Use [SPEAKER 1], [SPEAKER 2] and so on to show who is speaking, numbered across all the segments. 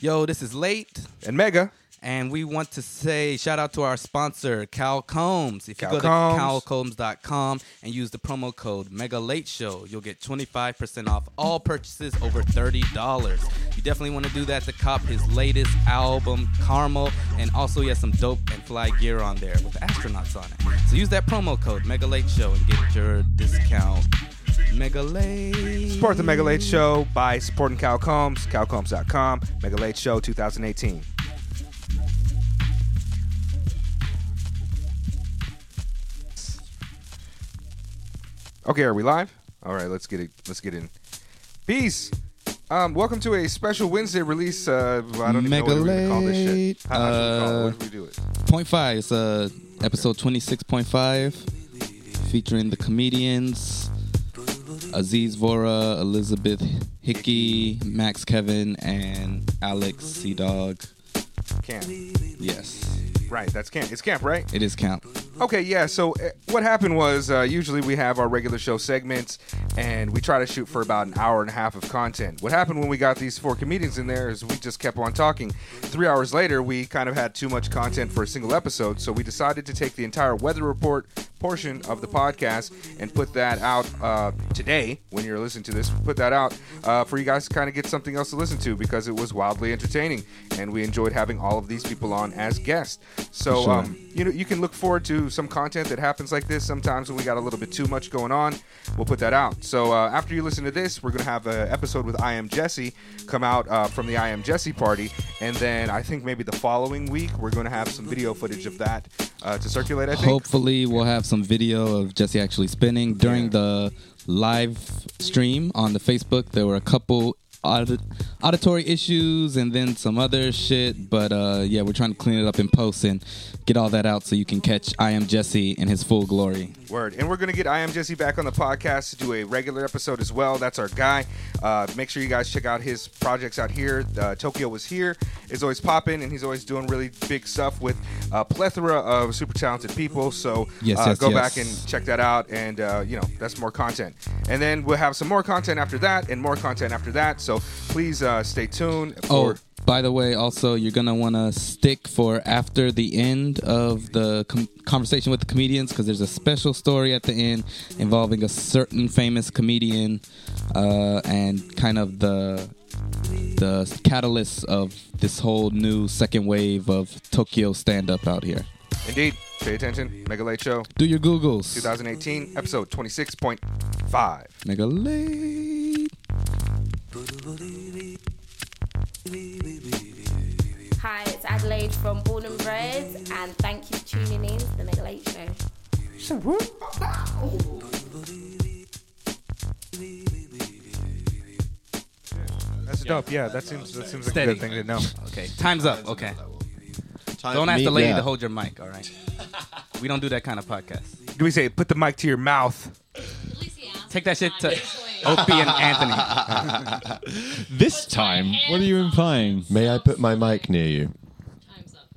[SPEAKER 1] Yo, this is late.
[SPEAKER 2] and Mega.
[SPEAKER 1] And we want to say shout out to our sponsor, Cal Combs. If
[SPEAKER 2] Cal
[SPEAKER 1] you go
[SPEAKER 2] Combs.
[SPEAKER 1] to calcombs.com and use the promo code Mega Late Show, you'll get 25% off all purchases over $30. You definitely want to do that to cop his latest album, Carmel, and also he has some dope and fly gear on there with astronauts on it. So use that promo code Mega Late Show and get your discount. Mega Late.
[SPEAKER 2] Support the Mega Late Show by supporting Cal Combs, calcombs.com, Mega Late Show 2018. Okay, are we live? All right, let's get it. Let's get in. Peace. Um, welcome to a special Wednesday release. Uh, I don't even know what we're gonna call this shit.
[SPEAKER 1] Megalate,
[SPEAKER 2] How, how should we call it?
[SPEAKER 1] uh,
[SPEAKER 2] What did we do it?
[SPEAKER 1] Point five. It's uh, episode twenty six point five, featuring the comedians Aziz Vora, Elizabeth Hickey, Max Kevin, and Alex Sea Dog.
[SPEAKER 2] Camp.
[SPEAKER 1] Yes,
[SPEAKER 2] Right, that's camp. It's camp, right?
[SPEAKER 1] it is count.
[SPEAKER 2] Okay, yeah. So uh, what happened was uh, usually we have our regular show segments, and we try to shoot for about an hour and a half of content. What happened when we got these four comedians in there is we just kept on talking. Three hours later, we kind of had too much content for a single episode, so we decided to take the entire weather report portion of the podcast and put that out uh, today. When you're listening to this, put that out uh, for you guys to kind of get something else to listen to because it was wildly entertaining, and we enjoyed having all of these people on as guests. So.
[SPEAKER 1] Sure.
[SPEAKER 2] Um, you know you can look forward to some content that happens like this sometimes when we got a little bit too much going on we'll put that out so uh, after you listen to this we're gonna have an episode with i am jesse come out uh, from the i am jesse party and then i think maybe the following week we're gonna have some video footage of that uh, to circulate i think
[SPEAKER 1] Hopefully, we'll have some video of Jesse actually spinning during
[SPEAKER 2] Yeah.
[SPEAKER 1] the live stream on the Facebook. There were a couple audit- auditory issues and then some other shit, but uh, yeah, we're trying to clean it up in post and get all that out so you can catch I am Jesse in his full glory.
[SPEAKER 2] Word. And we're going to get I Am Jesse back on the podcast to do a regular episode as well. That's our guy. Uh, make sure you guys check out his projects out here. Uh, Tokyo was here is always popping, and he's always doing really big stuff with a plethora of super talented people. So
[SPEAKER 1] Yes,
[SPEAKER 2] uh,
[SPEAKER 1] yes,
[SPEAKER 2] go
[SPEAKER 1] yes.
[SPEAKER 2] back and check that out. And, uh, you know, that's more content. And then we'll have some more content after that and more content after that. So please uh, stay tuned.
[SPEAKER 1] Oh,
[SPEAKER 2] For-
[SPEAKER 1] by the way, also you're gonna want to stick for after the end of the com- conversation with the comedians because there's a special story at the end involving a certain famous comedian uh, and kind of the the catalyst of this whole new second wave of Tokyo stand up out here.
[SPEAKER 2] Indeed. Pay attention. Mega Late Show
[SPEAKER 1] Do your Googles.
[SPEAKER 2] 2018, episode 26.5.
[SPEAKER 1] Nigga late.
[SPEAKER 3] Hi, it's Adelaide from Born and Bred, and thank you for tuning in to the Mega Late Show.
[SPEAKER 2] That's dope. Yeah, that seems that seems like
[SPEAKER 1] Steady.
[SPEAKER 2] a good thing to know.
[SPEAKER 1] Okay, time's up. Okay,
[SPEAKER 4] Time
[SPEAKER 1] don't
[SPEAKER 4] for
[SPEAKER 1] ask
[SPEAKER 4] me-
[SPEAKER 1] the lady
[SPEAKER 4] yeah.
[SPEAKER 1] to hold your mic. All right, we don't do that kind of podcast.
[SPEAKER 2] Do we say put the mic to your mouth?
[SPEAKER 1] Take that shit to Opie and Anthony.
[SPEAKER 5] This time, what are you implying?
[SPEAKER 6] May I put my mic near you?
[SPEAKER 5] Time's up,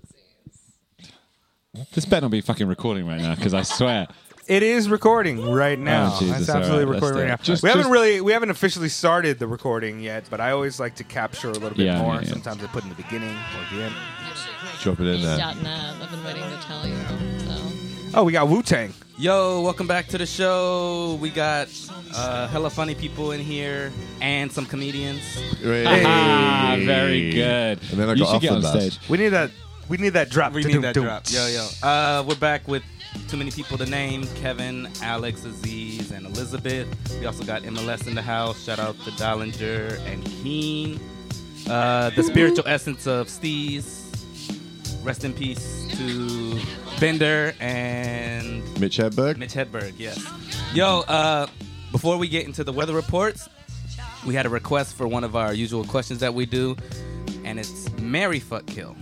[SPEAKER 5] This better not be fucking recording right now because I swear.
[SPEAKER 2] It is recording right now.
[SPEAKER 5] Oh, Jesus,
[SPEAKER 2] That's
[SPEAKER 5] all right,
[SPEAKER 2] absolutely
[SPEAKER 5] let's
[SPEAKER 2] recording
[SPEAKER 5] do
[SPEAKER 2] right
[SPEAKER 5] it.
[SPEAKER 2] now.
[SPEAKER 5] Just-
[SPEAKER 2] we haven't
[SPEAKER 5] just-
[SPEAKER 2] really we haven't officially started the recording yet, but I always like to capture a little bit
[SPEAKER 5] Yeah,
[SPEAKER 2] more.
[SPEAKER 5] yeah, yeah.
[SPEAKER 2] Sometimes I put in the beginning or the end.
[SPEAKER 6] Drop it in there.
[SPEAKER 5] Start now. I've been waiting to tell you.
[SPEAKER 2] Oh, we got Wu Tang.
[SPEAKER 1] Yo, welcome back to the show. We got uh, hella funny people in here and some comedians.
[SPEAKER 5] Ah, very good.
[SPEAKER 6] And then I
[SPEAKER 5] you
[SPEAKER 6] got
[SPEAKER 5] should
[SPEAKER 6] off
[SPEAKER 5] get
[SPEAKER 6] the
[SPEAKER 5] on
[SPEAKER 6] bus.
[SPEAKER 5] stage.
[SPEAKER 2] We need that. We need that drop.
[SPEAKER 1] We need
[SPEAKER 2] Dum-dum-dum.
[SPEAKER 1] that drop. Yo, yo. Uh, we're back with too many people to name Kevin, Alex, Aziz, and Elizabeth. We also got MLS in the house. Shout out to Dollinger and Keen. Uh, the spiritual essence of Steez. Rest in peace to Bender and
[SPEAKER 6] Mitch Hedberg.
[SPEAKER 1] Mitch Hedberg, yes. Yo, uh, before we get into the weather reports, we had a request for one of our usual questions that we do, and it's Mary Fuck Kill.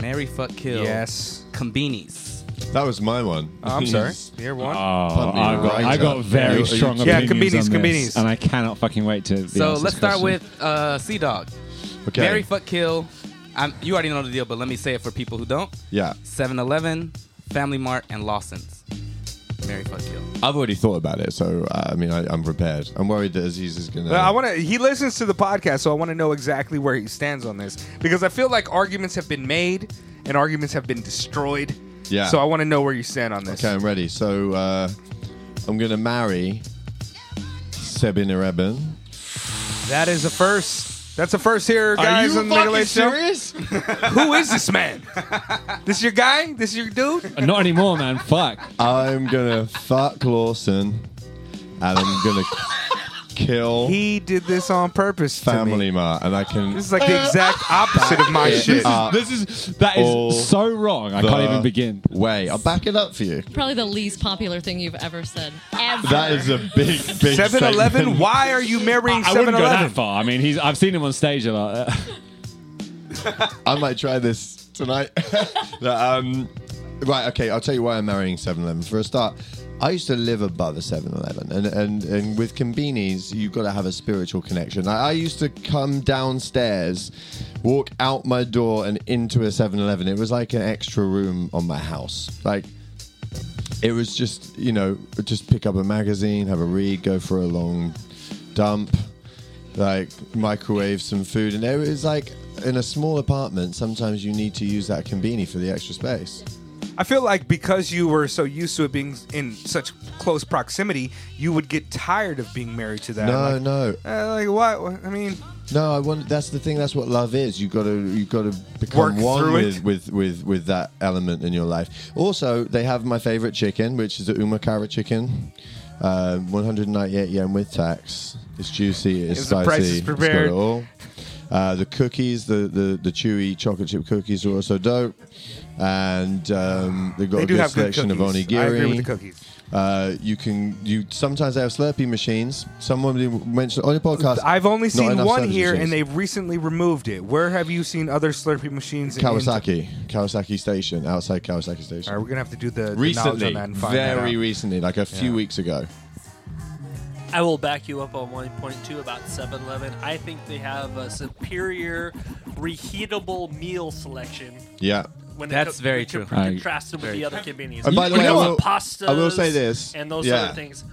[SPEAKER 1] Mary Fuck Kill.
[SPEAKER 2] Yes.
[SPEAKER 1] Combinis.
[SPEAKER 6] That was my one.
[SPEAKER 2] Oh, I'm sorry. Here one.
[SPEAKER 5] Oh,
[SPEAKER 6] Pump me
[SPEAKER 5] I got,
[SPEAKER 6] right
[SPEAKER 5] I got
[SPEAKER 6] up.
[SPEAKER 5] very
[SPEAKER 6] Yeah, you-
[SPEAKER 5] strong
[SPEAKER 6] you-
[SPEAKER 2] Yeah,
[SPEAKER 5] opinions
[SPEAKER 2] convenience,
[SPEAKER 5] on
[SPEAKER 2] convenience.
[SPEAKER 5] this, and I cannot fucking wait to.
[SPEAKER 1] So let's start with uh, Sea Dog.
[SPEAKER 6] okay.
[SPEAKER 1] Mary Fuck Kill. I'm, you already know the deal, but let me say it for people who don't
[SPEAKER 6] yeah.
[SPEAKER 1] 7 Eleven, Family Mart, and Lawson's. Mary fuck kill.
[SPEAKER 6] I've already thought about it, so uh, I mean, I, I'm prepared. I'm worried that Aziz is gonna.
[SPEAKER 2] Uh, I want to. He listens to the podcast, so I want to know exactly where he stands on this because I feel like arguments have been made and arguments have been destroyed.
[SPEAKER 6] Yeah.
[SPEAKER 2] So I want to know where you stand on this.
[SPEAKER 6] Okay, I'm ready. So uh, I'm gonna marry Sebin Ereben.
[SPEAKER 2] That is a first. That's a first here, guys. on the Nigga Late Show. Who is this man? this your guy? This your dude?
[SPEAKER 5] Not anymore, man. Fuck.
[SPEAKER 6] I'm gonna fuck Lawson, and I'm gonna kill
[SPEAKER 2] He did this on purpose. to me.
[SPEAKER 6] Family Mart, and I can.
[SPEAKER 2] This is like the exact opposite of my
[SPEAKER 6] Yeah.
[SPEAKER 2] shit.
[SPEAKER 6] Uh,
[SPEAKER 5] This is that is
[SPEAKER 6] All
[SPEAKER 5] so wrong. I can't
[SPEAKER 6] the
[SPEAKER 5] even begin.
[SPEAKER 6] Way, I'll back it up for you.
[SPEAKER 4] Probably the least popular thing you've ever said. Ah, Ever.
[SPEAKER 6] That is a big, big.
[SPEAKER 2] 7 Eleven?
[SPEAKER 6] statement.
[SPEAKER 2] Why are you marrying
[SPEAKER 5] I wouldn't
[SPEAKER 2] 7
[SPEAKER 5] go that
[SPEAKER 2] Eleven?
[SPEAKER 5] far. I mean, he's. I've seen him on stage a lot.
[SPEAKER 6] I might try this tonight. No, um, right, okay, I'll tell you why I'm marrying 7 Eleven. For a start, I used to live above a 7 Eleven, and, and, and with Combinis, you've got to have a spiritual connection. I, I used to come downstairs, walk out my door, and into a 7 Eleven. It was like an extra room on my house. Like, it was just, you know, just pick up a magazine, have a read, go for a long dump, like microwave some food, and it was like in a small apartment. Sometimes you need to use that combini for the extra space.
[SPEAKER 2] I feel like because you were so used to it being in such close proximity, you would get tired of being married to that.
[SPEAKER 6] No,
[SPEAKER 2] like,
[SPEAKER 6] no,
[SPEAKER 2] Uh, like what? what- I mean,
[SPEAKER 6] no. I want. That's the thing. That's what love is. You got to. You got to become
[SPEAKER 2] Work
[SPEAKER 6] one
[SPEAKER 2] through
[SPEAKER 6] with,
[SPEAKER 2] it.
[SPEAKER 6] with with with that element in your life. Also, they have my favorite chicken, which is the umakara chicken. Uh, 198 yen with tax. It's juicy. It's
[SPEAKER 2] If the
[SPEAKER 6] spicy.
[SPEAKER 2] price is prepared.
[SPEAKER 6] It's got it all. Uh, the cookies, the, the, the chewy chocolate chip cookies are also dope, and um, they've got
[SPEAKER 2] they
[SPEAKER 6] a
[SPEAKER 2] do
[SPEAKER 6] good
[SPEAKER 2] have good
[SPEAKER 6] selection
[SPEAKER 2] cookies.
[SPEAKER 6] of onigiri.
[SPEAKER 2] I agree with the cookies.
[SPEAKER 6] Uh, you can you sometimes they have Slurpee machines. Someone mentioned on your podcast.
[SPEAKER 2] I've only
[SPEAKER 6] not
[SPEAKER 2] seen
[SPEAKER 6] enough
[SPEAKER 2] one
[SPEAKER 6] Slurpee
[SPEAKER 2] here,
[SPEAKER 6] machines.
[SPEAKER 2] and they've recently removed it. Where have you seen other Slurpee machines? in-
[SPEAKER 6] Kawasaki, Kawasaki Station, outside Kawasaki
[SPEAKER 2] All
[SPEAKER 6] Station.
[SPEAKER 2] right, we're gonna have to do the, the knowledge on
[SPEAKER 6] recently,
[SPEAKER 2] that and find that
[SPEAKER 6] very
[SPEAKER 2] out.
[SPEAKER 6] recently, like a few weeks ago.
[SPEAKER 7] I will back you up on one point two about 7-Eleven. I think they have a superior reheatable meal selection.
[SPEAKER 6] Yeah.
[SPEAKER 7] When
[SPEAKER 1] That's
[SPEAKER 7] co-
[SPEAKER 1] very
[SPEAKER 7] when
[SPEAKER 1] true.
[SPEAKER 7] co-
[SPEAKER 5] I-
[SPEAKER 7] contrasted with
[SPEAKER 1] very
[SPEAKER 7] the other conveniences.
[SPEAKER 6] And Uh, by the
[SPEAKER 5] You
[SPEAKER 6] way, I
[SPEAKER 5] know
[SPEAKER 6] will,
[SPEAKER 7] pastas.
[SPEAKER 6] I will say this.
[SPEAKER 7] and those
[SPEAKER 6] yeah.
[SPEAKER 7] other things.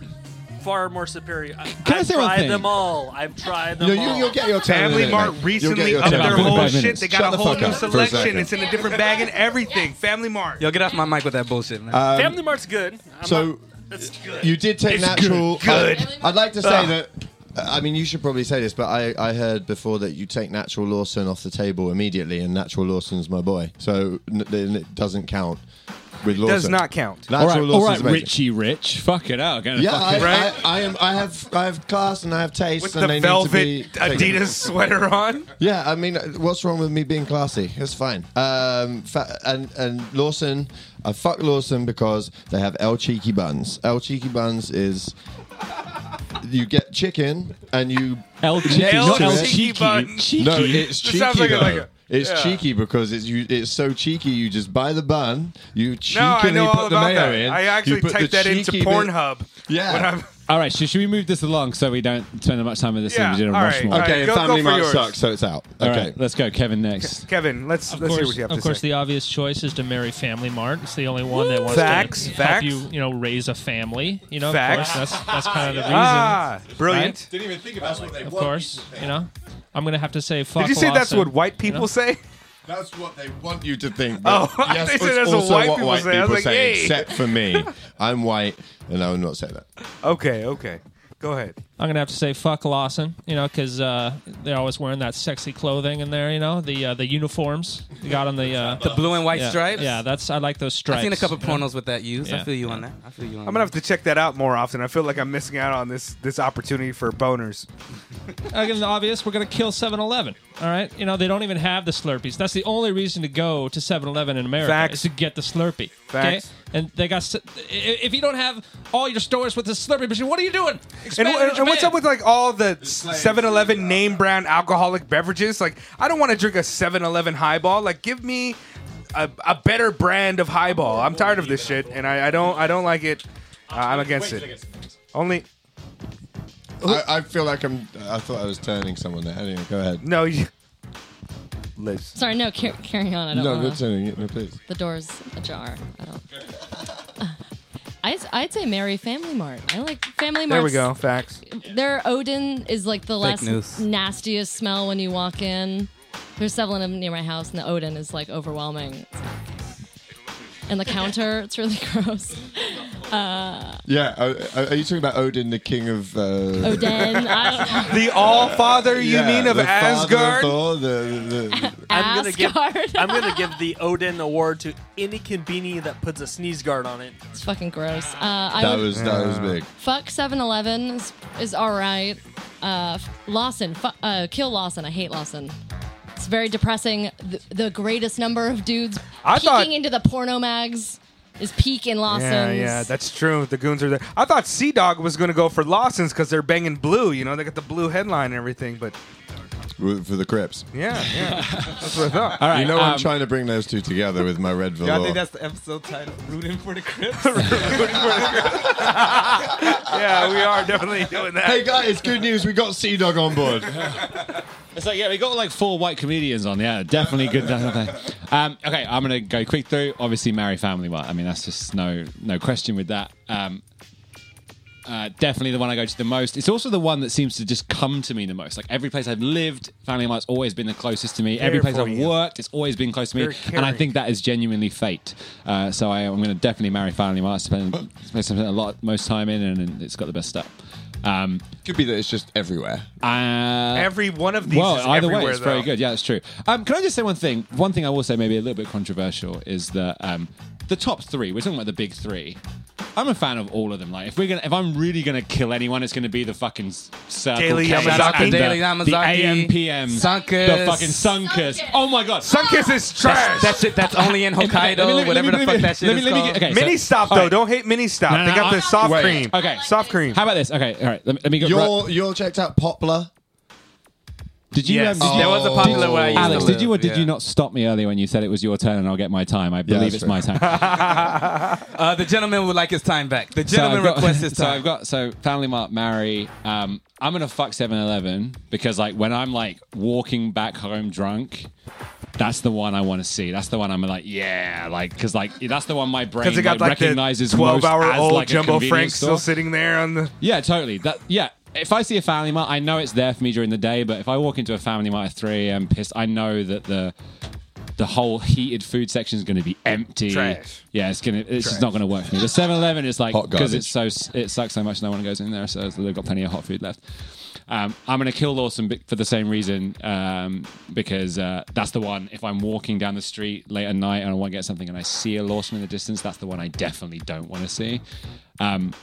[SPEAKER 7] Far more superior. I,
[SPEAKER 5] Can I
[SPEAKER 7] have
[SPEAKER 5] say one
[SPEAKER 7] tried
[SPEAKER 5] thing?
[SPEAKER 7] them all. I've tried
[SPEAKER 6] You
[SPEAKER 7] them
[SPEAKER 6] know,
[SPEAKER 7] all.
[SPEAKER 6] you, will get your turn. in a
[SPEAKER 2] Family
[SPEAKER 6] minute,
[SPEAKER 2] Mart
[SPEAKER 6] mate. You'll get
[SPEAKER 2] recently
[SPEAKER 6] your
[SPEAKER 2] upped
[SPEAKER 6] turn. Um,
[SPEAKER 2] their
[SPEAKER 5] Forty-five
[SPEAKER 2] whole
[SPEAKER 5] minutes.
[SPEAKER 2] shit. They got
[SPEAKER 6] Shut
[SPEAKER 2] a
[SPEAKER 6] the
[SPEAKER 2] whole
[SPEAKER 6] fuck
[SPEAKER 2] new
[SPEAKER 6] up for a
[SPEAKER 2] selection.
[SPEAKER 6] second.
[SPEAKER 2] It's in a different bag and everything. Family Mart.
[SPEAKER 1] Yo, get off my mic with that bullshit, man.
[SPEAKER 6] Um,
[SPEAKER 7] Family Mart's good. I'm
[SPEAKER 6] so-
[SPEAKER 7] not- that's good.
[SPEAKER 6] You did take
[SPEAKER 2] It's
[SPEAKER 6] natural.
[SPEAKER 2] good.
[SPEAKER 6] I-
[SPEAKER 2] Good.
[SPEAKER 6] I'd like to say that. uh, I mean, you should probably say this, but I, I heard before that you take Natural Lawson off the table immediately, and Natural Lawson's my boy, so n- then it doesn't count with Lawson.
[SPEAKER 2] Does not count.
[SPEAKER 5] all
[SPEAKER 6] Natural
[SPEAKER 5] right, all
[SPEAKER 6] Lawson's
[SPEAKER 5] right,
[SPEAKER 6] amazing.
[SPEAKER 5] Richie Rich. Fuck it out. Gonna
[SPEAKER 6] Yeah,
[SPEAKER 5] fucking-
[SPEAKER 6] I,
[SPEAKER 2] Right?
[SPEAKER 6] I, I am. I have. I have class, and I have taste,
[SPEAKER 2] With
[SPEAKER 6] and
[SPEAKER 2] the
[SPEAKER 6] they
[SPEAKER 2] velvet
[SPEAKER 6] need to be taken-
[SPEAKER 2] Adidas sweater on.
[SPEAKER 6] Yeah, I mean, what's wrong with me being classy? It's fine. Um, fa- and and Lawson, I fuck Lawson because they have El Cheeky buns. El Cheeky buns is you get chicken and you
[SPEAKER 5] El Cheeky,
[SPEAKER 2] El
[SPEAKER 5] not El
[SPEAKER 2] Cheeky
[SPEAKER 5] Cheeky.
[SPEAKER 2] button.
[SPEAKER 5] Cheeky.
[SPEAKER 6] no, it's cheeky.
[SPEAKER 2] sounds like a-
[SPEAKER 6] though.
[SPEAKER 2] like a-
[SPEAKER 6] it's
[SPEAKER 2] yeah.
[SPEAKER 6] cheeky because it's you. It's so cheeky. You just buy the bun. You cheekily
[SPEAKER 2] No, I know
[SPEAKER 6] put
[SPEAKER 2] all
[SPEAKER 6] the
[SPEAKER 2] about
[SPEAKER 6] mayo
[SPEAKER 2] that.
[SPEAKER 6] in.
[SPEAKER 2] I
[SPEAKER 6] you
[SPEAKER 2] actually
[SPEAKER 6] put the
[SPEAKER 2] typed that into
[SPEAKER 6] cheeky bit-
[SPEAKER 2] Pornhub.
[SPEAKER 6] Yeah.
[SPEAKER 2] When I'm,
[SPEAKER 5] all right, so should we move this along so we don't spend much time with this
[SPEAKER 2] Yeah,
[SPEAKER 5] and we did a
[SPEAKER 2] all right,
[SPEAKER 5] Rushmore?
[SPEAKER 2] all right.
[SPEAKER 6] Okay,
[SPEAKER 2] go- go
[SPEAKER 6] Family
[SPEAKER 2] for
[SPEAKER 6] Mart
[SPEAKER 2] yours.
[SPEAKER 6] sucks, so it's out.
[SPEAKER 5] All
[SPEAKER 6] Okay.
[SPEAKER 5] right, let's go, Kevin. Next.
[SPEAKER 2] Kevin, let's
[SPEAKER 8] Of
[SPEAKER 2] let's hear
[SPEAKER 8] course,
[SPEAKER 2] what you have
[SPEAKER 8] of
[SPEAKER 2] to
[SPEAKER 8] course,
[SPEAKER 2] say.
[SPEAKER 8] the obvious choice is to marry Family Mart. It's the only one that wants
[SPEAKER 2] Facts,
[SPEAKER 8] to help
[SPEAKER 2] facts.
[SPEAKER 8] you, you know, raise a family. You know,
[SPEAKER 2] Facts.
[SPEAKER 8] Of course, that's that's kind of the reason.
[SPEAKER 2] ah, brilliant.
[SPEAKER 6] Didn't even think about what they
[SPEAKER 8] Of course, you know, I'm gonna have to say fuck.
[SPEAKER 2] Did you say that's
[SPEAKER 8] Lawson,
[SPEAKER 2] what white
[SPEAKER 8] you know?
[SPEAKER 2] people say?
[SPEAKER 6] That's what they want you to think.
[SPEAKER 2] Oh,
[SPEAKER 6] but
[SPEAKER 2] I
[SPEAKER 6] yes,
[SPEAKER 2] said
[SPEAKER 6] it's
[SPEAKER 2] that's what
[SPEAKER 6] also
[SPEAKER 2] white
[SPEAKER 6] what
[SPEAKER 2] people
[SPEAKER 6] white
[SPEAKER 2] say. I
[SPEAKER 6] people
[SPEAKER 2] was like,
[SPEAKER 6] say,
[SPEAKER 2] "Yay."
[SPEAKER 6] except for me. I'm white, and I will not say that.
[SPEAKER 2] Okay, okay. Go ahead.
[SPEAKER 8] I'm gonna have to say fuck Lawson. You know, because uh, they're always wearing that sexy clothing in there. You know, the uh, the uniforms you got on the uh,
[SPEAKER 1] the blue and white
[SPEAKER 8] yeah,
[SPEAKER 1] stripes.
[SPEAKER 8] Yeah, that's I like those stripes.
[SPEAKER 1] I've seen a couple
[SPEAKER 8] you know?
[SPEAKER 1] pornos with that use. I
[SPEAKER 8] Yeah.
[SPEAKER 1] feel you on that. I feel you on
[SPEAKER 2] I'm gonna have to check that out more often. I feel like I'm missing out on this this opportunity for boners.
[SPEAKER 8] again, the obvious, we're going to kill 7 Eleven. All right? You know, they don't even have the Slurpees. That's the only reason to go to 7 Eleven in America
[SPEAKER 2] Facts.
[SPEAKER 8] is to get the Slurpee.
[SPEAKER 2] Facts.
[SPEAKER 8] Okay? And they got, s- i- if you don't have all your stores with the Slurpee machine, what are you doing?
[SPEAKER 2] And,
[SPEAKER 8] Expand it
[SPEAKER 2] and,
[SPEAKER 8] to
[SPEAKER 2] and what's
[SPEAKER 8] Japan.
[SPEAKER 2] up with like all the 7-Eleven name brand alcoholic beverages? Like, I don't want to drink a 7-Eleven highball. Like, give me a, a better brand of highball. I'm tired of this shit, and I, I don't I don't like it. Uh, I'm against it. Only
[SPEAKER 6] I, I feel like I'm. I thought I was turning someone there. Anyway, go ahead.
[SPEAKER 2] no. You, Liz.
[SPEAKER 4] Sorry, no, car- carry on. I don't
[SPEAKER 6] No,
[SPEAKER 4] wanna-
[SPEAKER 6] you're turning it. No, please.
[SPEAKER 4] The door's ajar. I don't. I'd, I'd say marry Family Mart. I like Family Mart.
[SPEAKER 2] There we go. Facts.
[SPEAKER 4] Their Odin is like the last
[SPEAKER 1] news.
[SPEAKER 4] nastiest smell when you walk in. There's several of them near my house, and the Odin is like overwhelming. It's not good. And the counter, it's really gross.
[SPEAKER 6] Yeah, are, are you talking about Odin, the king of
[SPEAKER 4] Oh,
[SPEAKER 6] uh,
[SPEAKER 4] Odin, I don't know.
[SPEAKER 2] The All Father, you
[SPEAKER 6] yeah,
[SPEAKER 2] mean of
[SPEAKER 6] the father of
[SPEAKER 2] Asgard?
[SPEAKER 6] all the- the-
[SPEAKER 7] I'm gonna give
[SPEAKER 4] Asgard.
[SPEAKER 7] I'm gonna give the Odin award to any conveni that puts a sneeze guard on it.
[SPEAKER 4] It's fucking gross. Uh, I
[SPEAKER 6] that
[SPEAKER 4] would
[SPEAKER 6] was that was big.
[SPEAKER 4] fuck 7-Eleven is, is all right. Uh, f- Lawson, fu- uh, kill Lawson. I hate Lawson. It's very depressing. The, the greatest number of dudes
[SPEAKER 2] I
[SPEAKER 4] peeking
[SPEAKER 2] thought-
[SPEAKER 4] into the porno mags is peak in Lawson's.
[SPEAKER 2] Yeah, yeah, that's true. The goons are there. I thought Sea Dog was going to go for Lawson's because they're banging blue. You know, they got the blue headline and everything. But
[SPEAKER 6] W- for the Crips.
[SPEAKER 2] yeah, yeah, that's what I thought.
[SPEAKER 9] All right.
[SPEAKER 6] You know,
[SPEAKER 9] um,
[SPEAKER 6] I'm trying to bring those two together with my red
[SPEAKER 1] Yeah, I
[SPEAKER 6] velour.
[SPEAKER 1] think that's the episode title, Rooting for the Crips.
[SPEAKER 2] Yeah, we are definitely doing that.
[SPEAKER 6] Hey guys, good news! We got Sea Dog on board.
[SPEAKER 10] It's like, yeah, we got like four white comedians on. Yeah, definitely good. um, okay, I'm gonna go quick through. Obviously, marry family. Well, I mean, that's just no no question with that. Um, uh, definitely the one I go to the most. It's also the one that seems to just come to me the most. Like every place I've lived, Family Mart's always been the closest to me. every
[SPEAKER 2] There
[SPEAKER 10] place
[SPEAKER 2] for
[SPEAKER 10] I've
[SPEAKER 2] you.
[SPEAKER 10] worked, it's always been close to me.
[SPEAKER 2] They're
[SPEAKER 10] And I
[SPEAKER 2] caring.
[SPEAKER 10] think that is genuinely fate. Uh, so I, I'm going to definitely marry Family Mart. Spend, spend spend a lot most time in, and it's got the best stuff. Um,
[SPEAKER 6] Could be that it's just everywhere.
[SPEAKER 10] uh,
[SPEAKER 2] Every one of these
[SPEAKER 10] well,
[SPEAKER 2] is
[SPEAKER 10] either
[SPEAKER 2] everywhere,
[SPEAKER 10] way, it's
[SPEAKER 2] though.
[SPEAKER 10] very good. Yeah, it's true. Um, can I just say one thing? One thing I will say, maybe a little bit controversial, is that um, the top three. We're talking about the big three. I'm a fan of all of them. Like, if we're gonna, if I'm really gonna kill anyone, it's gonna be the fucking s- Circle
[SPEAKER 2] Daily
[SPEAKER 10] Ks
[SPEAKER 2] Yamazaki.
[SPEAKER 10] and the-
[SPEAKER 1] Daily
[SPEAKER 10] the
[SPEAKER 1] Yamazaki.
[SPEAKER 10] AMPM,
[SPEAKER 1] Sunkus.
[SPEAKER 10] the fucking Sunkus.
[SPEAKER 4] Sunkus.
[SPEAKER 10] Oh my god,
[SPEAKER 2] Sunkiss is
[SPEAKER 1] That's,
[SPEAKER 2] trash.
[SPEAKER 1] that shit that's only in Hokkaido,
[SPEAKER 10] Let me- let me-
[SPEAKER 1] whatever
[SPEAKER 10] let me-
[SPEAKER 1] the fuck that shit
[SPEAKER 10] let me-
[SPEAKER 1] is
[SPEAKER 10] let me
[SPEAKER 1] called.
[SPEAKER 10] get- okay.
[SPEAKER 2] mini
[SPEAKER 10] so-
[SPEAKER 2] stop
[SPEAKER 10] all
[SPEAKER 2] though.
[SPEAKER 10] right.
[SPEAKER 2] Don't hate mini stop.
[SPEAKER 10] No, no,
[SPEAKER 2] they got
[SPEAKER 10] no,
[SPEAKER 2] the
[SPEAKER 10] I-
[SPEAKER 2] soft
[SPEAKER 6] wait.
[SPEAKER 2] cream.
[SPEAKER 10] Okay.
[SPEAKER 2] soft cream.
[SPEAKER 10] How about this? Okay, all right. Let me, let me go.
[SPEAKER 6] You're you're checked out Poplar.
[SPEAKER 10] did you?
[SPEAKER 2] Yes.
[SPEAKER 10] um, did you-
[SPEAKER 1] There
[SPEAKER 6] Oh.
[SPEAKER 1] was a popular way Oh, I used
[SPEAKER 10] Alex,
[SPEAKER 1] to
[SPEAKER 10] did you or
[SPEAKER 1] live,
[SPEAKER 10] did you
[SPEAKER 1] yeah.
[SPEAKER 10] not stop me earlier when you said it was your turn and I'll get my time? I believe
[SPEAKER 6] that's
[SPEAKER 10] it's
[SPEAKER 6] fair.
[SPEAKER 10] my time.
[SPEAKER 1] Uh, the gentleman would like his time back. The
[SPEAKER 10] So I've
[SPEAKER 1] gentleman
[SPEAKER 10] got-
[SPEAKER 1] requests his
[SPEAKER 10] So I've
[SPEAKER 1] time.
[SPEAKER 10] got so Family Mart, marry. Um, I'm gonna fuck 7-Eleven because like when I'm like walking back home drunk, that's the one I want to see. That's the one I'm like, yeah, like because like that's the one my brain
[SPEAKER 2] Because they got
[SPEAKER 10] like,
[SPEAKER 2] like, the
[SPEAKER 10] recognizes most
[SPEAKER 2] twelve-hour
[SPEAKER 10] as
[SPEAKER 2] old
[SPEAKER 10] like a
[SPEAKER 2] Jumbo
[SPEAKER 10] convenience
[SPEAKER 2] Frank still
[SPEAKER 10] store.
[SPEAKER 2] sitting there on the.
[SPEAKER 10] Yeah, totally. That yeah. If I see a family mart, I know it's there for me during the day. But if I walk into a family mart at three, I'm pissed. I know that the the whole heated food section is going to be empty.
[SPEAKER 2] Trash.
[SPEAKER 10] Yeah, it's gonna. It's just not going to work for me. The 7-Eleven is like
[SPEAKER 6] Hot
[SPEAKER 10] because it's so it sucks so much. No one goes in there, so they've got plenty of hot food left. Um, I'm going to kill Lawson be- for the same reason um, because uh, that's the one. If I'm walking down the street late at night and I want to get something and I see a Lawson in the distance, that's the one I definitely don't want to see. Um,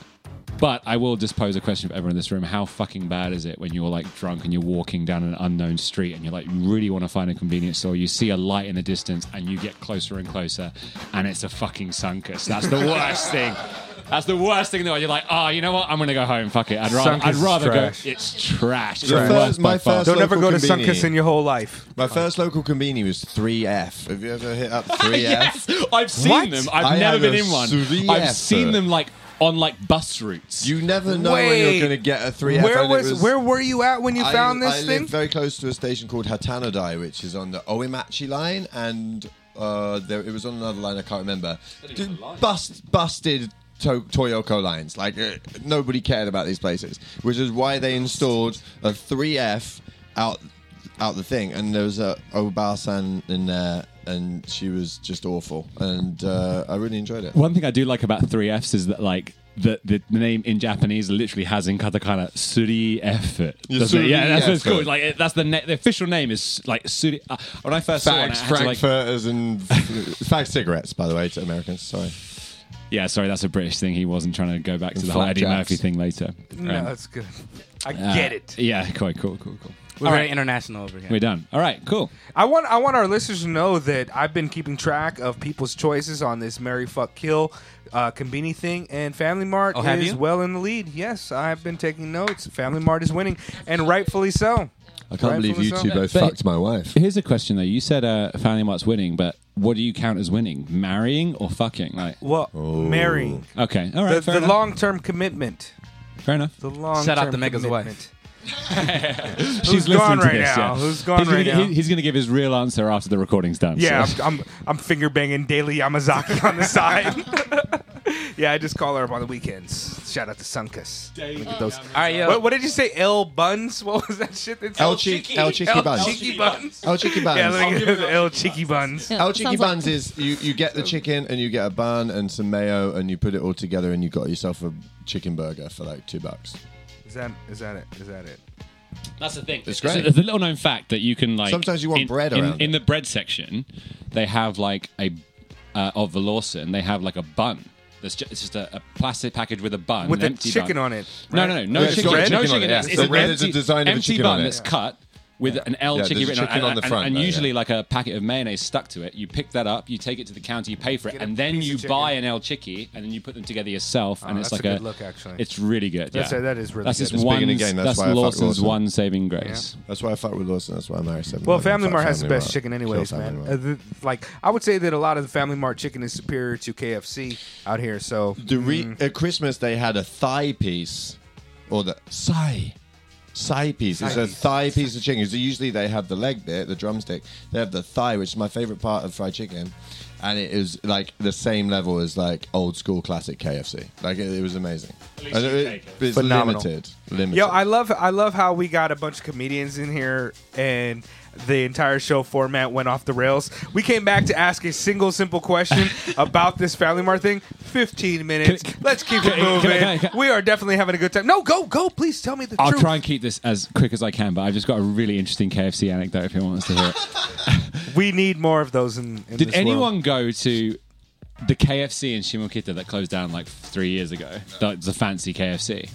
[SPEAKER 10] but I will just pose a question for everyone in this room. How fucking bad is it when you're like drunk and you're walking down an unknown street and you're like, you really want to find a convenience store? You see a light in the distance and you get closer and closer and it's a fucking sunkus. That's the worst thing. That's the worst thing in the world. You're like, oh, you know what? I'm going to go home. Fuck it. I'd rather,
[SPEAKER 2] Sunkus
[SPEAKER 10] I'd
[SPEAKER 2] is
[SPEAKER 10] rather go.
[SPEAKER 2] trash.
[SPEAKER 10] It's trash. It's
[SPEAKER 6] Your
[SPEAKER 10] the
[SPEAKER 6] first-
[SPEAKER 10] worst by
[SPEAKER 6] my
[SPEAKER 10] far.
[SPEAKER 6] first-
[SPEAKER 2] Don't ever go to
[SPEAKER 6] Local
[SPEAKER 2] Sunkiss
[SPEAKER 6] convenience.
[SPEAKER 2] in your whole life.
[SPEAKER 6] My first local convenience was 3F. Have you ever hit up 3F?
[SPEAKER 10] Yes, I've seen
[SPEAKER 6] What?
[SPEAKER 10] them. I've
[SPEAKER 6] I
[SPEAKER 10] never
[SPEAKER 6] have
[SPEAKER 10] been
[SPEAKER 6] a
[SPEAKER 10] in one.
[SPEAKER 6] sous
[SPEAKER 10] I've
[SPEAKER 6] chef.
[SPEAKER 10] seen them like on like bus routes.
[SPEAKER 6] You never know when
[SPEAKER 2] Wait.
[SPEAKER 6] you're going to get a 3F.
[SPEAKER 2] where
[SPEAKER 6] and it
[SPEAKER 2] was, Where were you at when you
[SPEAKER 6] I-
[SPEAKER 2] found
[SPEAKER 6] I
[SPEAKER 2] this
[SPEAKER 6] live
[SPEAKER 2] thing?
[SPEAKER 6] very close to a station called Hatanadai, which is on the Oimachi line, and uh, there, it was on another line I can't remember. Dude, bust, busted to- Toyoko lines. Like uh, nobody cared about these places, which is why they installed a 3F out out the thing. And there was a Obasan in there, and she was just awful, and uh, I really enjoyed it.
[SPEAKER 10] One thing I do like about three Fs is that like the, the name in Japanese literally has in katakana suri effort.
[SPEAKER 6] Yeah,
[SPEAKER 10] doesn't it?
[SPEAKER 6] suri
[SPEAKER 10] Yeah, that's what's
[SPEAKER 6] effort.
[SPEAKER 10] cool. Like it- that's the ne- the official name is like suri. Uh, when I first saw it, I
[SPEAKER 6] Fags,
[SPEAKER 10] had to, like,
[SPEAKER 6] Frankfurters, and fag cigarettes, by the way, to Americans. Sorry.
[SPEAKER 10] yeah, sorry, that's a British thing. He wasn't trying to go back to
[SPEAKER 6] And
[SPEAKER 10] the whole Eddie
[SPEAKER 6] flapjacks.
[SPEAKER 10] Murphy thing later.
[SPEAKER 2] No,
[SPEAKER 10] Um,
[SPEAKER 2] that's good. I
[SPEAKER 10] uh,
[SPEAKER 2] get it.
[SPEAKER 10] Yeah, quite cool, cool, cool.
[SPEAKER 1] We're very international over here.
[SPEAKER 10] We're done. All right, cool.
[SPEAKER 2] I want I want our listeners to know that I've been keeping track of people's choices on this Mary Fuck Kill uh, Combini thing, and Family Mart
[SPEAKER 1] Oh, have
[SPEAKER 2] is
[SPEAKER 1] you?
[SPEAKER 2] well in the lead. Yes, I've been taking notes. Family Mart is winning, and rightfully so.
[SPEAKER 6] I can't believe you
[SPEAKER 2] Rightfully
[SPEAKER 6] two
[SPEAKER 2] so.
[SPEAKER 6] both
[SPEAKER 10] But-
[SPEAKER 6] fucked my wife.
[SPEAKER 10] Here's a question though. You said uh, Family Mart's winning, but what do you count as winning? Marrying or fucking? Like,
[SPEAKER 2] Well, marrying
[SPEAKER 10] okay, all right,
[SPEAKER 2] the,
[SPEAKER 10] fair,
[SPEAKER 2] the
[SPEAKER 10] enough.
[SPEAKER 2] long term commitment.
[SPEAKER 10] fair enough.
[SPEAKER 2] The long
[SPEAKER 1] Shout out to Mega's wife.
[SPEAKER 10] She's
[SPEAKER 2] Who's gone
[SPEAKER 10] listening to
[SPEAKER 2] right
[SPEAKER 10] this,
[SPEAKER 2] now?
[SPEAKER 10] yeah.
[SPEAKER 2] Who's gone
[SPEAKER 10] he's
[SPEAKER 2] right
[SPEAKER 10] gonna,
[SPEAKER 2] now?
[SPEAKER 10] he- He's going to give his real answer after the recording's done.
[SPEAKER 2] Yeah,
[SPEAKER 10] so.
[SPEAKER 2] I'm, I'm I'm finger banging Daily Yamazaki on the side. Yeah, I just call her up on the weekends. Shout out to Sunkus. Look at those.
[SPEAKER 1] All right, yo.
[SPEAKER 2] What, what did you say? L buns? What was that shit? It's
[SPEAKER 6] El Cheeky- El Cheeky Buns.
[SPEAKER 2] Cheeky buns.
[SPEAKER 6] El Cheeky Buns.
[SPEAKER 2] Yeah, let me get the El Cheeky buns.
[SPEAKER 4] Yeah,
[SPEAKER 6] El Cheeky
[SPEAKER 4] sounds like-
[SPEAKER 6] Buns is you, you get the chicken and you get a bun and some mayo and you put it all together and you got yourself a chicken burger for like two bucks.
[SPEAKER 2] Is that is that it? Is that it?
[SPEAKER 10] That's the thing.
[SPEAKER 6] It's great.
[SPEAKER 10] So there's a little known fact that you can like.
[SPEAKER 6] Sometimes you want
[SPEAKER 10] in,
[SPEAKER 6] bread
[SPEAKER 10] in,
[SPEAKER 6] around
[SPEAKER 10] in
[SPEAKER 6] it.
[SPEAKER 10] the bread section. They have like a uh, of the Lawson. They have like a bun. There's just, it's just a, a plastic package with a bun,
[SPEAKER 2] With
[SPEAKER 10] an
[SPEAKER 2] the
[SPEAKER 10] empty
[SPEAKER 2] chicken on
[SPEAKER 10] bun.
[SPEAKER 2] it.
[SPEAKER 10] No,
[SPEAKER 2] right?
[SPEAKER 10] no, no, no
[SPEAKER 6] Yeah, it's
[SPEAKER 10] chicken.
[SPEAKER 6] got
[SPEAKER 10] no
[SPEAKER 6] chicken on
[SPEAKER 10] chicken.
[SPEAKER 6] it, yeah.
[SPEAKER 10] It's,
[SPEAKER 6] So
[SPEAKER 10] it's
[SPEAKER 6] red
[SPEAKER 10] an
[SPEAKER 6] is a
[SPEAKER 10] empty,
[SPEAKER 6] design of a
[SPEAKER 10] empty
[SPEAKER 6] chicken
[SPEAKER 10] bun
[SPEAKER 6] on it.
[SPEAKER 10] that's cut with an L
[SPEAKER 6] Yeah,
[SPEAKER 10] chicken
[SPEAKER 6] there's a
[SPEAKER 10] written
[SPEAKER 6] chicken
[SPEAKER 10] it,
[SPEAKER 6] on the
[SPEAKER 10] and-
[SPEAKER 6] front,
[SPEAKER 10] and,
[SPEAKER 6] though, yeah.
[SPEAKER 10] usually like a packet of mayonnaise stuck to it. You pick that up, you take it to the counter, you pay for it,
[SPEAKER 2] Get a
[SPEAKER 10] and then
[SPEAKER 2] piece of
[SPEAKER 10] you
[SPEAKER 2] chicken.
[SPEAKER 10] buy an L chicky, and then you put them together yourself,
[SPEAKER 6] Oh,
[SPEAKER 10] and it's
[SPEAKER 2] that's
[SPEAKER 10] like
[SPEAKER 2] a good look, actually.
[SPEAKER 10] It's really good.
[SPEAKER 2] That's
[SPEAKER 10] yeah.
[SPEAKER 2] a- that is really
[SPEAKER 10] that's
[SPEAKER 2] good.
[SPEAKER 10] Just
[SPEAKER 6] It's big in
[SPEAKER 10] one,
[SPEAKER 6] the game, that's
[SPEAKER 10] that's
[SPEAKER 6] why I fuck
[SPEAKER 10] Lawson's
[SPEAKER 6] Lawson.
[SPEAKER 10] one saving grace.
[SPEAKER 6] That's why I fuck with Lawson. That's why I married seven.
[SPEAKER 2] Well,
[SPEAKER 6] Eleven.
[SPEAKER 2] Family
[SPEAKER 6] Fuck
[SPEAKER 2] Mart has the
[SPEAKER 6] Family
[SPEAKER 2] best
[SPEAKER 6] Mart.
[SPEAKER 2] chicken, anyways,
[SPEAKER 6] Kill Family
[SPEAKER 2] man.
[SPEAKER 6] Mart.
[SPEAKER 2] Uh, the, like, I would say that a lot of the Family Mart chicken is superior to KFC out here. So
[SPEAKER 6] The re-
[SPEAKER 2] Mm.
[SPEAKER 6] At Christmas, they had a thigh piece, or the thigh, thigh piece. It's
[SPEAKER 2] Thigh
[SPEAKER 6] a
[SPEAKER 2] piece.
[SPEAKER 6] thigh piece of chicken. So usually they have the leg bit, the drumstick. They have the thigh, which is my favorite part of fried chicken, and it is like the same level as like old school classic KFC. Like it, it was amazing. And it- it's
[SPEAKER 2] Phenomenal.
[SPEAKER 6] limited. Limited.
[SPEAKER 2] Yo, I love I love how we got a bunch of comedians in here and the entire show format went off the rails. We came back to ask a single simple question about this Family Mart thing. 15 minutes. Let's keep it
[SPEAKER 10] can I-
[SPEAKER 2] moving.
[SPEAKER 10] can I- can I-
[SPEAKER 2] we are definitely having a good time. No, go, go. Please tell me the
[SPEAKER 10] I'll
[SPEAKER 2] truth.
[SPEAKER 10] try and keep this as quick as I can, but I've just got a really interesting KFC anecdote if anyone wants to hear it.
[SPEAKER 2] we need more of those in, in
[SPEAKER 10] Did
[SPEAKER 2] this world.
[SPEAKER 10] anyone go to the KFC in Shimokita that closed down like three years ago? That's a fancy KFC.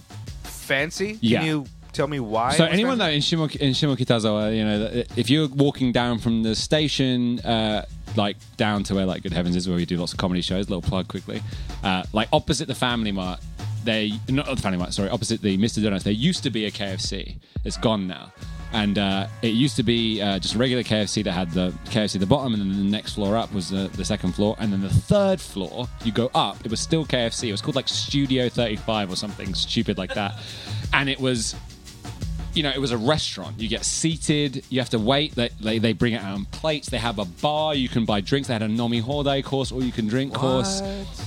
[SPEAKER 2] fancy?
[SPEAKER 10] Yeah.
[SPEAKER 2] Can you tell me why?
[SPEAKER 10] So
[SPEAKER 2] it was
[SPEAKER 10] anyone
[SPEAKER 2] fancy?
[SPEAKER 10] though in, Shimok- in Shimokitazawa, you know, that- if you're walking down from the station, uh, like down to where like Good Heavens is, where we do lots of comedy shows. Little plug quickly, uh, like opposite the Family Mart. They not the Family Mart, sorry, opposite the Mister Donuts. There used to be a KFC. It's gone now, and uh, it used to be uh, just a regular KFC that had the KFC at the bottom, and then the next floor up was the, the second floor, and then the third floor you go up. It was still KFC. It was called like Studio Thirty Five or something stupid like that, and it was you know, it was a restaurant. You get seated, you have to wait. They, they, they bring it out on plates. They have a bar. You can buy drinks. They had a Nomi Horde course, all you can drink course.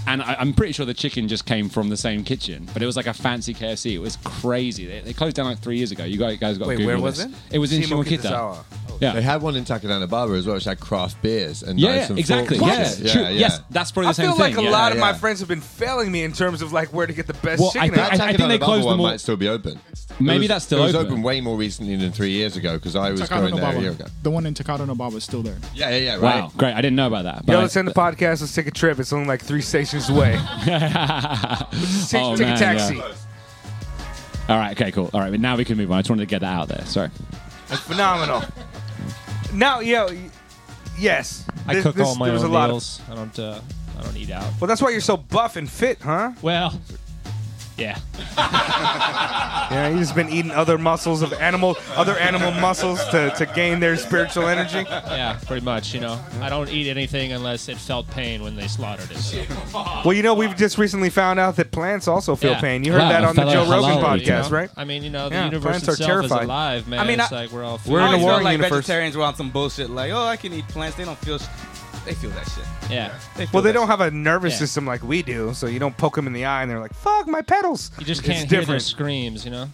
[SPEAKER 10] And I, I'm pretty sure the chicken just came from the same kitchen, but it was like a fancy KFC. It was crazy. They, they closed down like three years ago. You guys, you guys got
[SPEAKER 2] Wait,
[SPEAKER 10] Google
[SPEAKER 2] where was
[SPEAKER 10] this.
[SPEAKER 2] it? Oh.
[SPEAKER 10] It was in
[SPEAKER 2] Shimokitazawa.
[SPEAKER 10] Shimokita.
[SPEAKER 6] They had one in Takanana Barber as well, which had craft beers and
[SPEAKER 10] Yeah,
[SPEAKER 6] nice and
[SPEAKER 10] exactly.
[SPEAKER 6] full-
[SPEAKER 10] Yeah, true. Yes, that's probably the
[SPEAKER 2] I
[SPEAKER 10] same
[SPEAKER 2] feel
[SPEAKER 10] thing.
[SPEAKER 2] like a
[SPEAKER 10] yeah.
[SPEAKER 2] lot of my
[SPEAKER 6] yeah.
[SPEAKER 2] friends have been failing me in terms of like where to get the best
[SPEAKER 10] Well, I
[SPEAKER 2] chicken.
[SPEAKER 10] think-
[SPEAKER 6] That
[SPEAKER 10] I-
[SPEAKER 6] I,
[SPEAKER 10] I think they closed
[SPEAKER 6] one
[SPEAKER 10] them all-
[SPEAKER 6] might still be open.
[SPEAKER 10] Maybe
[SPEAKER 6] It was-
[SPEAKER 10] that's still
[SPEAKER 6] it was
[SPEAKER 10] open.
[SPEAKER 6] open way more recently than three years ago because I was
[SPEAKER 11] Takata
[SPEAKER 6] going
[SPEAKER 11] no
[SPEAKER 6] there a year
[SPEAKER 11] Baba.
[SPEAKER 6] ago.
[SPEAKER 11] The one in Takata no Baba is still there.
[SPEAKER 6] Yeah, yeah, yeah. Right.
[SPEAKER 10] Wow, great. I didn't know about that. but
[SPEAKER 2] Yo,
[SPEAKER 10] I-
[SPEAKER 2] let's end the podcast. Let's take a trip. It's only like three stations away. take
[SPEAKER 10] Oh,
[SPEAKER 2] take
[SPEAKER 10] man,
[SPEAKER 2] a taxi.
[SPEAKER 10] yeah. All right, okay, cool. All right, but now we can move on. I just wanted to get that out there. Sorry.
[SPEAKER 2] Phenomenal. Now, yo, y- yes.
[SPEAKER 8] I
[SPEAKER 2] This-
[SPEAKER 8] cook
[SPEAKER 2] this-
[SPEAKER 8] all my
[SPEAKER 2] there
[SPEAKER 8] own
[SPEAKER 2] was
[SPEAKER 8] meals.
[SPEAKER 2] a lot of-
[SPEAKER 8] I don't. Uh, I don't eat out.
[SPEAKER 2] well, that's why you're so buff and fit, huh?
[SPEAKER 8] Well, yeah.
[SPEAKER 2] Yeah, you've just been eating other muscles of animal, other animal muscles to, to gain their spiritual energy.
[SPEAKER 8] Yeah, pretty much. You know, I don't eat anything unless it felt pain when they slaughtered it. so.
[SPEAKER 2] Well, you know, we've just recently found out that plants also feel
[SPEAKER 8] Yeah.
[SPEAKER 2] pain. You heard
[SPEAKER 10] Wow,
[SPEAKER 2] that on the
[SPEAKER 10] fellow
[SPEAKER 2] Joe Rogan
[SPEAKER 10] halal eater.
[SPEAKER 8] You know?
[SPEAKER 2] podcast, right?
[SPEAKER 8] I mean, you know, the
[SPEAKER 2] Yeah,
[SPEAKER 8] universe
[SPEAKER 2] plants are
[SPEAKER 8] itself
[SPEAKER 2] terrified.
[SPEAKER 8] is alive, man.
[SPEAKER 1] I mean,
[SPEAKER 8] it's
[SPEAKER 1] I-
[SPEAKER 8] like we're all.
[SPEAKER 2] We're
[SPEAKER 1] I
[SPEAKER 2] in a
[SPEAKER 1] always
[SPEAKER 8] fools.
[SPEAKER 1] feel
[SPEAKER 2] warring
[SPEAKER 1] like
[SPEAKER 2] universe.
[SPEAKER 1] vegetarians were on some bullshit. Like, oh, I can eat plants. They don't feel. Sh- they feel that shit.
[SPEAKER 8] Yeah.
[SPEAKER 1] They feel
[SPEAKER 2] Well, they
[SPEAKER 1] that
[SPEAKER 2] don't
[SPEAKER 1] shit.
[SPEAKER 2] have a nervous
[SPEAKER 8] Yeah.
[SPEAKER 2] system like we do, so you don't poke them in the eye and they're like, "Fuck my petals."
[SPEAKER 8] You just
[SPEAKER 2] It's
[SPEAKER 8] can't hear their screams. You know.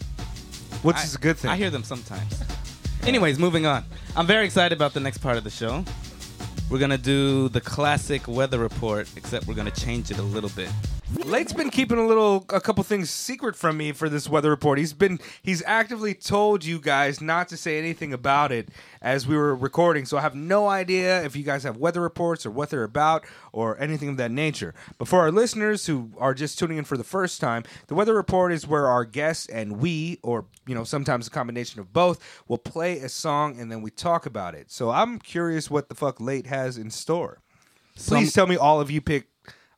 [SPEAKER 2] which
[SPEAKER 1] I-
[SPEAKER 2] is a good thing.
[SPEAKER 1] I hear them sometimes. Anyways, moving on. I'm very excited about the next part of the show. We're gonna do the classic weather report, except we're gonna change it a little bit.
[SPEAKER 2] Late's been keeping a little, a couple things secret from me for this weather report. He's been, he's actively told you guys not to say anything about it as we were recording. So I have no idea if you guys have weather reports or what they're about or anything of that nature. But for our listeners who are just tuning in for the first time, the weather report is where our guests and we, or you know, sometimes a combination of both, will play a song and then we talk about it. So I'm curious what the fuck Late has in store. Please tell me all of you pick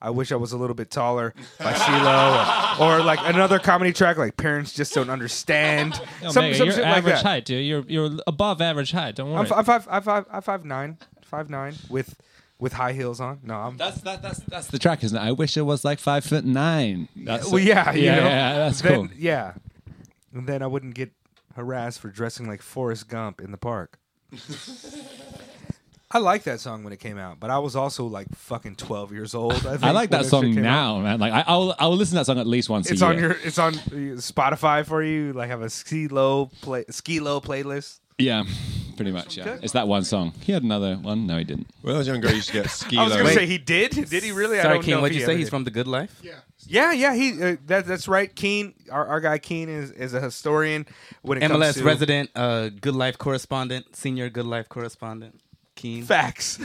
[SPEAKER 2] I Wish I Was a Little Bit Taller by CeeLo or, or like another comedy track like Parents Just Don't Understand.
[SPEAKER 8] No,
[SPEAKER 2] some
[SPEAKER 8] Mega,
[SPEAKER 2] some
[SPEAKER 8] you're
[SPEAKER 2] shit like
[SPEAKER 8] average
[SPEAKER 2] that.
[SPEAKER 8] height, dude. You're you're above average height. Don't worry.
[SPEAKER 2] I'm, f- I'm, five, I'm, five, I'm five nine, five nine with with high heels on. No, I'm.
[SPEAKER 10] That's, that, that's, that's the track, isn't it? I wish it was like five foot nine. That's
[SPEAKER 2] well, yeah, you
[SPEAKER 10] yeah,
[SPEAKER 2] know,
[SPEAKER 10] yeah, that's
[SPEAKER 2] then,
[SPEAKER 10] cool.
[SPEAKER 2] Yeah, and then I wouldn't get harassed for dressing like Forrest Gump in the park. I liked that song when it came out, but I was also like fucking 12 years old. I, think,
[SPEAKER 10] I like
[SPEAKER 2] when
[SPEAKER 10] that
[SPEAKER 2] shit
[SPEAKER 10] song
[SPEAKER 2] came out.
[SPEAKER 10] now, man. Like I, I'll I'll listen to that song at least once
[SPEAKER 2] It's
[SPEAKER 10] a year.
[SPEAKER 2] on your it's on uh, Spotify for you. Like have a ski low play ski low playlist.
[SPEAKER 10] yeah, pretty much. Yeah, it's that one song. He had another one. No, he didn't.
[SPEAKER 6] When I was younger, I used to get ski
[SPEAKER 2] I was gonna
[SPEAKER 6] low.
[SPEAKER 2] say he did. Did he really? I
[SPEAKER 1] Sorry,
[SPEAKER 2] don't
[SPEAKER 1] Keen,
[SPEAKER 2] know.
[SPEAKER 1] what'd
[SPEAKER 2] if
[SPEAKER 1] you
[SPEAKER 2] he
[SPEAKER 1] say?
[SPEAKER 2] ever
[SPEAKER 1] He's
[SPEAKER 2] did.
[SPEAKER 1] from the good life? Yeah.
[SPEAKER 2] Yeah, yeah. He uh, that, that's right. Keen, our, our guy Keen is, is a historian when it comes
[SPEAKER 1] MLS
[SPEAKER 2] to
[SPEAKER 1] resident, uh, good life correspondent, senior good life correspondent, Keen.
[SPEAKER 2] facts.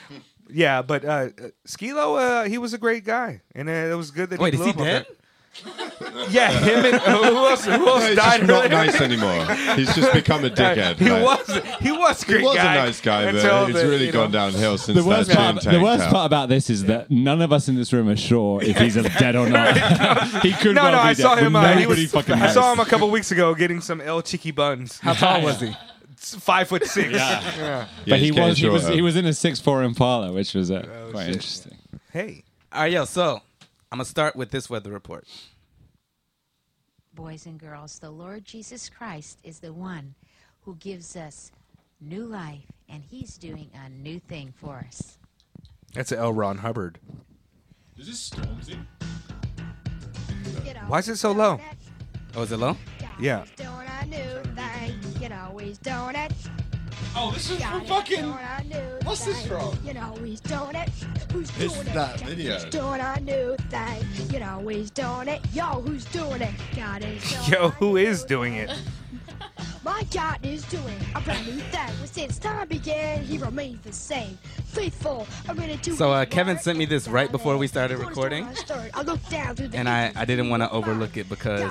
[SPEAKER 2] yeah, but uh, uh, Skilo, uh, he was a great guy, and uh, it was good that
[SPEAKER 1] Wait,
[SPEAKER 2] he
[SPEAKER 1] is
[SPEAKER 2] blew
[SPEAKER 1] he
[SPEAKER 2] up on
[SPEAKER 1] dead?
[SPEAKER 2] that. Yeah, him and uh, who else? Who else
[SPEAKER 6] He's
[SPEAKER 2] died?
[SPEAKER 6] just not
[SPEAKER 2] earlier?
[SPEAKER 6] nice anymore. He's just become a dickhead.
[SPEAKER 2] He
[SPEAKER 6] right?
[SPEAKER 2] was he was a great
[SPEAKER 6] He was a
[SPEAKER 2] guy
[SPEAKER 6] nice guy,
[SPEAKER 2] until
[SPEAKER 6] but it's
[SPEAKER 2] the,
[SPEAKER 6] really
[SPEAKER 2] you
[SPEAKER 6] gone
[SPEAKER 2] know,
[SPEAKER 6] downhill since
[SPEAKER 10] The worst
[SPEAKER 6] that
[SPEAKER 10] part,
[SPEAKER 6] gin
[SPEAKER 10] the
[SPEAKER 6] tank
[SPEAKER 10] worst
[SPEAKER 6] tap.
[SPEAKER 10] part about this is that none of us in this room are sure if he's dead or not. he could
[SPEAKER 2] No,
[SPEAKER 10] well
[SPEAKER 2] no,
[SPEAKER 10] be
[SPEAKER 2] I saw
[SPEAKER 10] dead.
[SPEAKER 2] him. Uh, he
[SPEAKER 10] Nobody
[SPEAKER 2] was,
[SPEAKER 10] fucking
[SPEAKER 2] I
[SPEAKER 10] knows.
[SPEAKER 2] saw him uh, a couple weeks ago getting some El Chicky buns.
[SPEAKER 1] How tall was he?
[SPEAKER 2] It's five foot six.
[SPEAKER 6] Yeah,
[SPEAKER 10] But
[SPEAKER 6] he's
[SPEAKER 10] he uh,
[SPEAKER 6] getting
[SPEAKER 10] was, he was
[SPEAKER 6] shorter.
[SPEAKER 10] he was in a six four Impala, which was uh,
[SPEAKER 2] Oh,
[SPEAKER 10] quite interesting.
[SPEAKER 2] Hey,
[SPEAKER 1] All right, yo. So I'm gonna start with this weather report.
[SPEAKER 12] Boys and girls, the Lord Jesus Christ is the one who gives us new life, and He's doing a new thing for us.
[SPEAKER 2] that's L. Ron Hubbard. Why is it so low?
[SPEAKER 1] Oh, is it low?
[SPEAKER 2] Yeah.
[SPEAKER 10] Oh, this is
[SPEAKER 12] What's this from? You know he's doing it. Who's
[SPEAKER 6] It's
[SPEAKER 12] doing it?
[SPEAKER 6] that
[SPEAKER 12] Yo,
[SPEAKER 6] video.
[SPEAKER 12] Who's doing a new thing? You know he's doing it. Yo, who's doing it? God is doing
[SPEAKER 2] Yo,
[SPEAKER 12] a
[SPEAKER 2] who
[SPEAKER 12] new
[SPEAKER 2] is doing it?
[SPEAKER 12] My God is doing a brand new thing. Since time began, he remains the same. Faithful, I'm ready to
[SPEAKER 1] So, uh, Kevin sent me this right before we started recording, and I, I didn't want to overlook it because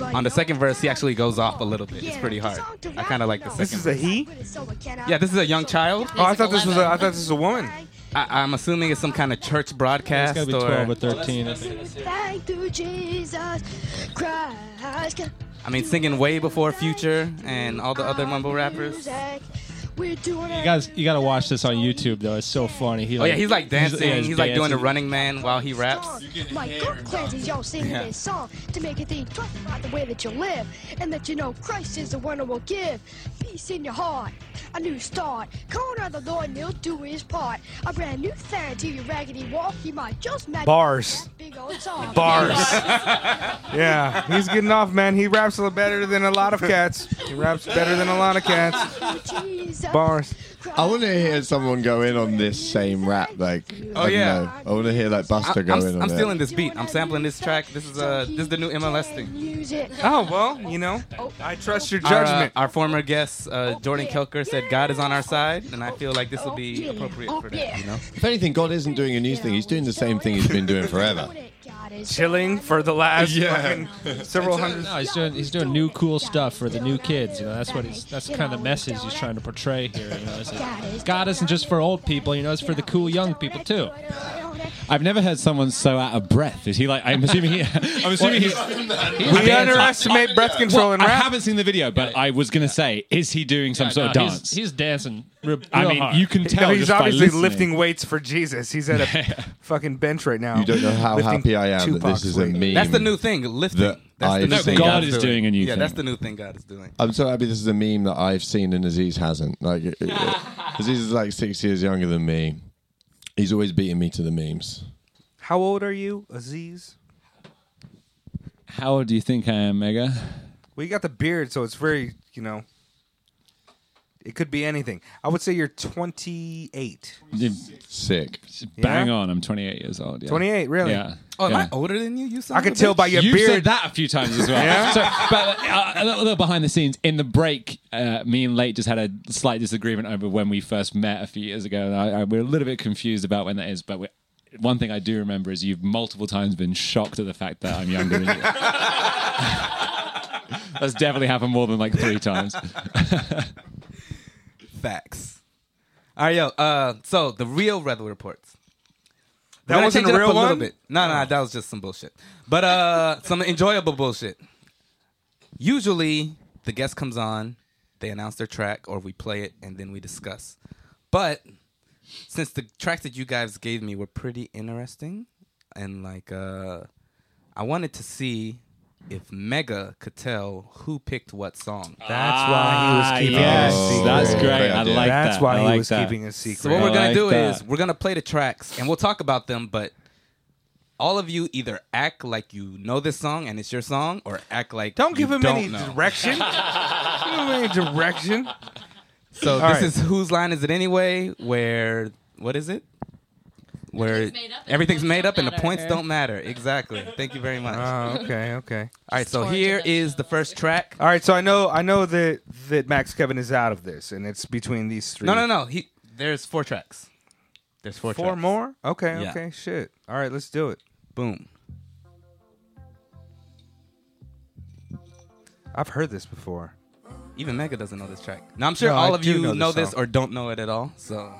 [SPEAKER 1] on the second verse he actually goes off a little bit. It's pretty hard. I kind of like the second.
[SPEAKER 2] This is a
[SPEAKER 1] verse.
[SPEAKER 2] he.
[SPEAKER 1] Yeah, this is a young child.
[SPEAKER 2] Oh, I thought this was a, I thought this was a woman.
[SPEAKER 1] I, I'm assuming it's some kind of church broadcast
[SPEAKER 8] It's gotta be
[SPEAKER 1] or
[SPEAKER 8] twelve or thirteen. I think.
[SPEAKER 12] Thank you, Jesus Christ.
[SPEAKER 1] I mean, singing way before Future and all the other mumble rappers. Oh,
[SPEAKER 12] We're doing
[SPEAKER 8] You guys, you gotta watch this on YouTube though. It's so funny. He,
[SPEAKER 1] Oh yeah, he's like dancing. He's,
[SPEAKER 8] yeah,
[SPEAKER 1] like doing the
[SPEAKER 8] dancing.
[SPEAKER 1] Running Man while he raps.
[SPEAKER 12] My God, cleanses y'all singing
[SPEAKER 1] Yeah.
[SPEAKER 12] this song to make you think twice about the way that you live and that you know Christ is the one who will give peace in your heart, a new start. Call on the Lord and he'll do his part. A brand new thing to your raggedy walk. He might just match
[SPEAKER 2] Bars.
[SPEAKER 12] that big old song.
[SPEAKER 2] Bars. yeah, he's getting off, man. He raps a little better than a lot of cats. He raps better than a lot of cats.
[SPEAKER 12] Jesus
[SPEAKER 2] Bars.
[SPEAKER 12] Christ.
[SPEAKER 6] I want to hear someone go in on this same rap, like
[SPEAKER 1] Oh,
[SPEAKER 6] I don't
[SPEAKER 1] yeah.
[SPEAKER 6] know. I want to hear like
[SPEAKER 1] I,
[SPEAKER 6] Buster
[SPEAKER 1] am
[SPEAKER 6] go in on it.
[SPEAKER 1] stealing this beat. I'm sampling this track. This is uh this is the new MLS thing.
[SPEAKER 12] Use it.
[SPEAKER 2] Oh well, you know, I trust your
[SPEAKER 1] Our, uh,
[SPEAKER 2] judgment.
[SPEAKER 1] our former guest uh, Jordan Kelker said God is on our side, and I feel like this will be appropriate for that. You know,
[SPEAKER 6] If anything, God isn't doing a new thing. He's doing the same thing he's been doing forever.
[SPEAKER 2] Chilling for the last
[SPEAKER 6] Yeah.
[SPEAKER 2] fucking several hundred.
[SPEAKER 8] No, he's doing he's doing new cool stuff for the new kids. You know, that's what he's that's kind of the message he's trying to portray here. You know, is that God isn't just for old people. You know, it's for the cool young people too.
[SPEAKER 10] I've never heard someone so out of breath. Is he like? I'm assuming he. I'm assuming he's. he's
[SPEAKER 2] We
[SPEAKER 10] dancing.
[SPEAKER 2] underestimate breath control
[SPEAKER 10] Well,
[SPEAKER 2] and
[SPEAKER 10] I
[SPEAKER 2] rap.
[SPEAKER 10] haven't seen the video, but I was gonna say, is he doing some sort of
[SPEAKER 8] No, he's-
[SPEAKER 10] dance?
[SPEAKER 8] He's, dancing. Real, real
[SPEAKER 10] I mean,
[SPEAKER 8] hard.
[SPEAKER 10] you can tell.
[SPEAKER 2] No, he's
[SPEAKER 10] just by
[SPEAKER 2] obviously
[SPEAKER 10] listening.
[SPEAKER 2] lifting weights for Jesus. He's at a fucking bench right now.
[SPEAKER 6] You don't know how
[SPEAKER 2] lifting
[SPEAKER 6] happy I am that
[SPEAKER 2] Tupac's
[SPEAKER 6] this is a
[SPEAKER 2] weight.
[SPEAKER 6] meme.
[SPEAKER 1] that's the new thing, lifting.
[SPEAKER 6] The-
[SPEAKER 1] that's the
[SPEAKER 6] I've
[SPEAKER 1] new
[SPEAKER 6] seen
[SPEAKER 1] thing.
[SPEAKER 6] God
[SPEAKER 1] God's
[SPEAKER 10] is doing a new
[SPEAKER 1] yeah,
[SPEAKER 10] thing.
[SPEAKER 1] that's the new thing God is doing.
[SPEAKER 6] I'm so happy this is a meme that I've seen and Aziz hasn't. Like it- it- Aziz is like six years younger than me. He's always beating me to the memes.
[SPEAKER 2] How old are you, Aziz?
[SPEAKER 10] How old do you think I am, Mega?
[SPEAKER 2] Well, you got the beard, so it's very, you know, it could be anything. I would say you're 28.
[SPEAKER 10] You-
[SPEAKER 6] Sick.
[SPEAKER 10] Bang on! I'm 28 years old. Yeah.
[SPEAKER 2] 28, really?
[SPEAKER 10] Yeah.
[SPEAKER 1] Oh, am
[SPEAKER 10] yeah.
[SPEAKER 1] I older than you? You son
[SPEAKER 2] I
[SPEAKER 1] of
[SPEAKER 2] could
[SPEAKER 1] a
[SPEAKER 2] tell
[SPEAKER 1] bitch?
[SPEAKER 2] by your
[SPEAKER 10] you
[SPEAKER 2] beard.
[SPEAKER 10] said that a few times as well.
[SPEAKER 2] Yeah?
[SPEAKER 10] So, but uh, a little, a little behind the scenes, in the break, uh, me and Late just had a slight disagreement over when we first met a few years ago, and I, I, we're a little bit confused about when that is. But we're, one thing I do remember is you've multiple times been shocked at the fact that I'm younger than you. That's definitely happened more than like three times.
[SPEAKER 1] Facts. All right, yo. Uh, so the real weather reports.
[SPEAKER 2] That
[SPEAKER 1] We're gonna
[SPEAKER 2] wasn't
[SPEAKER 1] change
[SPEAKER 2] a
[SPEAKER 1] it up
[SPEAKER 2] real
[SPEAKER 1] little
[SPEAKER 2] one? Oh.
[SPEAKER 1] Bit. No, no, that was just some bullshit. But uh, some enjoyable bullshit. Usually, the guest comes on, they announce their track, or we play it, and then we discuss. But since the tracks that you guys gave me were pretty interesting, and like uh, I wanted to see if Mega could tell who picked what song.
[SPEAKER 2] Ah.
[SPEAKER 10] That's why he was keeping
[SPEAKER 5] yes,
[SPEAKER 10] it a secret.
[SPEAKER 5] that's great.
[SPEAKER 6] great
[SPEAKER 5] I
[SPEAKER 6] idea.
[SPEAKER 5] like
[SPEAKER 10] That's
[SPEAKER 5] that.
[SPEAKER 10] why
[SPEAKER 5] I
[SPEAKER 10] he
[SPEAKER 5] like
[SPEAKER 10] was
[SPEAKER 5] that.
[SPEAKER 10] keeping a secret.
[SPEAKER 1] So what we're
[SPEAKER 5] I
[SPEAKER 1] gonna
[SPEAKER 5] like
[SPEAKER 1] do
[SPEAKER 5] that.
[SPEAKER 1] is we're gonna play the tracks and we'll talk about them, but all of you either act like you know this song and it's your song, or act like
[SPEAKER 2] Don't give
[SPEAKER 1] you
[SPEAKER 2] him
[SPEAKER 1] don't
[SPEAKER 2] any
[SPEAKER 1] know.
[SPEAKER 2] direction. Don't give him any direction.
[SPEAKER 1] So
[SPEAKER 2] All
[SPEAKER 1] this
[SPEAKER 2] right.
[SPEAKER 1] is whose line is it anyway? Where what is it? Where
[SPEAKER 4] Everything's made up and the
[SPEAKER 1] everything's
[SPEAKER 4] points
[SPEAKER 1] made
[SPEAKER 4] don't
[SPEAKER 1] up and the
[SPEAKER 4] matter.
[SPEAKER 1] points don't matter. Exactly. Thank you very much.
[SPEAKER 2] Oh, okay, okay.
[SPEAKER 1] All right, so
[SPEAKER 4] Torrent
[SPEAKER 1] here
[SPEAKER 4] it down.
[SPEAKER 1] is the first track.
[SPEAKER 2] All right, so I know I know that that Max Kevin is out of this, and it's between these three.
[SPEAKER 1] No, no, no. He there's four tracks. There's four.
[SPEAKER 2] Four
[SPEAKER 1] tracks.
[SPEAKER 2] more? Okay,
[SPEAKER 1] Yeah.
[SPEAKER 2] okay, shit. All right, let's do it.
[SPEAKER 1] Boom.
[SPEAKER 2] I've heard this before.
[SPEAKER 1] Even Mega doesn't know this track. Now I'm sure
[SPEAKER 2] No, I
[SPEAKER 1] all of
[SPEAKER 2] do
[SPEAKER 1] you
[SPEAKER 2] know
[SPEAKER 1] know,
[SPEAKER 2] this
[SPEAKER 1] this
[SPEAKER 2] song.
[SPEAKER 1] or don't know it at all. So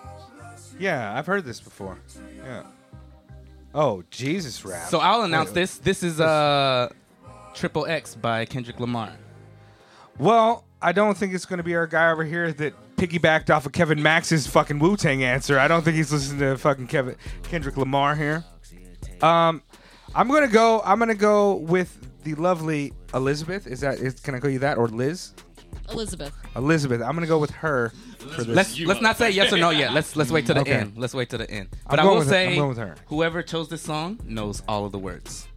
[SPEAKER 2] Yeah, I've heard this before. Yeah. Oh Jesus, rap.
[SPEAKER 1] so I'll announce
[SPEAKER 2] Wait,
[SPEAKER 1] this. This is uh Triple X by Kendrick Lamar.
[SPEAKER 2] Well, I don't think it's going to be our guy over here that piggybacked off of Kevin Max's fucking Wu Tang answer. I don't think he's listening to fucking Kevin Kendrick Lamar here. Um, I'm gonna go. I'm gonna go with the lovely Elizabeth. Is that? Is, can I call you that or Liz?
[SPEAKER 4] Elizabeth.
[SPEAKER 2] Elizabeth. I'm gonna go with her.
[SPEAKER 1] Let's let's not say yes or no yet. Let's let's wait to the
[SPEAKER 2] Okay.
[SPEAKER 1] end. Let's wait to the end. But I
[SPEAKER 2] going
[SPEAKER 1] will
[SPEAKER 2] with her. I'm
[SPEAKER 1] say
[SPEAKER 2] going with her.
[SPEAKER 1] whoever chose this song knows all of the words.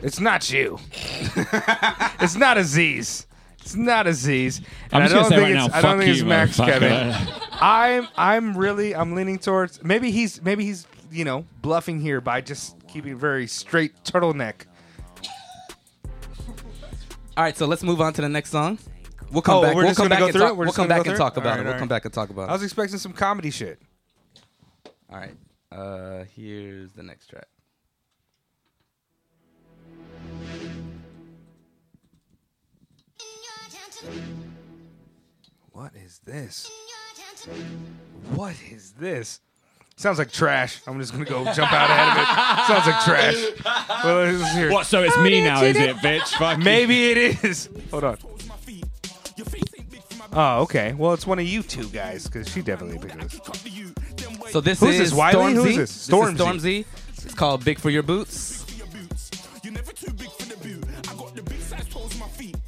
[SPEAKER 2] It's not you. it's not Aziz. It's not Aziz.
[SPEAKER 5] I'm
[SPEAKER 2] And
[SPEAKER 5] just gonna say
[SPEAKER 2] I don't think
[SPEAKER 5] right
[SPEAKER 2] it's,
[SPEAKER 5] now,
[SPEAKER 2] I don't
[SPEAKER 5] fuck
[SPEAKER 2] think it's
[SPEAKER 5] you,
[SPEAKER 2] Max
[SPEAKER 5] motherfucker.
[SPEAKER 2] Kevin. I'm I'm really I'm leaning towards maybe he's maybe he's you know bluffing here by just keeping very straight turtleneck.
[SPEAKER 1] All right, so let's move on to the next song. We'll come
[SPEAKER 2] Oh,
[SPEAKER 1] back.
[SPEAKER 2] we're
[SPEAKER 1] We'll
[SPEAKER 2] just
[SPEAKER 1] come
[SPEAKER 2] gonna
[SPEAKER 1] back
[SPEAKER 2] go
[SPEAKER 1] and
[SPEAKER 2] through it?
[SPEAKER 1] talk.
[SPEAKER 2] We're
[SPEAKER 1] We'll
[SPEAKER 2] just
[SPEAKER 1] come
[SPEAKER 2] gonna
[SPEAKER 1] back
[SPEAKER 2] go
[SPEAKER 1] and
[SPEAKER 2] through it?
[SPEAKER 1] talk about
[SPEAKER 2] Alright,
[SPEAKER 1] it. We'll come
[SPEAKER 2] alright.
[SPEAKER 1] back and talk about
[SPEAKER 2] I
[SPEAKER 1] it.
[SPEAKER 2] was expecting some comedy shit.
[SPEAKER 1] All right. Uh, here's the next track.
[SPEAKER 2] What is this? What is this? Sounds like trash. I'm just gonna go jump out ahead of it. Sounds like trash. Well, let's hear it.
[SPEAKER 5] What? So it's me now, is it, bitch? Fuck you.
[SPEAKER 2] Maybe it is. Hold on. Oh, okay. Well, it's one of you two guys because she definitely picked this.
[SPEAKER 1] So this
[SPEAKER 2] Who's
[SPEAKER 1] is
[SPEAKER 2] this,
[SPEAKER 1] Stormzy.
[SPEAKER 2] Wiley? Who's this?
[SPEAKER 1] is
[SPEAKER 2] Stormzy.
[SPEAKER 1] Stormzy. It's called "Big for Your Boots."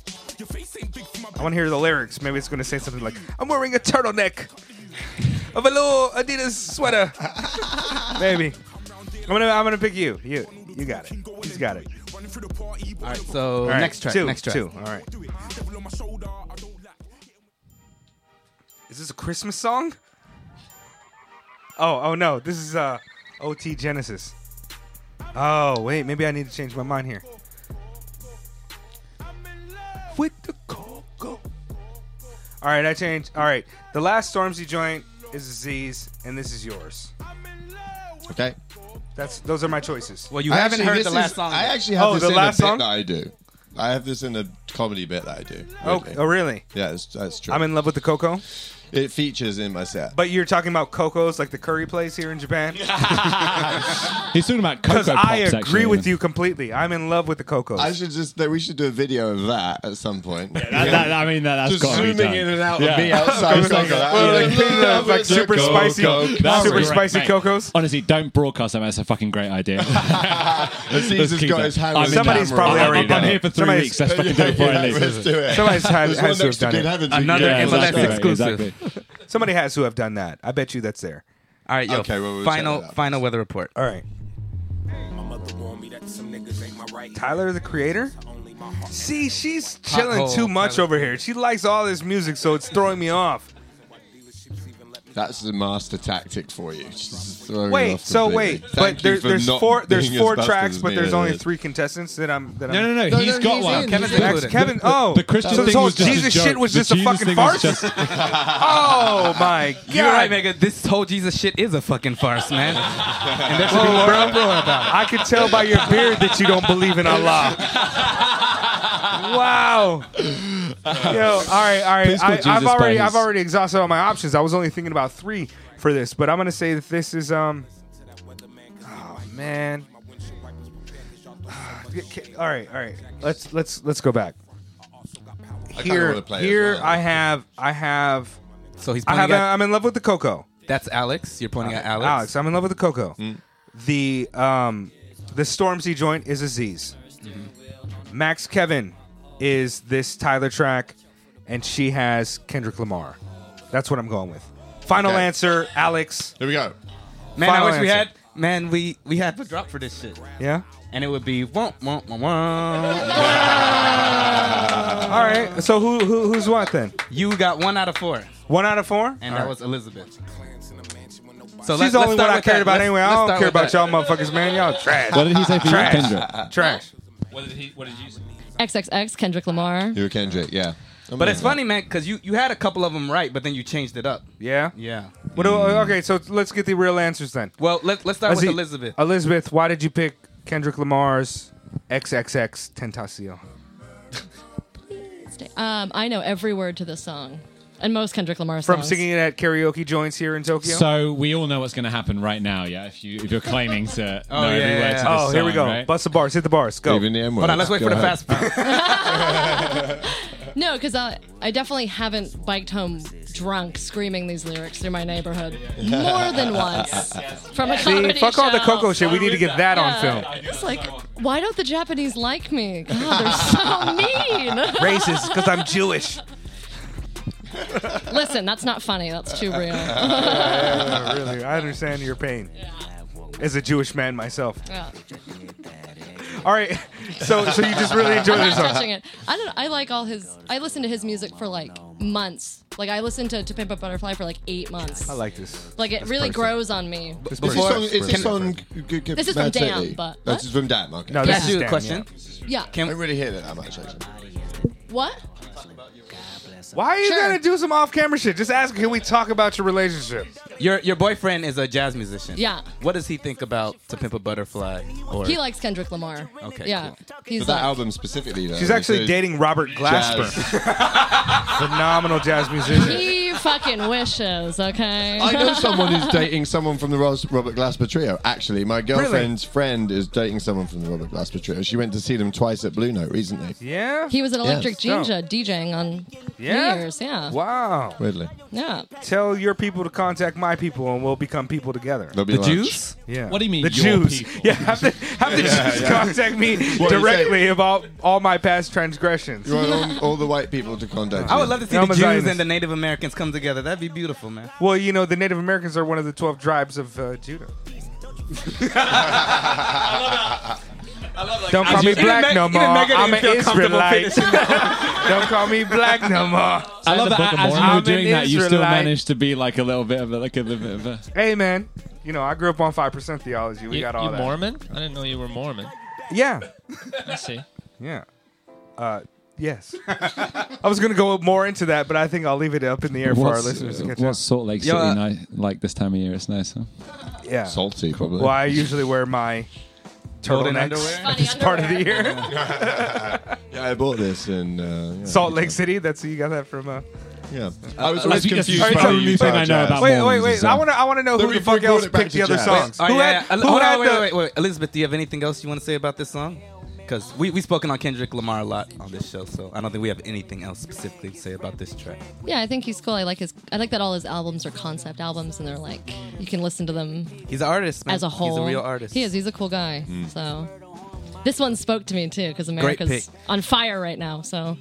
[SPEAKER 2] I want to hear the lyrics. Maybe it's going to say something like, "I'm wearing a turtleneck, a velour Adidas sweater." Maybe. I'm gonna I'm gonna pick you. You you got it. He's got it.
[SPEAKER 1] All right. So
[SPEAKER 2] All right,
[SPEAKER 1] next track.
[SPEAKER 2] Two,
[SPEAKER 1] next track.
[SPEAKER 2] Two. All right. Is this a Christmas song? Oh, oh no. This is uh OT Genesis. Oh, wait, maybe I need to change my mind here. With the cocoa. All right, I changed. All right. The last Stormzy joint is Z's and this is yours.
[SPEAKER 6] Okay.
[SPEAKER 2] That's those are my choices.
[SPEAKER 1] Well, you
[SPEAKER 6] I
[SPEAKER 1] haven't
[SPEAKER 6] actually-
[SPEAKER 1] heard
[SPEAKER 6] this
[SPEAKER 1] the
[SPEAKER 6] is-
[SPEAKER 1] last song.
[SPEAKER 6] I actually have
[SPEAKER 2] Oh,
[SPEAKER 6] this
[SPEAKER 2] the
[SPEAKER 6] in
[SPEAKER 2] last
[SPEAKER 6] a bit
[SPEAKER 2] song?
[SPEAKER 6] that I do. I have this in a comedy bit that I do.
[SPEAKER 2] Oh,
[SPEAKER 6] weirdly.
[SPEAKER 2] oh really?
[SPEAKER 6] yeah, it's, that's true.
[SPEAKER 2] I'm in love with the cocoa.
[SPEAKER 6] it features in my set.
[SPEAKER 2] But you're talking about cocos like the curry place here in Japan?
[SPEAKER 5] He's talking about Coco
[SPEAKER 2] Because
[SPEAKER 5] Pops.
[SPEAKER 2] I agree
[SPEAKER 5] actually,
[SPEAKER 2] with
[SPEAKER 5] even.
[SPEAKER 2] you completely. I'm in love with the Cocos.
[SPEAKER 6] I should just that we should do a video of that at some point.
[SPEAKER 5] That, that, I mean, that, that's
[SPEAKER 6] just
[SPEAKER 5] got to be
[SPEAKER 6] zooming
[SPEAKER 5] done.
[SPEAKER 6] in and out
[SPEAKER 5] Yeah.
[SPEAKER 6] of me outside.
[SPEAKER 2] Well, uh, like, like, like super spicy,
[SPEAKER 5] That's
[SPEAKER 2] super
[SPEAKER 5] great,
[SPEAKER 2] spicy
[SPEAKER 5] mate.
[SPEAKER 2] Cocos.
[SPEAKER 5] Honestly, don't broadcast that. That's a fucking great idea.
[SPEAKER 6] Aziz has
[SPEAKER 5] keep
[SPEAKER 6] got
[SPEAKER 5] that.
[SPEAKER 6] his hand
[SPEAKER 5] I'm
[SPEAKER 6] on the
[SPEAKER 2] Somebody's
[SPEAKER 6] camera.
[SPEAKER 2] probably
[SPEAKER 5] I'm,
[SPEAKER 2] already
[SPEAKER 5] I'm,
[SPEAKER 2] done
[SPEAKER 5] here
[SPEAKER 2] it.
[SPEAKER 5] for three
[SPEAKER 2] Somebody's-
[SPEAKER 5] weeks. Let's fucking do it before I leave.
[SPEAKER 6] Let's do it.
[SPEAKER 2] Somebody's had-
[SPEAKER 6] There's
[SPEAKER 2] has
[SPEAKER 6] one
[SPEAKER 2] to
[SPEAKER 6] next
[SPEAKER 2] have done
[SPEAKER 6] Good
[SPEAKER 2] it.
[SPEAKER 6] Heavens, you
[SPEAKER 1] Another
[SPEAKER 6] can
[SPEAKER 5] Yeah,
[SPEAKER 6] do that.
[SPEAKER 1] MLS
[SPEAKER 5] exactly,
[SPEAKER 1] exclusive.
[SPEAKER 5] Exactly.
[SPEAKER 2] Somebody has to have done that. I bet you that's there.
[SPEAKER 1] All right, yo.
[SPEAKER 6] Okay, well, we'll check
[SPEAKER 1] final
[SPEAKER 6] it out.
[SPEAKER 1] final weather report.
[SPEAKER 2] All right. Tyler the creator? See, she's chilling
[SPEAKER 1] Pothole,
[SPEAKER 2] too much
[SPEAKER 1] Tyler.
[SPEAKER 2] over here. She likes all this music, so it's throwing me off.
[SPEAKER 6] That's the master tactic for you. Just throw it
[SPEAKER 2] Wait,
[SPEAKER 6] off
[SPEAKER 2] so
[SPEAKER 6] completely.
[SPEAKER 2] wait,
[SPEAKER 6] Thank
[SPEAKER 2] but
[SPEAKER 6] you
[SPEAKER 2] there,
[SPEAKER 6] for
[SPEAKER 2] there's
[SPEAKER 6] not
[SPEAKER 2] four there's
[SPEAKER 6] being
[SPEAKER 2] four
[SPEAKER 6] as bastard
[SPEAKER 2] tracks,
[SPEAKER 6] as
[SPEAKER 2] but
[SPEAKER 6] me
[SPEAKER 2] there's
[SPEAKER 6] as
[SPEAKER 2] only
[SPEAKER 6] it is.
[SPEAKER 2] three contestants that I'm that I'm
[SPEAKER 5] No, no, no. He's got one.
[SPEAKER 1] Kevin's
[SPEAKER 5] The-
[SPEAKER 2] Max
[SPEAKER 1] included.
[SPEAKER 2] Kevin. Oh,
[SPEAKER 5] The Christian
[SPEAKER 2] so this
[SPEAKER 5] thing
[SPEAKER 2] whole
[SPEAKER 5] was just a
[SPEAKER 2] Jesus
[SPEAKER 5] joke.
[SPEAKER 2] shit was
[SPEAKER 5] The
[SPEAKER 2] just a
[SPEAKER 5] Jesus
[SPEAKER 2] fucking
[SPEAKER 5] thing was
[SPEAKER 2] farce.
[SPEAKER 5] just-
[SPEAKER 2] oh my god!
[SPEAKER 1] You're right, Mega. This whole Jesus shit is a fucking farce, man. and there should be more uproar about it.
[SPEAKER 2] I could tell by your beard that you don't believe in Allah. wow. Yo, all right, all right.
[SPEAKER 5] Please call
[SPEAKER 2] I, I've
[SPEAKER 5] Jesus
[SPEAKER 2] already,
[SPEAKER 5] by his-
[SPEAKER 2] I've already exhausted all my options. I was only thinking about three for this, but I'm gonna say that this is um. Oh man. All right, all right. Let's let's let's go back.
[SPEAKER 6] kinda
[SPEAKER 2] Here,
[SPEAKER 6] wanna play as
[SPEAKER 2] here
[SPEAKER 6] well.
[SPEAKER 2] I have, I have,
[SPEAKER 1] So he's
[SPEAKER 2] I have.
[SPEAKER 1] pointing at.
[SPEAKER 2] I'm in love with the cocoa.
[SPEAKER 1] that's Alex. Hmm. You're pointing at Alex.
[SPEAKER 2] Alex, I'm in love with the cocoa. The um, the The Stormzy joint is Aziz.
[SPEAKER 1] Mm-hmm.
[SPEAKER 2] Max Kevin is this Tyler track, and she has Kendrick Lamar. That's what I'm going with. Final
[SPEAKER 6] Okay.
[SPEAKER 2] answer, Alex.
[SPEAKER 6] Here we go.
[SPEAKER 1] Man,
[SPEAKER 2] Final
[SPEAKER 1] I wish we
[SPEAKER 2] answer.
[SPEAKER 1] had. Man, we we had the drop for this shit,
[SPEAKER 2] Yeah.
[SPEAKER 1] and it would be womp womp womp. womp. Uh,
[SPEAKER 2] All right. So who, who who's what then?
[SPEAKER 1] you got one out of four,
[SPEAKER 2] One out of four.
[SPEAKER 1] and
[SPEAKER 2] All
[SPEAKER 1] that
[SPEAKER 2] right.
[SPEAKER 1] was Elizabeth. So
[SPEAKER 2] She's
[SPEAKER 1] let's-
[SPEAKER 2] the
[SPEAKER 1] let's
[SPEAKER 2] only
[SPEAKER 1] start
[SPEAKER 2] one I
[SPEAKER 1] with that.
[SPEAKER 2] cared about
[SPEAKER 1] Let's-
[SPEAKER 2] anyway.
[SPEAKER 1] let's
[SPEAKER 2] I don't
[SPEAKER 1] start
[SPEAKER 2] care
[SPEAKER 1] with
[SPEAKER 2] about
[SPEAKER 1] that.
[SPEAKER 2] y'all motherfuckers, man. Y'all trash.
[SPEAKER 10] What did he say for you,
[SPEAKER 2] Trash.
[SPEAKER 10] Kendrick?
[SPEAKER 2] Trash.
[SPEAKER 8] What did he? What did you? Say?
[SPEAKER 4] XXX Kendrick Lamar.
[SPEAKER 6] You were Kendrick, yeah.
[SPEAKER 1] But it's funny, man, because you you had a couple of them right, but then you changed it up.
[SPEAKER 2] Yeah.
[SPEAKER 1] Yeah.
[SPEAKER 2] What do, okay, so let's get the real answers then.
[SPEAKER 1] Well, let, let's Oh, start with
[SPEAKER 2] Aziz-
[SPEAKER 1] Elizabeth.
[SPEAKER 2] Elizabeth, why did you pick Kendrick Lamar's XXX Tentacion?
[SPEAKER 4] Um, I know every word to this song and most Kendrick Lamar songs.
[SPEAKER 2] From singing it at karaoke joints here in Tokyo?
[SPEAKER 10] So we all know what's going to happen right now, yeah. If you if you're claiming to
[SPEAKER 1] yeah,
[SPEAKER 10] know every word
[SPEAKER 1] yeah.
[SPEAKER 10] to this
[SPEAKER 2] oh, here we
[SPEAKER 10] song,
[SPEAKER 2] go.
[SPEAKER 10] right?
[SPEAKER 2] Bust the bars. Hit the bars. Go.
[SPEAKER 6] Even the M word.
[SPEAKER 1] Hold on, let's wait
[SPEAKER 6] Go
[SPEAKER 1] for the
[SPEAKER 6] ahead.
[SPEAKER 1] fast pass.
[SPEAKER 4] No, because I, I definitely haven't biked home drunk screaming these lyrics through my neighborhood more than once from a
[SPEAKER 2] See,
[SPEAKER 4] comedy
[SPEAKER 2] fuck all the
[SPEAKER 4] show.
[SPEAKER 2] Coco shit. We need to get that on
[SPEAKER 4] Yeah.
[SPEAKER 2] film.
[SPEAKER 4] It's like, why don't the Japanese like me? God, they're so mean.
[SPEAKER 2] Racist, because I'm Jewish.
[SPEAKER 4] Listen, that's not funny. That's too real.
[SPEAKER 2] Uh, really, I understand your pain. As a Jewish man myself.
[SPEAKER 4] Yeah.
[SPEAKER 2] All right, so so you just really enjoy
[SPEAKER 4] I'm
[SPEAKER 2] this
[SPEAKER 4] not
[SPEAKER 2] song.
[SPEAKER 4] touching it. I don't. I like all his. I listened to his music for like months. Like I listened to To Pimp a Butterfly for like eight months.
[SPEAKER 2] I like this.
[SPEAKER 4] Like it really
[SPEAKER 2] person.
[SPEAKER 4] grows on me.
[SPEAKER 6] Is this
[SPEAKER 1] Before-
[SPEAKER 6] song- is this song- g- g-
[SPEAKER 4] This is
[SPEAKER 6] Mad
[SPEAKER 4] from Damn,
[SPEAKER 6] City?
[SPEAKER 4] but-
[SPEAKER 6] This is from Damn, okay.
[SPEAKER 2] No,
[SPEAKER 1] Can I
[SPEAKER 2] this
[SPEAKER 1] ask
[SPEAKER 2] is
[SPEAKER 1] you a
[SPEAKER 2] damn,
[SPEAKER 1] question?
[SPEAKER 4] Yeah.
[SPEAKER 6] I
[SPEAKER 1] Can
[SPEAKER 6] didn't really hear that that much, actually.
[SPEAKER 4] what?
[SPEAKER 2] yeah. Why are you
[SPEAKER 4] Sure.
[SPEAKER 2] gonna do some off-camera shit? Just ask. Can we talk about your relationship?
[SPEAKER 1] your your boyfriend is a jazz musician?
[SPEAKER 4] Yeah.
[SPEAKER 1] What does he think about To Pimp a Butterfly? Or
[SPEAKER 4] He likes Kendrick Lamar.
[SPEAKER 1] Okay,
[SPEAKER 4] Yeah. He's
[SPEAKER 6] But that
[SPEAKER 4] like-
[SPEAKER 6] album specifically, though.
[SPEAKER 2] She's actually
[SPEAKER 6] is-
[SPEAKER 2] dating Robert Glasper,
[SPEAKER 6] Jazz.
[SPEAKER 2] phenomenal jazz musician.
[SPEAKER 4] He fucking wishes, okay?
[SPEAKER 6] I know someone who's dating someone from the Ros- Robert Glasper Trio. Actually, my girlfriend's friend is dating someone from the Robert Glasper Trio. She went to see them twice at Blue Note recently.
[SPEAKER 2] Yeah.
[SPEAKER 4] He was an electric
[SPEAKER 2] Yes.
[SPEAKER 4] Jinja DJing on
[SPEAKER 2] Yeah?
[SPEAKER 4] New Year's, yeah.
[SPEAKER 2] Wow.
[SPEAKER 6] Weirdly.
[SPEAKER 4] Yeah.
[SPEAKER 2] Tell your people to contact my people, and we'll become people together.
[SPEAKER 6] They'll be
[SPEAKER 1] the
[SPEAKER 6] like-
[SPEAKER 1] Jews?
[SPEAKER 2] Yeah.
[SPEAKER 8] What do you mean,
[SPEAKER 2] The
[SPEAKER 8] your
[SPEAKER 2] Jews.
[SPEAKER 8] people?
[SPEAKER 2] Yeah. Have the, have the Jews contact me
[SPEAKER 6] What do you
[SPEAKER 2] directly about all my past transgressions.
[SPEAKER 6] You want all, all the white people to contact you.
[SPEAKER 1] I would love to see
[SPEAKER 2] No, I'm
[SPEAKER 1] the
[SPEAKER 2] a
[SPEAKER 1] Jews
[SPEAKER 2] Zionist.
[SPEAKER 1] and the Native Americans come together. That'd be beautiful, man.
[SPEAKER 2] Well, you know, the Native Americans are one of the 12 tribes of uh, Judah. Don't call
[SPEAKER 1] As
[SPEAKER 2] me
[SPEAKER 1] you-
[SPEAKER 2] black
[SPEAKER 1] even
[SPEAKER 2] no
[SPEAKER 1] Meg-
[SPEAKER 2] more.
[SPEAKER 1] even Megan
[SPEAKER 2] I'm
[SPEAKER 1] didn't
[SPEAKER 2] an
[SPEAKER 1] feel comfortable
[SPEAKER 2] Israelite. Don't call me black no more.
[SPEAKER 10] I love
[SPEAKER 8] the Book
[SPEAKER 10] that
[SPEAKER 8] of
[SPEAKER 10] as you
[SPEAKER 8] Mormon?
[SPEAKER 10] were
[SPEAKER 2] I'm
[SPEAKER 10] doing
[SPEAKER 2] an
[SPEAKER 10] that, you still
[SPEAKER 2] Israelite.
[SPEAKER 10] managed to be like a little bit of a, like a little bit of a.
[SPEAKER 2] Hey, man. You know, I grew up on 5% theology. We
[SPEAKER 8] you,
[SPEAKER 2] got all
[SPEAKER 8] you
[SPEAKER 2] that.
[SPEAKER 8] Mormon? I didn't know you were Mormon.
[SPEAKER 2] Yeah.
[SPEAKER 8] I see.
[SPEAKER 2] Yeah. Uh, yes. I was going to go more into that, but I think I'll leave it up in the air for our listeners to catch up.
[SPEAKER 10] what's Salt Lake
[SPEAKER 1] Yo,
[SPEAKER 10] City
[SPEAKER 1] uh,
[SPEAKER 10] night like this time of year? It's nice. Huh?
[SPEAKER 2] Yeah.
[SPEAKER 6] Salty, probably.
[SPEAKER 2] Well, I usually wear my
[SPEAKER 1] Golden
[SPEAKER 2] turtlenecks
[SPEAKER 1] underwear?
[SPEAKER 2] at this part of the year.
[SPEAKER 6] Yeah, I bought this in uh, yeah,
[SPEAKER 2] Salt Lake City. That's you got that from. Uh...
[SPEAKER 6] Yeah. I was
[SPEAKER 10] that's
[SPEAKER 6] always
[SPEAKER 10] the- that's
[SPEAKER 6] confused
[SPEAKER 10] the
[SPEAKER 6] by the
[SPEAKER 10] only
[SPEAKER 6] Utah
[SPEAKER 10] thing I know
[SPEAKER 6] Jazz.
[SPEAKER 10] about-
[SPEAKER 2] Wait,
[SPEAKER 10] Mormons
[SPEAKER 2] wait, wait.
[SPEAKER 10] is,
[SPEAKER 2] I
[SPEAKER 10] uh,
[SPEAKER 2] want to. I want to know
[SPEAKER 6] Then
[SPEAKER 2] who
[SPEAKER 6] we
[SPEAKER 2] the fuck
[SPEAKER 6] brought
[SPEAKER 2] else
[SPEAKER 6] it back
[SPEAKER 2] picked
[SPEAKER 6] to
[SPEAKER 2] the other
[SPEAKER 6] jazz.
[SPEAKER 2] songs.
[SPEAKER 1] Oh,
[SPEAKER 2] who
[SPEAKER 1] yeah,
[SPEAKER 2] had,
[SPEAKER 1] yeah.
[SPEAKER 2] who
[SPEAKER 1] Hold
[SPEAKER 2] had
[SPEAKER 1] on, wait,
[SPEAKER 2] the-
[SPEAKER 1] wait, wait, wait. Elizabeth, do you have anything else you want to say about this song? Because we we spoken on Kendrick Lamar a lot on this show, so I don't think we have anything else specifically to say about this track.
[SPEAKER 4] Yeah, I think he's cool. I like his I like that all his albums are concept albums and they're like you can listen to them
[SPEAKER 1] He's an artist, man.
[SPEAKER 4] as a whole.
[SPEAKER 1] He's a real artist.
[SPEAKER 4] He is. He's a cool guy. So this one spoke to me too because
[SPEAKER 1] pick.
[SPEAKER 4] America's on fire right now. So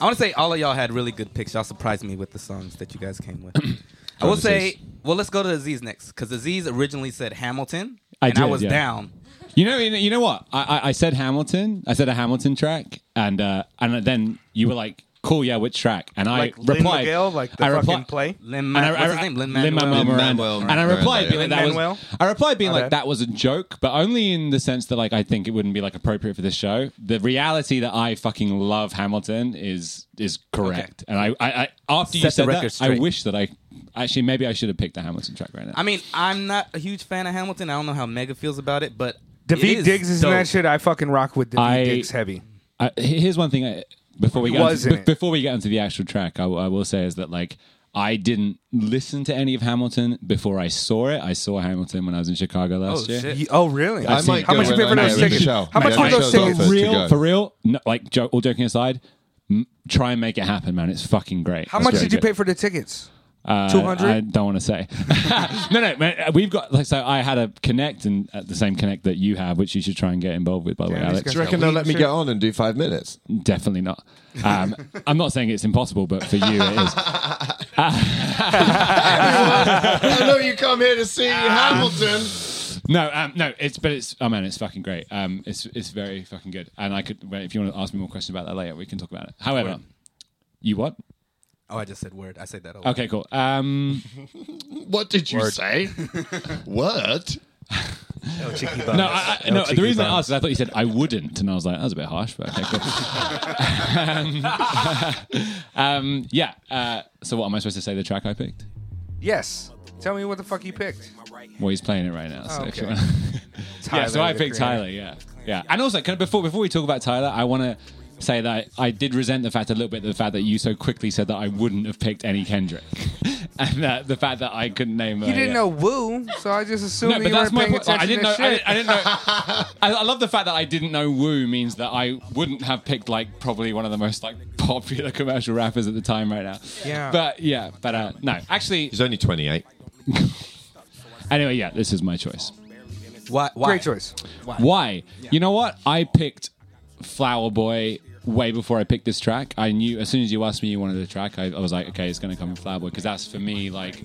[SPEAKER 1] I want to say all of y'all had really good picks. Y'all surprised me with the songs that you guys came with. I will
[SPEAKER 6] Promises.
[SPEAKER 1] say, well, let's go to Aziz next because Aziz originally said Hamilton,
[SPEAKER 10] I
[SPEAKER 1] and I
[SPEAKER 10] did,
[SPEAKER 1] was
[SPEAKER 10] yeah.
[SPEAKER 1] down.
[SPEAKER 10] You know, you know- you know what? I, I, I said Hamilton. I said a Hamilton track, and uh, and then you were like, "Cool, yeah, which track?" And I
[SPEAKER 2] Like Lin
[SPEAKER 10] replied,
[SPEAKER 2] Miguel, like the
[SPEAKER 10] I repli-
[SPEAKER 2] fucking play.
[SPEAKER 1] Lin,
[SPEAKER 10] And I-
[SPEAKER 1] what's
[SPEAKER 10] I-
[SPEAKER 1] his name? Lin
[SPEAKER 10] Lin-Manuel
[SPEAKER 1] Manuel.
[SPEAKER 10] Miranda.
[SPEAKER 6] Lin-Manuel
[SPEAKER 10] And I replied
[SPEAKER 6] Miranda,
[SPEAKER 10] being like that
[SPEAKER 2] Lin-Manuel?
[SPEAKER 10] was. I replied being
[SPEAKER 2] My
[SPEAKER 10] like
[SPEAKER 2] bad.
[SPEAKER 10] that was a joke, but only in the sense that like I think it wouldn't be like appropriate for this show. The reality that I fucking love Hamilton is is correct, and I, I, I after you
[SPEAKER 1] Set the
[SPEAKER 10] said
[SPEAKER 1] record
[SPEAKER 10] that,
[SPEAKER 1] straight.
[SPEAKER 10] I wish that I actually maybe I should have picked the Hamilton track right now.
[SPEAKER 1] I mean, I'm not a huge fan of Hamilton. I don't know how Mega feels about it, but it
[SPEAKER 2] David
[SPEAKER 1] is
[SPEAKER 2] Diggs is in
[SPEAKER 1] dope.
[SPEAKER 2] that shit. I fucking rock with David
[SPEAKER 10] I-
[SPEAKER 2] Diggs heavy.
[SPEAKER 10] I, he- here's one thing I, before we get
[SPEAKER 2] Was in
[SPEAKER 10] onto- be-
[SPEAKER 2] it.
[SPEAKER 10] before we get into the actual track, I, will- I will say is that like I didn't listen to any of Hamilton before I saw it. I saw Hamilton when I was in Chicago last
[SPEAKER 1] Oh,
[SPEAKER 10] year.
[SPEAKER 1] shit.
[SPEAKER 2] You- oh really?
[SPEAKER 6] I might
[SPEAKER 2] How
[SPEAKER 6] go
[SPEAKER 2] much you
[SPEAKER 6] when
[SPEAKER 2] pay for
[SPEAKER 6] I
[SPEAKER 2] those
[SPEAKER 6] marry
[SPEAKER 2] tickets?
[SPEAKER 6] Michelle.
[SPEAKER 2] How much
[SPEAKER 6] Yeah,
[SPEAKER 2] were those
[SPEAKER 6] Michelle's
[SPEAKER 2] tickets?
[SPEAKER 6] office.
[SPEAKER 10] For
[SPEAKER 6] to
[SPEAKER 10] real,
[SPEAKER 6] go.
[SPEAKER 10] for real. No, like joke, all joking aside, m- try and make it happen, man. It's fucking great.
[SPEAKER 2] How
[SPEAKER 10] It's
[SPEAKER 2] much
[SPEAKER 10] really
[SPEAKER 2] did you
[SPEAKER 10] good.
[SPEAKER 2] pay for the tickets?
[SPEAKER 10] Uh,
[SPEAKER 2] 200?
[SPEAKER 10] I don't want to say. no, no, man, uh, we've got like so. I had a connect and uh, the same connect that you have, which you should try and get involved with. By the way,
[SPEAKER 2] Yeah, these
[SPEAKER 10] Alex,
[SPEAKER 2] guys
[SPEAKER 6] Do you reckon they'll let me get on and do five minutes?
[SPEAKER 10] definitely not. Um, I'm not saying it's impossible, but for you it is.
[SPEAKER 6] I know you come here to see Hamilton.
[SPEAKER 10] No, um, no, it's but it's oh man, it's fucking great. Um, it's it's very fucking good. And I could well, if you want to ask me more questions about that later, we can talk about it. However, you what?
[SPEAKER 1] Oh, I just said word. I said that. A lot.
[SPEAKER 10] Okay, cool. Um,
[SPEAKER 6] What did you say? Word?
[SPEAKER 10] no, I, I, no. The reason I asked is I thought you said I wouldn't, and I was like, that's a bit harsh, but okay, cool. um, um, yeah. Uh, so what am I supposed to say? The track I picked.
[SPEAKER 2] Yes. Tell me what the fuck you picked.
[SPEAKER 10] Well, he's playing it right now. So if you
[SPEAKER 2] Okay.
[SPEAKER 10] wanna- yeah, so
[SPEAKER 2] Tyler,
[SPEAKER 10] I
[SPEAKER 2] the
[SPEAKER 10] picked
[SPEAKER 2] creator.
[SPEAKER 10] Tyler. Yeah, yeah. And also, can I, before before we talk about Tyler, I want to say that I, I did resent the fact a little bit the fact that you so quickly said that I wouldn't have picked any Kendrick, and that the fact that I couldn't name.
[SPEAKER 2] You didn't know woo, so I just assumed
[SPEAKER 10] Uh,
[SPEAKER 2] that
[SPEAKER 10] No, but
[SPEAKER 2] you were
[SPEAKER 10] that's my
[SPEAKER 2] paying
[SPEAKER 10] point. Like,
[SPEAKER 2] attention
[SPEAKER 10] I didn't
[SPEAKER 2] to
[SPEAKER 10] know. I
[SPEAKER 2] shit.
[SPEAKER 10] didn't, I didn't know. I, I love the fact that I didn't know Woo means that I wouldn't have picked like probably one of the most like popular commercial rappers at the time right now.
[SPEAKER 2] Yeah.
[SPEAKER 10] But yeah, but uh, no, actually.
[SPEAKER 6] He's only 28.
[SPEAKER 10] Anyway, yeah, this is my choice.
[SPEAKER 1] Why, why?
[SPEAKER 2] Great choice.
[SPEAKER 10] Why? You know what? I picked Flower Boy way before I picked this track. I knew as soon as you asked me you wanted a track, I, I was like, okay, it's going to come from Flower Boy because that's for me like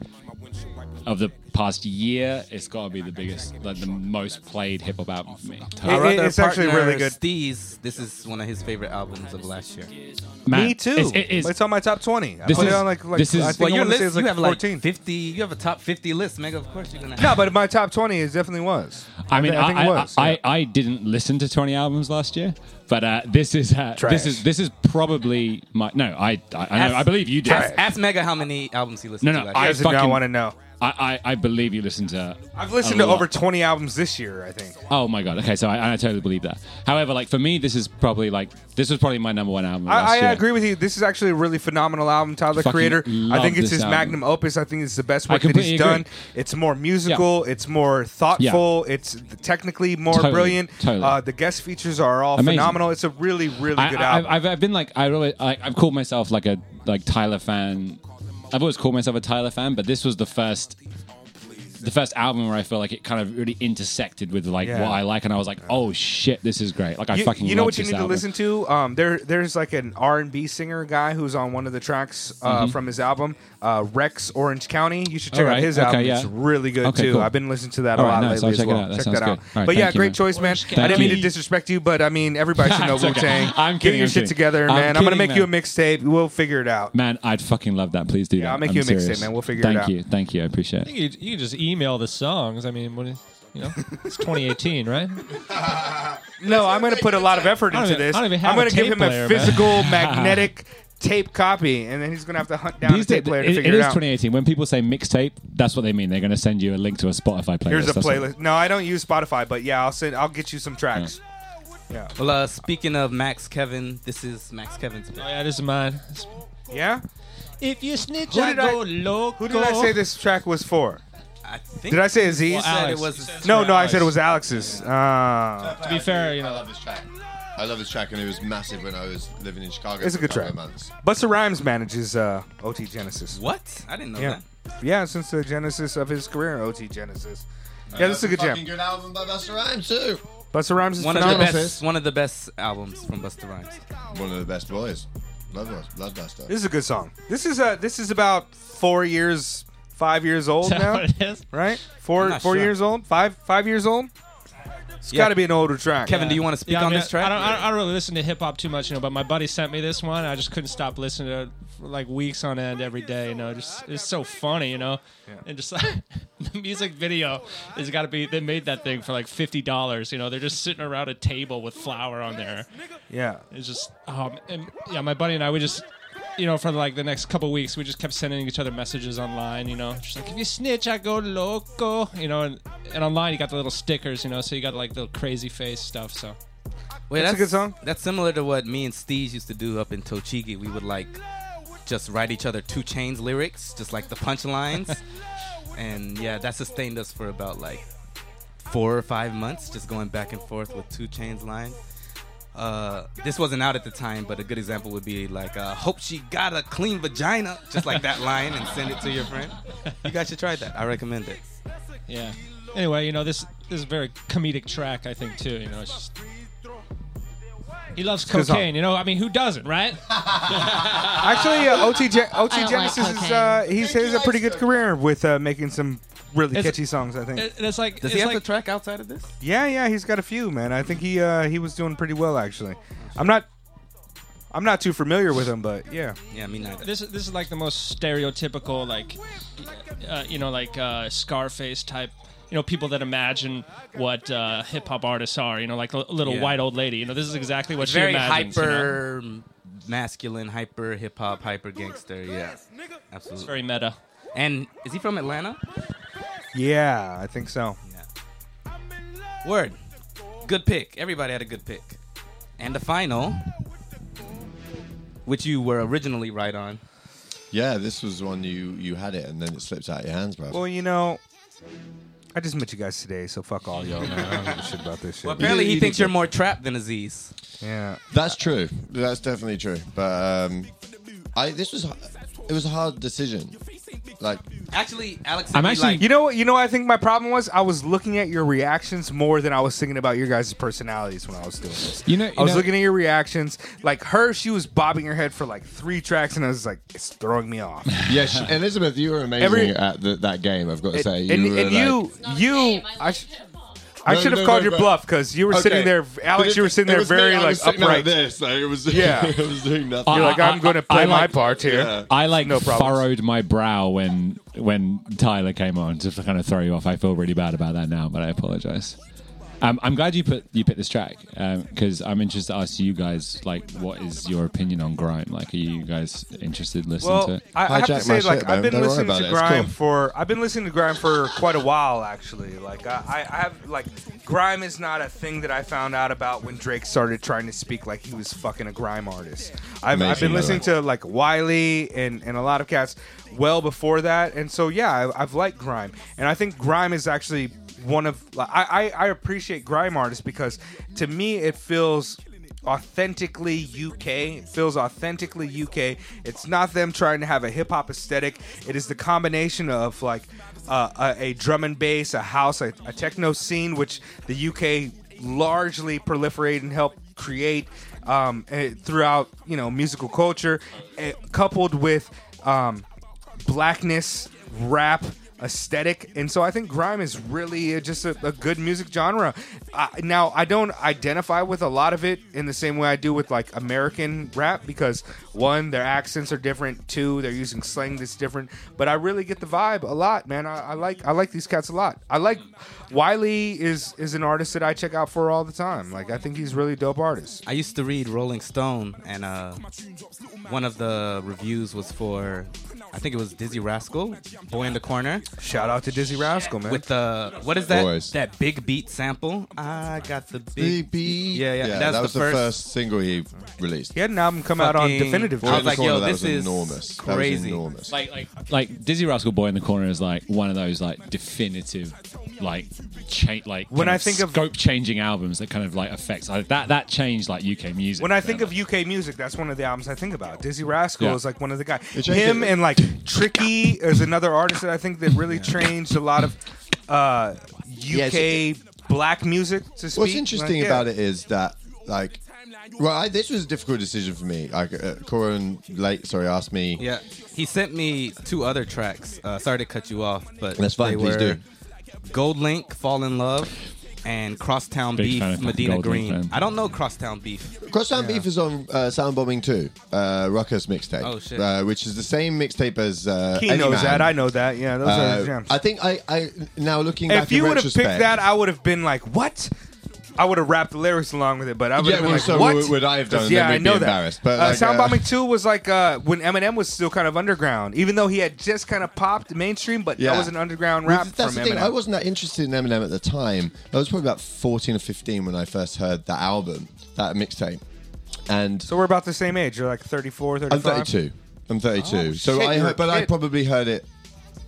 [SPEAKER 10] of the past year, it's got to be the biggest, like the most played hip hop album for me.
[SPEAKER 2] It-
[SPEAKER 1] Our
[SPEAKER 2] it-
[SPEAKER 1] other
[SPEAKER 2] it's actually
[SPEAKER 1] partner,
[SPEAKER 2] really good.
[SPEAKER 1] Steez, this is one of his favorite albums of last year.
[SPEAKER 10] Man,
[SPEAKER 2] Me too.
[SPEAKER 10] It's, it is.
[SPEAKER 2] It's on my top twenty. I
[SPEAKER 10] This
[SPEAKER 2] put
[SPEAKER 10] is-
[SPEAKER 2] it on like, like
[SPEAKER 10] this is-
[SPEAKER 2] I
[SPEAKER 10] Well,
[SPEAKER 2] think I
[SPEAKER 1] your
[SPEAKER 2] wanna say
[SPEAKER 1] list,
[SPEAKER 2] it's like
[SPEAKER 1] you have
[SPEAKER 2] fourteen.
[SPEAKER 1] like 50. You have a top 50 list, Mega. Of course you're gonna. Have
[SPEAKER 2] no, but my top twenty is definitely was.
[SPEAKER 10] I mean,
[SPEAKER 2] I,
[SPEAKER 10] I,
[SPEAKER 2] think
[SPEAKER 10] I,
[SPEAKER 2] it was.
[SPEAKER 10] I,
[SPEAKER 2] yeah.
[SPEAKER 10] I didn't listen to 20 albums last year, but uh, this is uh,
[SPEAKER 2] Trash.
[SPEAKER 10] this is this is probably my no. I I, I, know, I believe you did.
[SPEAKER 1] ask, ask Mega how many albums he
[SPEAKER 10] No,
[SPEAKER 1] listened
[SPEAKER 10] no,
[SPEAKER 1] to. last
[SPEAKER 10] I
[SPEAKER 1] year.
[SPEAKER 2] Does it now
[SPEAKER 10] fucking-
[SPEAKER 2] want to know.
[SPEAKER 10] I, I I believe you listened to.
[SPEAKER 2] I've
[SPEAKER 10] a
[SPEAKER 2] listened to
[SPEAKER 10] lot.
[SPEAKER 2] over twenty albums this year. I think.
[SPEAKER 10] Oh my god. Okay, so I, I totally believe that. However, like for me, this is probably like this was probably my number one album. last
[SPEAKER 2] I, I
[SPEAKER 10] year.
[SPEAKER 2] agree with you. This is actually a really phenomenal album, Tyler the
[SPEAKER 10] Fucking
[SPEAKER 2] Creator. I
[SPEAKER 10] love
[SPEAKER 2] think it's
[SPEAKER 10] this
[SPEAKER 2] his
[SPEAKER 10] album.
[SPEAKER 2] magnum opus. I think it's the best
[SPEAKER 10] I
[SPEAKER 2] work that
[SPEAKER 10] completely
[SPEAKER 2] he's done.
[SPEAKER 10] agree.
[SPEAKER 2] It's more musical. It's more thoughtful. It's technically more
[SPEAKER 10] Totally,
[SPEAKER 2] brilliant.
[SPEAKER 10] totally.
[SPEAKER 2] Uh, the guest features are all
[SPEAKER 10] Amazing.
[SPEAKER 2] phenomenal. It's a really, really
[SPEAKER 10] I,
[SPEAKER 2] good
[SPEAKER 10] I,
[SPEAKER 2] album.
[SPEAKER 10] I've, I've, I've been like I always, I, I've called myself like a like Tyler fan. I've always called myself a Tyler fan, but this was the first the first album where I feel like it kind of really intersected with like
[SPEAKER 2] Yeah.
[SPEAKER 10] what I like, and I was like, oh shit, this is great. Like I
[SPEAKER 2] you,
[SPEAKER 10] fucking
[SPEAKER 2] you know
[SPEAKER 10] love
[SPEAKER 2] what you
[SPEAKER 10] this
[SPEAKER 2] need
[SPEAKER 10] album.
[SPEAKER 2] to listen to um, there there's like an r&b singer guy who's on one of the tracks uh,
[SPEAKER 10] Mm-hmm.
[SPEAKER 2] from his album uh, rex orange county you should check out
[SPEAKER 10] Alright,
[SPEAKER 2] his
[SPEAKER 10] okay,
[SPEAKER 2] album
[SPEAKER 10] yeah.
[SPEAKER 2] it's really good
[SPEAKER 10] Okay,
[SPEAKER 2] too
[SPEAKER 10] cool.
[SPEAKER 2] i've been listening to that a lot
[SPEAKER 10] Alright, nice.
[SPEAKER 2] lately
[SPEAKER 10] I'll
[SPEAKER 2] as
[SPEAKER 10] check it
[SPEAKER 2] well
[SPEAKER 10] out. That
[SPEAKER 2] check
[SPEAKER 10] sounds
[SPEAKER 2] that out
[SPEAKER 10] good. Alright,
[SPEAKER 2] but yeah
[SPEAKER 10] thank you,
[SPEAKER 2] great
[SPEAKER 10] man.
[SPEAKER 2] choice man
[SPEAKER 8] Orange
[SPEAKER 2] i didn't mean to
[SPEAKER 10] County.
[SPEAKER 2] disrespect you but i mean everybody should know
[SPEAKER 10] It's okay.
[SPEAKER 2] wu-tang
[SPEAKER 10] I'm
[SPEAKER 2] get
[SPEAKER 10] kidding,
[SPEAKER 2] your
[SPEAKER 10] I'm
[SPEAKER 2] shit
[SPEAKER 10] kidding.
[SPEAKER 2] together
[SPEAKER 10] I'm
[SPEAKER 2] man i'm gonna
[SPEAKER 10] kidding,
[SPEAKER 2] make you a
[SPEAKER 10] man.
[SPEAKER 2] mixtape we'll figure it out
[SPEAKER 10] Man, I'd fucking love that. Please do that.
[SPEAKER 2] I'll make
[SPEAKER 10] I'm
[SPEAKER 2] you a mixtape,
[SPEAKER 10] serious.
[SPEAKER 2] man. We'll figure it
[SPEAKER 10] thank
[SPEAKER 2] out.
[SPEAKER 10] you, thank you. I appreciate it.
[SPEAKER 8] You, you can just email the songs. I mean, what is, you know, it's 2018, right?
[SPEAKER 2] no i'm gonna put a lot of effort
[SPEAKER 8] I don't
[SPEAKER 2] into
[SPEAKER 8] even-
[SPEAKER 2] this
[SPEAKER 8] I
[SPEAKER 2] i'm
[SPEAKER 8] don't even have
[SPEAKER 2] gonna
[SPEAKER 8] a
[SPEAKER 2] give
[SPEAKER 8] tape
[SPEAKER 2] him a
[SPEAKER 8] player, man.
[SPEAKER 2] physical magnetic tape copy and then he's gonna have to hunt down a
[SPEAKER 10] These
[SPEAKER 2] tape
[SPEAKER 10] days-
[SPEAKER 2] player to
[SPEAKER 10] it-
[SPEAKER 2] figure
[SPEAKER 10] it
[SPEAKER 2] it
[SPEAKER 10] is
[SPEAKER 2] out
[SPEAKER 10] 2018. When people say mixtape, that's what they mean. They're going to send you a link to a Spotify playlist.
[SPEAKER 2] Here's a
[SPEAKER 10] That's what-
[SPEAKER 2] playlist. No, I don't use Spotify, but yeah, I'll send. I'll get you some tracks.
[SPEAKER 1] Well, uh, speaking of Max Kevin, this is Max Kevin's pick.
[SPEAKER 8] Oh, yeah, this is mine.
[SPEAKER 1] Hmm.
[SPEAKER 2] Yeah.
[SPEAKER 8] If you snitch,
[SPEAKER 2] Who I did I- go
[SPEAKER 8] loco.
[SPEAKER 2] Who did I say this track was for?
[SPEAKER 1] I think.
[SPEAKER 2] Did I say Aziz?
[SPEAKER 1] You said it
[SPEAKER 8] Alex.
[SPEAKER 1] was.
[SPEAKER 2] no, no, I said it was Alex's. Uh,
[SPEAKER 8] To be fair, you
[SPEAKER 6] I
[SPEAKER 8] know,
[SPEAKER 6] love this track. I love this track, and it was massive when I was living in Chicago.
[SPEAKER 2] It's a
[SPEAKER 6] for
[SPEAKER 2] good
[SPEAKER 6] couple
[SPEAKER 2] track.
[SPEAKER 6] of months.
[SPEAKER 2] Busta Rhymes manages uh, OT Genesis.
[SPEAKER 1] What? I didn't know
[SPEAKER 2] Yeah, yeah, since the genesis of his career, OT Genesis.
[SPEAKER 1] Uh,
[SPEAKER 2] Yeah, this is a good
[SPEAKER 6] fucking
[SPEAKER 2] jam.
[SPEAKER 6] good album by Busta Rhymes too.
[SPEAKER 2] Busta Rhymes is
[SPEAKER 1] that. One of the
[SPEAKER 2] phenomenal.
[SPEAKER 1] best. One of the best albums from Busta Rhymes.
[SPEAKER 6] One of the best boys. Blood boys. Blood Buster.
[SPEAKER 2] This is a good song. This is uh this is about four years, five years old
[SPEAKER 8] that's what
[SPEAKER 2] now,
[SPEAKER 8] it is.
[SPEAKER 2] right? Four
[SPEAKER 1] not
[SPEAKER 2] four
[SPEAKER 1] sure.
[SPEAKER 2] years old, five five years old. It's
[SPEAKER 1] Yeah.
[SPEAKER 2] got to be an older track.
[SPEAKER 1] Kevin, do you want to speak
[SPEAKER 8] Yeah, I
[SPEAKER 1] on
[SPEAKER 8] mean,
[SPEAKER 1] this track?
[SPEAKER 8] I don't, I don't, I don't really listen to hip hop too much, you know. But my buddy sent me this one. I just couldn't stop listening to it for like weeks on end every day. You know, just it's so funny, you know. And just like the music video has got to be. They made that thing for like fifty dollars. You know, they're just sitting around a table with flour on there.
[SPEAKER 2] Yeah.
[SPEAKER 8] It's just, um, and yeah, my buddy and I, we just, you know, for like the next couple weeks, we just kept sending each other messages online, you know, just like, if you snitch, I go loco, you know, and, and online you got the little stickers, you know, so you got like the crazy face stuff, so.
[SPEAKER 1] Wait,
[SPEAKER 2] That's a good song.
[SPEAKER 1] That's similar to what me and Steve used to do up in Tochigi. We would like just write each other two chains lyrics, just like the punchlines. and yeah, that sustained us for about like four or five months, just going back and forth with two chains lines. uh, this wasn't out at the time, but a good example would be like, uh, "Hope she got a clean vagina," just like that line, and send it to your friend. You guys should try that. I recommend it.
[SPEAKER 8] Yeah. Anyway, you know this this is a very comedic track, I think too. You know, it's just he loves
[SPEAKER 2] good
[SPEAKER 1] uh,
[SPEAKER 2] song.
[SPEAKER 8] cocaine. You know, I mean, who doesn't, right?
[SPEAKER 2] Actually, uh, OT Gen-
[SPEAKER 8] I
[SPEAKER 2] OT
[SPEAKER 8] don't
[SPEAKER 2] Genesis
[SPEAKER 8] like
[SPEAKER 2] is
[SPEAKER 8] cocaine.
[SPEAKER 2] uh, he's has a pretty good career with uh, making some really
[SPEAKER 8] It's-
[SPEAKER 2] catchy songs. I think.
[SPEAKER 8] And it's like
[SPEAKER 1] Does
[SPEAKER 8] it's
[SPEAKER 1] he have
[SPEAKER 8] like,
[SPEAKER 1] a track outside of this?
[SPEAKER 2] yeah, yeah, he's got a few, man. I think he uh, he was doing pretty well actually. I'm not I'm not too familiar with him, but yeah.
[SPEAKER 1] Yeah, me neither.
[SPEAKER 8] This is this is like the most stereotypical like uh, you know like uh, Scarface type. You know, people that imagine what uh, hip hop artists are. You know, like a little
[SPEAKER 1] Yeah.
[SPEAKER 8] white old lady. You know, this is exactly what
[SPEAKER 1] It's
[SPEAKER 8] she
[SPEAKER 1] very
[SPEAKER 8] imagines. you know?
[SPEAKER 1] hyper masculine, hyper hip hop, hyper gangster. Yeah,
[SPEAKER 8] It's
[SPEAKER 1] absolutely.
[SPEAKER 8] very meta.
[SPEAKER 1] and is he from Atlanta?
[SPEAKER 2] Yeah, I think so.
[SPEAKER 1] Word. Good pick. Everybody had a good pick. And the final, which you were originally right on.
[SPEAKER 6] Yeah, this was one you you had it and then it slipped out of your hands, bro.
[SPEAKER 2] Well, you know, I just met you guys today, so fuck all y'all, man. I don't give a shit about this shit.
[SPEAKER 1] Well, apparently
[SPEAKER 6] You
[SPEAKER 1] he
[SPEAKER 6] did- you
[SPEAKER 1] thinks
[SPEAKER 6] did
[SPEAKER 1] you're
[SPEAKER 6] good.
[SPEAKER 1] more trapped than Aziz.
[SPEAKER 2] yeah.
[SPEAKER 6] That's true. That's definitely true. But um, I this was it was a hard decision. Like
[SPEAKER 1] Actually, Alex,
[SPEAKER 8] I'm
[SPEAKER 1] would be
[SPEAKER 8] actually-
[SPEAKER 1] like,
[SPEAKER 2] You know what? You know what I think my problem was? I was looking at your reactions more than I was thinking about your guys' personalities when I was doing this.
[SPEAKER 5] You know- you
[SPEAKER 2] I was
[SPEAKER 5] know-
[SPEAKER 2] looking at your reactions. Like her, she was bobbing her head for like three tracks, and I was like, it's throwing me off.
[SPEAKER 6] yeah, sh- Elizabeth, you were amazing
[SPEAKER 2] Every-
[SPEAKER 6] at the, that game. I've got to
[SPEAKER 2] And,
[SPEAKER 6] say,
[SPEAKER 2] and-
[SPEAKER 6] you were
[SPEAKER 2] and you,
[SPEAKER 6] like-
[SPEAKER 2] you, I, sh- I
[SPEAKER 6] No,
[SPEAKER 2] should have
[SPEAKER 6] no,
[SPEAKER 2] called
[SPEAKER 6] no,
[SPEAKER 2] your
[SPEAKER 6] but-
[SPEAKER 2] bluff because you were sitting
[SPEAKER 6] Okay.
[SPEAKER 2] there,
[SPEAKER 6] But
[SPEAKER 2] Alex.
[SPEAKER 6] it-
[SPEAKER 2] You were sitting
[SPEAKER 6] it
[SPEAKER 2] there
[SPEAKER 6] was me,
[SPEAKER 2] very
[SPEAKER 6] I was
[SPEAKER 2] like
[SPEAKER 6] sitting like
[SPEAKER 2] upright.
[SPEAKER 6] this, like, it was,
[SPEAKER 2] Yeah.
[SPEAKER 6] it was doing nothing.
[SPEAKER 2] You're like, I'm going to play
[SPEAKER 5] I
[SPEAKER 2] my
[SPEAKER 5] like-
[SPEAKER 2] part here.
[SPEAKER 6] Yeah.
[SPEAKER 5] I like
[SPEAKER 2] uh, No problems.
[SPEAKER 5] furrowed my brow when when Tyler came on just to kind of throw you off. I feel really bad about that now, but I apologize. Um, I'm glad you put you picked this track because I'm interested to ask you guys like what is your opinion on grime? Like, are you guys interested in listening to
[SPEAKER 2] Well,
[SPEAKER 5] it?
[SPEAKER 2] I, I have to
[SPEAKER 6] Hijack
[SPEAKER 2] say,
[SPEAKER 6] my
[SPEAKER 2] like
[SPEAKER 6] shit,
[SPEAKER 2] I've
[SPEAKER 6] man.
[SPEAKER 2] been
[SPEAKER 6] Don't worry
[SPEAKER 2] listening
[SPEAKER 6] about
[SPEAKER 2] to
[SPEAKER 6] it. It's
[SPEAKER 2] grime
[SPEAKER 6] cool.
[SPEAKER 2] for I've been listening to grime for quite a while, actually. Like I, I I have like grime is not a thing that I found out about when Drake started trying to speak like he was fucking a grime artist. I've, I've
[SPEAKER 6] Amazing,
[SPEAKER 2] been
[SPEAKER 6] by the
[SPEAKER 2] listening to like Wiley and and a lot of cats well before that, and so yeah, I, I've liked grime, and I think grime is actually one of like I, I I appreciate grime artists because to me it feels authentically UK. It feels authentically UK. It's not them trying to have a hip hop aesthetic. It is the combination of like uh, a, a drum and bass, a house, a, a techno scene, which the UK largely proliferate and help create um, eh, throughout you know musical culture, eh, coupled with um, blackness, rap, aesthetic, and so I think grime is really uh, just a, a good music genre. I, now I don't identify with a lot of it in the same way I do with like American rap because one, their accents are different. Two, they're using slang that's different. But I really get the vibe a lot, man. I, I like I like these cats a lot. I like Wiley is is an artist that I check out for all the time. Like I think he's a really dope artist.
[SPEAKER 1] I used to read Rolling Stone, and uh, one of the reviews was for, I think it was Dizzy Rascal, Boy in the Corner,
[SPEAKER 2] Shout out to Dizzy Rascal, man.
[SPEAKER 1] with the what is that?
[SPEAKER 6] Boys.
[SPEAKER 1] That big beat sample. I got the big
[SPEAKER 6] Sleepy.
[SPEAKER 1] Yeah, yeah, that's
[SPEAKER 6] that
[SPEAKER 1] the
[SPEAKER 6] was the
[SPEAKER 1] first-
[SPEAKER 6] first, single he released.
[SPEAKER 2] he had an album come out on
[SPEAKER 1] fucking-
[SPEAKER 2] definitive.
[SPEAKER 1] I was
[SPEAKER 6] Boy in the
[SPEAKER 1] like,
[SPEAKER 6] Corner,
[SPEAKER 1] yo,
[SPEAKER 6] that
[SPEAKER 1] this
[SPEAKER 6] was
[SPEAKER 1] is
[SPEAKER 6] enormous.
[SPEAKER 1] crazy.
[SPEAKER 6] That was enormous.
[SPEAKER 5] Like, like, like Dizzy Rascal Boy in the Corner is like one of those like definitive, like, cha- like
[SPEAKER 2] When
[SPEAKER 5] kind
[SPEAKER 2] I think of-
[SPEAKER 5] scope changing albums that kind of like affects like, that that changed like UK music.
[SPEAKER 2] When I think
[SPEAKER 5] very
[SPEAKER 2] of UK music, that's one of the albums I think about. Dizzy Rascal
[SPEAKER 5] Yeah.
[SPEAKER 2] is like one of the guys.
[SPEAKER 6] changed
[SPEAKER 2] Him
[SPEAKER 6] it.
[SPEAKER 2] and like Tricky is another artist that I think that really changed a lot of uh, UK black music to speak.
[SPEAKER 6] What's interesting
[SPEAKER 2] Like, yeah.
[SPEAKER 6] about it is that, like, well, I, this was a difficult decision for me. Like, uh, Corin late, sorry, asked me.
[SPEAKER 1] Yeah, he sent me two other tracks. Uh, sorry to cut you off, but
[SPEAKER 6] That's fine,
[SPEAKER 1] They
[SPEAKER 6] please
[SPEAKER 1] were
[SPEAKER 6] do.
[SPEAKER 1] Gold Link, Fall in Love, and Crosstown
[SPEAKER 5] Big fan of
[SPEAKER 1] Beef,
[SPEAKER 5] fucking
[SPEAKER 1] Medina
[SPEAKER 5] Gold Link,
[SPEAKER 1] Green.
[SPEAKER 5] man.
[SPEAKER 1] I don't know Crosstown Beef.
[SPEAKER 6] Crosstown Beef is on uh, Soundbombing 2, uh, Ruckus mixtape.
[SPEAKER 1] Oh, shit.
[SPEAKER 6] Uh, which is the same mixtape as. Uh,
[SPEAKER 2] He
[SPEAKER 6] Any
[SPEAKER 2] knows
[SPEAKER 6] Man.
[SPEAKER 2] that. I know that. Yeah, those are
[SPEAKER 6] Uh,
[SPEAKER 2] his jams.
[SPEAKER 6] I think I, I now looking back
[SPEAKER 2] if you
[SPEAKER 6] in
[SPEAKER 2] would have picked
[SPEAKER 6] retrospect-
[SPEAKER 2] that, I would have been like, what? I would have rapped the lyrics along with it, but I would have
[SPEAKER 6] Yeah,
[SPEAKER 2] been
[SPEAKER 6] well,
[SPEAKER 2] like,
[SPEAKER 6] so
[SPEAKER 2] "What
[SPEAKER 6] would- would I have done,
[SPEAKER 2] 'Cause,
[SPEAKER 6] and
[SPEAKER 2] Yeah,
[SPEAKER 6] then
[SPEAKER 2] I
[SPEAKER 6] we'd
[SPEAKER 2] know
[SPEAKER 6] be
[SPEAKER 2] that.
[SPEAKER 6] embarrassed, but,
[SPEAKER 2] uh,
[SPEAKER 6] like, uh,
[SPEAKER 2] Soundbombing Two was like uh, when Eminem was still kind of underground, even though he had just kind of popped mainstream. But
[SPEAKER 6] Yeah.
[SPEAKER 2] that was an underground
[SPEAKER 6] Well,
[SPEAKER 2] rap
[SPEAKER 6] th- That's
[SPEAKER 2] from
[SPEAKER 6] the thing.
[SPEAKER 2] Eminem.
[SPEAKER 6] I wasn't that interested in Eminem at the time. I was probably about fourteen or fifteen when I first heard that album, that mixtape, and
[SPEAKER 2] So we're about the same age. You're like 34, 35.
[SPEAKER 6] I'm thirty-two. I'm thirty-two.
[SPEAKER 2] Oh,
[SPEAKER 6] so
[SPEAKER 2] shit,
[SPEAKER 6] I
[SPEAKER 2] you're a
[SPEAKER 6] heard, but I
[SPEAKER 2] kid.
[SPEAKER 6] probably heard it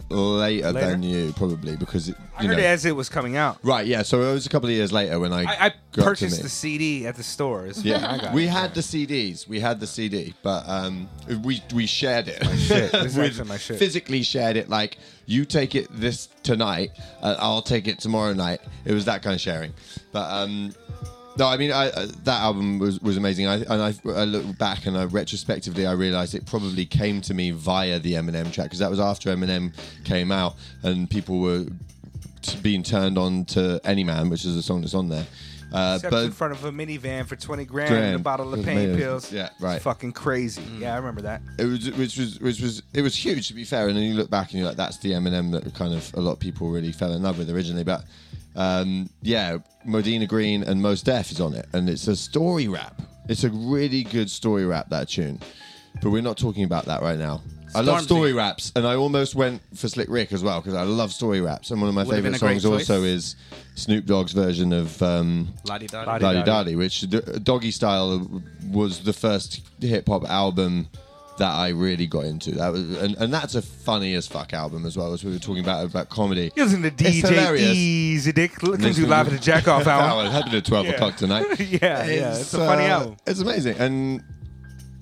[SPEAKER 6] later, than you, probably, because it,
[SPEAKER 2] I
[SPEAKER 6] you
[SPEAKER 2] heard
[SPEAKER 6] know.
[SPEAKER 2] it as it was coming out.
[SPEAKER 6] Right, yeah. So it was a couple of years later when I
[SPEAKER 2] I, I
[SPEAKER 6] got to
[SPEAKER 2] purchased
[SPEAKER 6] meet-
[SPEAKER 2] the CD at the stores. I
[SPEAKER 6] Yeah,
[SPEAKER 2] got
[SPEAKER 6] we
[SPEAKER 2] it.
[SPEAKER 6] had the CDs. We had the CD, but um, we we shared it.
[SPEAKER 2] shit. This is
[SPEAKER 6] With-
[SPEAKER 2] actually my shit.
[SPEAKER 6] Physically shared it. Like you take it this tonight, uh, I'll take it tomorrow night. It was that kind of sharing. But um, no, I mean I, uh, that album was, was amazing. I, and I, I look back and I retrospectively I realized it probably came to me via the Eminem track because that was after Eminem came out and people were t- being turned on to Any Man, which is a song that's on there. Uh,
[SPEAKER 2] Stepped
[SPEAKER 6] but
[SPEAKER 2] in front of a minivan for twenty grand, and a
[SPEAKER 6] Grand.
[SPEAKER 2] bottle of
[SPEAKER 6] With
[SPEAKER 2] pain
[SPEAKER 6] mayonnaise.
[SPEAKER 2] pills.
[SPEAKER 6] Yeah, right. Mm.
[SPEAKER 2] It's fucking crazy. Yeah, I remember that.
[SPEAKER 6] it was which was which was it was huge to be fair and then you look back and you're like that's the Eminem that kind of a lot of people really fell in love with originally but um, yeah Modena Green and Most Def is on it and it's a story rap it's a really good story rap that tune but we're not talking about that right now I love
[SPEAKER 1] Stormzy.
[SPEAKER 6] story raps and I almost went for Slick Rick as well because I love story raps and one of my
[SPEAKER 1] Would've been
[SPEAKER 6] favorite
[SPEAKER 1] a great
[SPEAKER 6] songs also
[SPEAKER 1] choice.
[SPEAKER 6] is Snoop Dogg's version of um,
[SPEAKER 1] La-di-da-di.
[SPEAKER 6] Dotty Dotty, which D- Doggy Style was the first hip hop album that I really got into. That was, and, and that's a funny as fuck album as well as we were talking about about comedy.
[SPEAKER 2] You listen to DJ
[SPEAKER 6] hilarious.
[SPEAKER 2] Easy Dick. Listen to
[SPEAKER 6] Listen-
[SPEAKER 2] Live at the Jack Off Hour.
[SPEAKER 6] Hour happened at twelve
[SPEAKER 2] Yeah.
[SPEAKER 6] o'clock tonight.
[SPEAKER 2] yeah, yeah, it's a funny
[SPEAKER 6] uh,
[SPEAKER 2] album.
[SPEAKER 6] It's amazing and.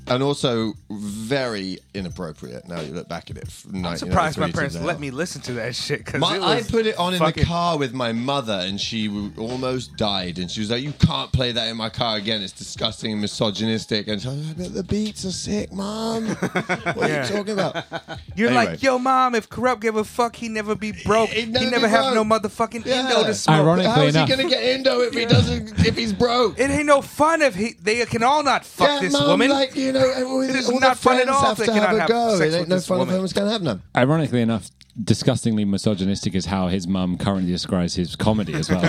[SPEAKER 6] And also very inappropriate. Now you look back at it.
[SPEAKER 2] I'm surprised my parents let me listen to that shit because
[SPEAKER 6] My, I put it on in the car with my mother, and she w- almost died. And she was like, "You can't play that in my car again. It's disgusting and misogynistic." And so, but the beats are sick, mom. what are
[SPEAKER 2] Yeah.
[SPEAKER 6] you talking about?
[SPEAKER 2] You're
[SPEAKER 6] Anyway.
[SPEAKER 2] like, yo, mom, if corrupt gave a fuck, he'd never be broke.
[SPEAKER 6] He'd
[SPEAKER 2] He'd
[SPEAKER 6] never
[SPEAKER 2] never,
[SPEAKER 6] be
[SPEAKER 2] have
[SPEAKER 6] broke.
[SPEAKER 2] no motherfucking
[SPEAKER 6] Yeah.
[SPEAKER 2] endo to smoke.
[SPEAKER 8] Ironically
[SPEAKER 6] How is
[SPEAKER 8] enough.
[SPEAKER 6] he gonna get into if he doesn't? If he's broke?
[SPEAKER 2] It ain't no fun if he, they can all not fuck
[SPEAKER 6] yeah,
[SPEAKER 2] this
[SPEAKER 6] mom,
[SPEAKER 2] woman.
[SPEAKER 6] Like you know, all,
[SPEAKER 2] It is
[SPEAKER 6] all
[SPEAKER 2] not
[SPEAKER 6] the
[SPEAKER 2] fun at
[SPEAKER 6] friends
[SPEAKER 2] all
[SPEAKER 6] have
[SPEAKER 2] if
[SPEAKER 6] to
[SPEAKER 2] they cannot
[SPEAKER 6] have a
[SPEAKER 2] have
[SPEAKER 6] go.
[SPEAKER 2] sex
[SPEAKER 6] It
[SPEAKER 2] with
[SPEAKER 6] ain't no
[SPEAKER 2] this
[SPEAKER 6] fun if
[SPEAKER 2] woman.
[SPEAKER 6] anyone's gonna have none.
[SPEAKER 5] Ironically enough, disgustingly misogynistic is how his mum currently describes his comedy as well.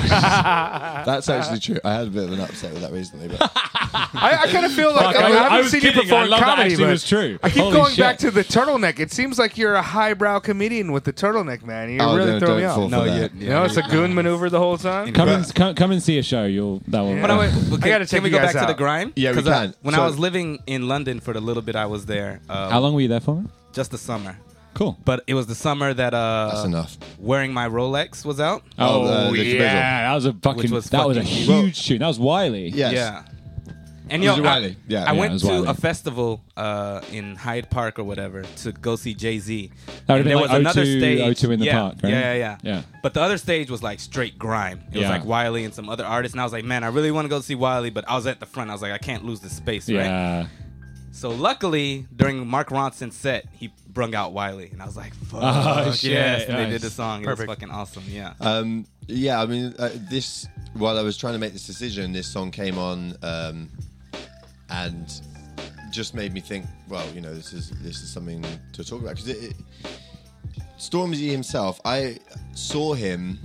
[SPEAKER 2] Uh,
[SPEAKER 6] That's actually true. I had a bit of an upset with that recently, but
[SPEAKER 2] I, I kind of feel like
[SPEAKER 5] Fuck,
[SPEAKER 2] I, mean,
[SPEAKER 5] I-
[SPEAKER 2] I
[SPEAKER 5] I
[SPEAKER 2] haven't
[SPEAKER 5] was
[SPEAKER 2] seen you
[SPEAKER 5] kidding. I
[SPEAKER 2] perform
[SPEAKER 5] love that
[SPEAKER 2] comedy,
[SPEAKER 5] actually
[SPEAKER 2] but
[SPEAKER 5] was true.
[SPEAKER 2] I keep
[SPEAKER 5] Holy
[SPEAKER 2] going
[SPEAKER 5] shit.
[SPEAKER 2] back to the turtleneck. It seems like you're a highbrow comedian with the turtleneck, man. You're
[SPEAKER 6] Oh,
[SPEAKER 2] really
[SPEAKER 6] don't-
[SPEAKER 2] throwing me
[SPEAKER 6] don't
[SPEAKER 2] off.
[SPEAKER 6] fall for No, that.
[SPEAKER 1] you-
[SPEAKER 2] you know, it's a goon maneuver the whole time.
[SPEAKER 5] come and come, come and see a show. You'll that will.
[SPEAKER 2] Yeah.
[SPEAKER 1] But I, went,
[SPEAKER 2] I
[SPEAKER 1] okay,
[SPEAKER 2] gotta check
[SPEAKER 1] can we
[SPEAKER 2] you
[SPEAKER 1] go
[SPEAKER 2] guys
[SPEAKER 1] back to the
[SPEAKER 2] out.
[SPEAKER 1] grind?
[SPEAKER 6] Yeah, we
[SPEAKER 1] 'Cause, uh,
[SPEAKER 6] can.
[SPEAKER 1] when
[SPEAKER 6] So-
[SPEAKER 1] I was living in London for the little bit I was there, uh,
[SPEAKER 5] How long were you there for?
[SPEAKER 1] just the summer.
[SPEAKER 5] Cool.
[SPEAKER 1] But it was the summer that uh,
[SPEAKER 6] that's enough.
[SPEAKER 1] wearing my Rolex was out.
[SPEAKER 6] Oh, the- the Division.
[SPEAKER 5] yeah, that was a fucking
[SPEAKER 1] was
[SPEAKER 5] that was a
[SPEAKER 1] fucking
[SPEAKER 5] huge
[SPEAKER 1] huge.
[SPEAKER 5] tune. That was Wiley.
[SPEAKER 6] Yes.
[SPEAKER 1] Yeah. And
[SPEAKER 6] It
[SPEAKER 1] yo,
[SPEAKER 6] was
[SPEAKER 1] I,
[SPEAKER 6] Wiley. Yeah,
[SPEAKER 1] I
[SPEAKER 6] yeah,
[SPEAKER 1] went
[SPEAKER 5] it was
[SPEAKER 1] to
[SPEAKER 5] Wiley.
[SPEAKER 1] a festival uh, in Hyde Park or whatever to go see Jay Z.
[SPEAKER 5] That would've been
[SPEAKER 1] there
[SPEAKER 5] like
[SPEAKER 1] was another
[SPEAKER 5] 02
[SPEAKER 1] stage.
[SPEAKER 5] 02 in the
[SPEAKER 1] yeah,
[SPEAKER 5] park, right?
[SPEAKER 1] Yeah, yeah, yeah,
[SPEAKER 5] Yeah.
[SPEAKER 1] But the other stage was like straight grime. It was
[SPEAKER 5] Yeah.
[SPEAKER 1] like Wiley and some other artists, and I was like, man, I really want to go see Wiley, but I was at the front. I was like, I can't lose this space, right?
[SPEAKER 5] Yeah.
[SPEAKER 1] So luckily, during Mark Ronson's set, he brung out Wiley, and I was like, fuck
[SPEAKER 5] Oh,
[SPEAKER 1] yes!
[SPEAKER 5] shit, Uh,
[SPEAKER 1] And they
[SPEAKER 5] nice.
[SPEAKER 1] did the song. It
[SPEAKER 2] Perfect.
[SPEAKER 1] was fucking awesome. Yeah.
[SPEAKER 6] Um, yeah, I mean, uh, this while I was trying to make this decision, this song came on, um, and just made me think. Well, you know, this is this is something to talk about because it, it, Stormzy himself. I saw him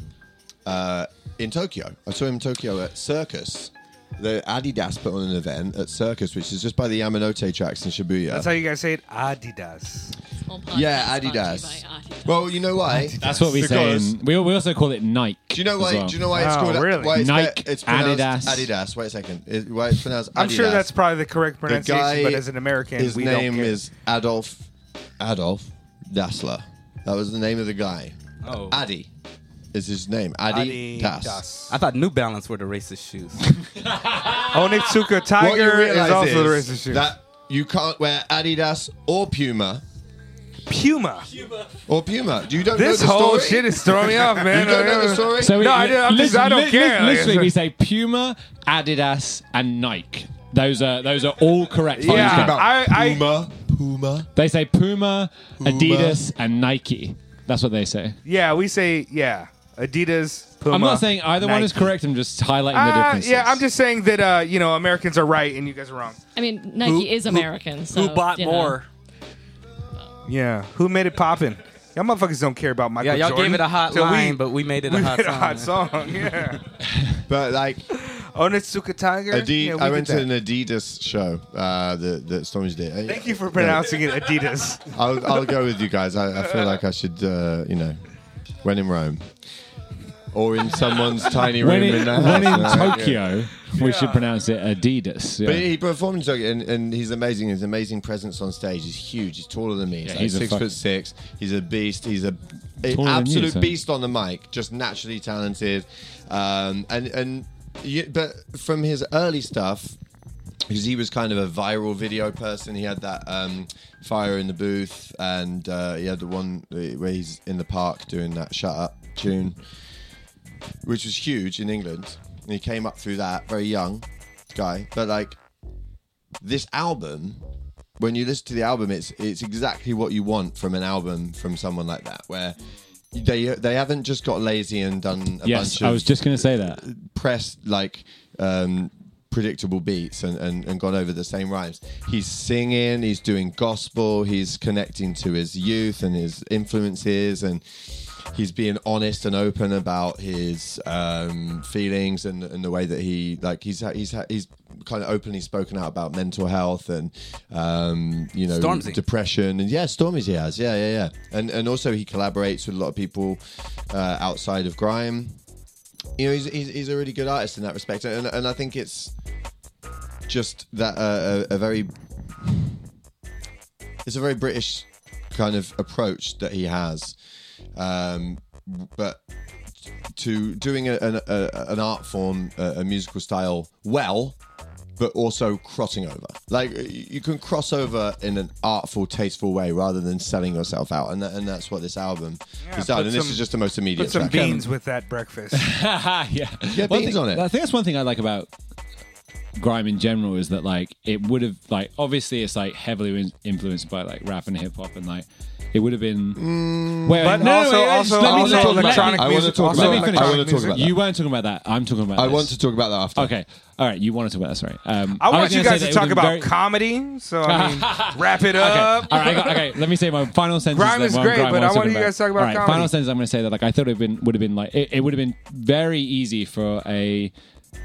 [SPEAKER 6] uh, in Tokyo. I saw him in Tokyo at Circus. The Adidas put on an event at Circus, which is just by the Yamanote tracks in Shibuya.
[SPEAKER 2] That's how you guys say it. Adidas.
[SPEAKER 4] Small podcast
[SPEAKER 6] yeah,
[SPEAKER 4] brought to you
[SPEAKER 6] Adidas.
[SPEAKER 4] by Adidas.
[SPEAKER 6] Well, you know why?
[SPEAKER 5] That's what we say.
[SPEAKER 6] Because-
[SPEAKER 5] in- We, we also call it Nike.
[SPEAKER 6] Do you know
[SPEAKER 5] as
[SPEAKER 6] why?
[SPEAKER 5] well.
[SPEAKER 6] Do you know why it's
[SPEAKER 2] Wow,
[SPEAKER 6] called
[SPEAKER 2] really?
[SPEAKER 6] why it's,
[SPEAKER 5] Oh, Nike,
[SPEAKER 6] it's pronounced
[SPEAKER 5] Adidas.
[SPEAKER 6] Adidas. Wait a second. It- why it's pronounced
[SPEAKER 2] I'm sure
[SPEAKER 6] Adidas.
[SPEAKER 2] that's probably the correct
[SPEAKER 6] The
[SPEAKER 2] pronunciation,
[SPEAKER 6] guy-
[SPEAKER 2] but as an American,
[SPEAKER 6] His
[SPEAKER 2] we
[SPEAKER 6] name
[SPEAKER 2] don't get
[SPEAKER 6] is Adolf Adolf Dassler. That was the name of the guy.
[SPEAKER 1] Oh.
[SPEAKER 6] Adi is his name. Adi, Das.
[SPEAKER 1] I thought New Balance were the racist shoes.
[SPEAKER 2] Onitsuka
[SPEAKER 6] What you
[SPEAKER 2] Tiger is
[SPEAKER 6] realize
[SPEAKER 2] also the
[SPEAKER 6] is
[SPEAKER 2] racist shoe.
[SPEAKER 6] That you can't wear Adidas or Puma
[SPEAKER 2] Puma.
[SPEAKER 6] or Puma. You don't
[SPEAKER 2] This
[SPEAKER 6] know the
[SPEAKER 2] whole
[SPEAKER 6] story?
[SPEAKER 2] shit is throwing me off,
[SPEAKER 6] You
[SPEAKER 2] man.
[SPEAKER 6] don't know the
[SPEAKER 2] Uh,
[SPEAKER 6] story.
[SPEAKER 5] So we,
[SPEAKER 2] No, I don't- I'm just- I don't care. Like,
[SPEAKER 5] Literally,
[SPEAKER 2] it's
[SPEAKER 5] we
[SPEAKER 2] a-
[SPEAKER 5] say Puma, Adidas, and Nike. Those are those are all correct.
[SPEAKER 2] Yeah,
[SPEAKER 5] fucking-
[SPEAKER 2] I- I-
[SPEAKER 6] Ah, Puma, Puma.
[SPEAKER 5] They say Puma, Adidas, and Nike. That's what they say.
[SPEAKER 2] Yeah, we say yeah. Adidas, Puma.
[SPEAKER 5] I'm not saying either one is
[SPEAKER 2] Nike.
[SPEAKER 5] correct. I'm just highlighting the
[SPEAKER 2] Uh,
[SPEAKER 5] differences.
[SPEAKER 2] yeah, I'm just saying that uh, you know Americans are right and you guys are wrong.
[SPEAKER 4] I mean, Nike is American. so,
[SPEAKER 7] Who bought
[SPEAKER 4] Oh, you know.
[SPEAKER 7] more?
[SPEAKER 2] Yeah, who made it poppin'? Y'all motherfuckers don't care about Michael
[SPEAKER 1] yeah, y'all
[SPEAKER 2] Jordan.
[SPEAKER 1] gave it a hot
[SPEAKER 2] So we-
[SPEAKER 1] line, but we made it
[SPEAKER 2] we
[SPEAKER 1] a
[SPEAKER 2] made
[SPEAKER 1] hot
[SPEAKER 2] a
[SPEAKER 1] song.
[SPEAKER 2] hot song. Yeah,
[SPEAKER 6] But like
[SPEAKER 2] Onitsuka Tiger.
[SPEAKER 6] Adi-
[SPEAKER 2] yeah, we
[SPEAKER 6] I
[SPEAKER 2] did
[SPEAKER 6] went to
[SPEAKER 2] that.
[SPEAKER 6] an Adidas show uh, that, that Stormzy did.
[SPEAKER 2] Thank you for pronouncing it Adidas.
[SPEAKER 6] I'll, I'll go with you guys. I, I feel like I should, uh, you know, when in Rome. Or in someone's tiny room
[SPEAKER 5] when in,
[SPEAKER 6] in their
[SPEAKER 5] when in
[SPEAKER 6] house, right?
[SPEAKER 5] Tokyo, we should pronounce it Adidas. yeah.
[SPEAKER 6] But he performed in Tokyo, and, and he's amazing. His amazing presence on stage. He's huge. He's taller than me. He's,
[SPEAKER 5] Yeah,
[SPEAKER 6] like
[SPEAKER 5] he's a
[SPEAKER 6] six
[SPEAKER 5] fuck-
[SPEAKER 6] foot six. He's a beast. He's a an
[SPEAKER 5] Taller than you,
[SPEAKER 6] absolute
[SPEAKER 5] so.
[SPEAKER 6] beast on the mic, just naturally talented, um, and and you, but from his early stuff. Because he was kind of a viral video person, he had that um, fire in the booth, and uh, he had the one uh, where he's in the park doing that "Shut Up" tune which was huge in England. And he came up through that very young guy. But like this album, when you listen to the album, it's it's exactly what you want from an album from someone like that, where they they haven't just got lazy and done a
[SPEAKER 5] yes,
[SPEAKER 6] bunch
[SPEAKER 5] I
[SPEAKER 6] of
[SPEAKER 5] was just going to say that.
[SPEAKER 6] pressed like um, predictable beats and, and, and gone over the same rhymes. He's singing, he's doing gospel, he's connecting to his youth and his influences, and he's being honest and open about his um, feelings and, and the way that he like he's ha- he's ha- he's kind of openly spoken out about mental health and um, you know
[SPEAKER 1] Stormzy.
[SPEAKER 6] depression and yeah Stormy's he has yeah yeah yeah and and also he collaborates with a lot of people uh, outside of grime you know, he's, he's, he's a really good artist in that respect, and, and I think it's just that uh, a, a very it's a very British kind of approach that he has, um, but to doing a, an, a, an art form, a, a musical style well, but also crossing over. Like you can cross over in an artful, tasteful way rather than selling yourself out, and that, and that's what this album has done.
[SPEAKER 2] put
[SPEAKER 6] And this
[SPEAKER 2] some-
[SPEAKER 6] is just the most immediate.
[SPEAKER 2] Put some
[SPEAKER 6] track. Um,
[SPEAKER 2] beans with that breakfast.
[SPEAKER 5] yeah, yeah,
[SPEAKER 6] beans
[SPEAKER 5] thing,
[SPEAKER 6] on it.
[SPEAKER 5] I think that's one thing I like about grime in general is that like it would have like obviously it's like heavily in- influenced by like rap and hip hop and like it would have been. wait,
[SPEAKER 2] But
[SPEAKER 5] no,
[SPEAKER 2] also-
[SPEAKER 5] no, wait,
[SPEAKER 2] also-
[SPEAKER 5] just let me- let
[SPEAKER 2] also
[SPEAKER 5] me- let me-
[SPEAKER 2] electronic
[SPEAKER 6] Mm. I want to
[SPEAKER 2] music,
[SPEAKER 6] talk
[SPEAKER 2] also
[SPEAKER 6] about.
[SPEAKER 5] Let me
[SPEAKER 6] that.
[SPEAKER 5] finish.
[SPEAKER 6] I want to talk about. that.
[SPEAKER 5] You weren't talking about that. I'm talking about.
[SPEAKER 6] I
[SPEAKER 5] this.
[SPEAKER 6] want to talk about that after.
[SPEAKER 5] Okay. All right. You want to talk about that. Sorry. Um,
[SPEAKER 2] I
[SPEAKER 5] was
[SPEAKER 2] want you
[SPEAKER 5] gonna
[SPEAKER 2] guys
[SPEAKER 5] say
[SPEAKER 2] to
[SPEAKER 5] that
[SPEAKER 2] talk
[SPEAKER 5] it would've been
[SPEAKER 2] about
[SPEAKER 5] very-
[SPEAKER 2] comedy, so I mean, wrap it
[SPEAKER 5] Okay.
[SPEAKER 2] up.
[SPEAKER 5] All right, I got- okay. Let me say my final sentence.
[SPEAKER 2] Grime
[SPEAKER 5] then
[SPEAKER 2] Uh, is
[SPEAKER 5] while
[SPEAKER 2] great,
[SPEAKER 5] Grime
[SPEAKER 2] but
[SPEAKER 5] while
[SPEAKER 2] I want
[SPEAKER 5] talking
[SPEAKER 2] you guys to talk about
[SPEAKER 5] All right,
[SPEAKER 2] comedy.
[SPEAKER 5] Final sentence. I'm going to say that like I thought it been, would have been like it, it would have been very easy for a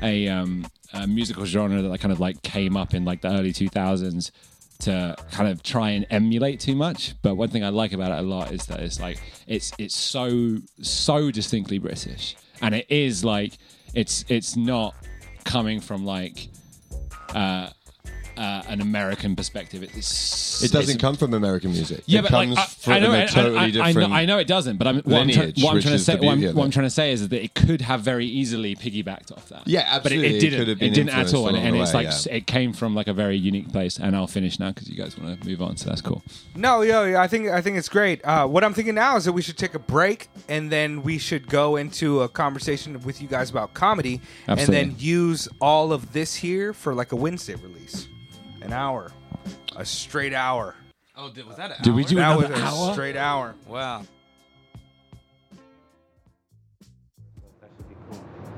[SPEAKER 5] a um a musical genre that like kind of like came up in like the early 2000s to kind of try and emulate too much. But one thing I like about it a lot is that it's like it's it's so so distinctly British, and it is like it's it's not coming from like. Uh, uh, an American perspective. It's,
[SPEAKER 6] It
[SPEAKER 5] it's-
[SPEAKER 6] doesn't come from American music.
[SPEAKER 5] yeah,
[SPEAKER 6] it
[SPEAKER 5] but
[SPEAKER 6] comes
[SPEAKER 5] like, I-
[SPEAKER 6] from
[SPEAKER 5] I, know,
[SPEAKER 6] a
[SPEAKER 5] it- I-
[SPEAKER 6] totally
[SPEAKER 5] I, I know-
[SPEAKER 6] different.
[SPEAKER 5] I know it doesn't, but I'm, what, I'm, try-
[SPEAKER 6] lineage,
[SPEAKER 5] what I'm
[SPEAKER 6] which
[SPEAKER 5] trying to
[SPEAKER 6] is the
[SPEAKER 5] say, what I'm,
[SPEAKER 6] beauty of
[SPEAKER 5] what
[SPEAKER 6] it.
[SPEAKER 5] I'm trying to say is that it could have very easily piggybacked off that.
[SPEAKER 6] Yeah, absolutely,
[SPEAKER 5] But
[SPEAKER 6] it
[SPEAKER 5] it didn't.
[SPEAKER 6] could have been
[SPEAKER 5] it didn't at
[SPEAKER 6] influenced
[SPEAKER 5] all, and,
[SPEAKER 6] along
[SPEAKER 5] and
[SPEAKER 6] the
[SPEAKER 5] it's
[SPEAKER 6] way,
[SPEAKER 5] like
[SPEAKER 6] yeah.
[SPEAKER 5] s- it came from like a very unique place. And I'll finish now because you guys want to move on, so that's cool.
[SPEAKER 2] No, yo, yeah, I think I think it's great. Uh, what I'm thinking now is that we should take a break, and then we should go into a conversation with you guys about comedy,
[SPEAKER 5] Absolutely.
[SPEAKER 2] and then use all of this here for like a Wednesday release, an hour, a straight hour.
[SPEAKER 1] Oh, did, was that an
[SPEAKER 5] Did we
[SPEAKER 1] hour?
[SPEAKER 5] do
[SPEAKER 2] that was
[SPEAKER 5] another
[SPEAKER 2] a
[SPEAKER 5] hour?
[SPEAKER 2] straight hour.
[SPEAKER 1] Wow.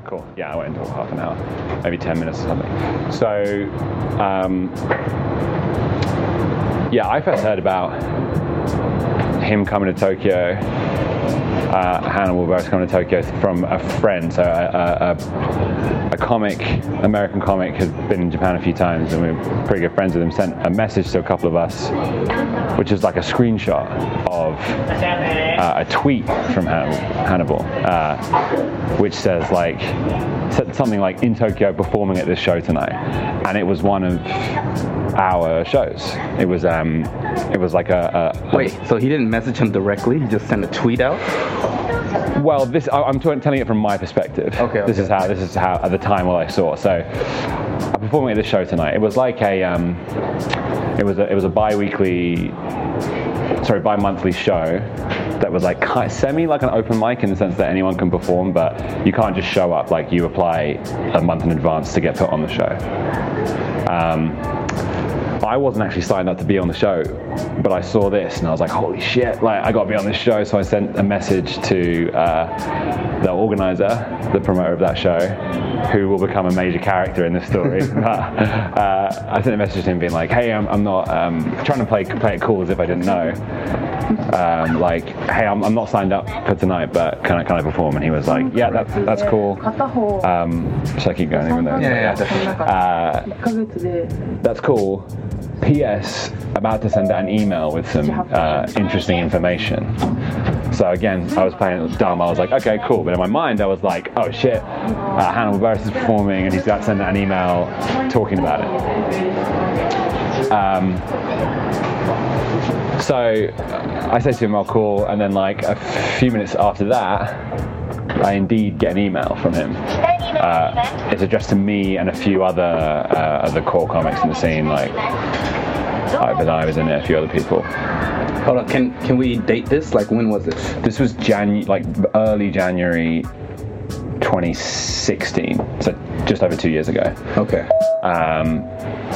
[SPEAKER 10] Cool. Yeah, I went until half an hour, maybe 10 minutes or something. So, um, yeah, I first heard about him coming to Tokyo, uh, Hannah Wilbur's coming to Tokyo from a friend. So, a, a, a, a comic, American comic, had been in Japan a few times and we were pretty good friends with him, sent a message to a couple of us, which is like a screenshot of uh, a tweet from Han- Hannibal, uh, which says like said something like in Tokyo performing at this show tonight, and it was one of our shows. It was um, it was like a, a, a
[SPEAKER 13] Wait, so he didn't message him directly? He just sent a tweet out?
[SPEAKER 10] Well, this I- I'm t- telling it from my perspective.
[SPEAKER 13] Okay,
[SPEAKER 10] This
[SPEAKER 13] okay.
[SPEAKER 10] is how this is how at the time what I saw. So I'm performing at the show tonight. It was like a um, it was a, it was a bi-weekly, sorry, bi-monthly show that was like ki semi like an open mic in the sense that anyone can perform, but you can't just show up. Like you apply a month in advance to get put on the show. Um, I wasn't actually signed up to be on the show, but I saw this and I was like, holy shit, like I gotta be on this show. So I sent a message to uh, the organizer, the promoter of that show, who will become a major character in this story. but, uh, I sent a message to him being like, hey, I'm, I'm not um, trying to play, play it cool as if I didn't know. Um, like, hey, I'm, I'm not signed up for tonight, but can I, can I perform? And he was like, yeah, that's, that's cool. Um, should I keep going even though?
[SPEAKER 13] Yeah, yeah,
[SPEAKER 10] Uh, that's cool. P.S. About to send out an email with some uh, interesting information. So again, I was playing it dumb. I was like, okay, cool. But in my mind, I was like, oh shit, uh, Hannibal Buress is performing, and he's about to send out an email talking about it. Um, So I say to him, "Oh, cool," and then like a few minutes after that, I indeed get an email from him. Uh, it's addressed to me and a few other uh, other core comics in the scene, like I, but I was in it, a few other people.
[SPEAKER 13] Hold on, can can we date this? Like, when was this?
[SPEAKER 10] This was Janu- like early January 2016, so just over two years ago.
[SPEAKER 13] Okay.
[SPEAKER 10] Um,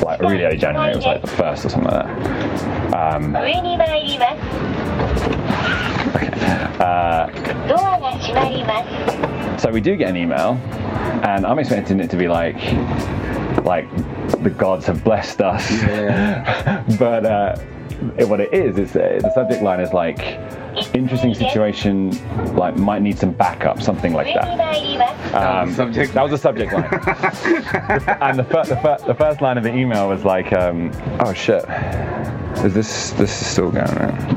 [SPEAKER 10] like really early January, it was like the first or something like that. Um,
[SPEAKER 14] 上に参ります。
[SPEAKER 10] uh,
[SPEAKER 14] ドアが閉まります。
[SPEAKER 10] so we do get an email, and I'm expecting it to be like, like the gods have blessed us. but uh, it- what it is is uh, the subject line is like interesting situation, like might need some backup, something like
[SPEAKER 14] 上に
[SPEAKER 10] that.
[SPEAKER 14] 参ります。
[SPEAKER 10] Um, that was the subject line. and the, fir- the, fir- the first line of the email was like, um, "Oh shit, is this this is still going right?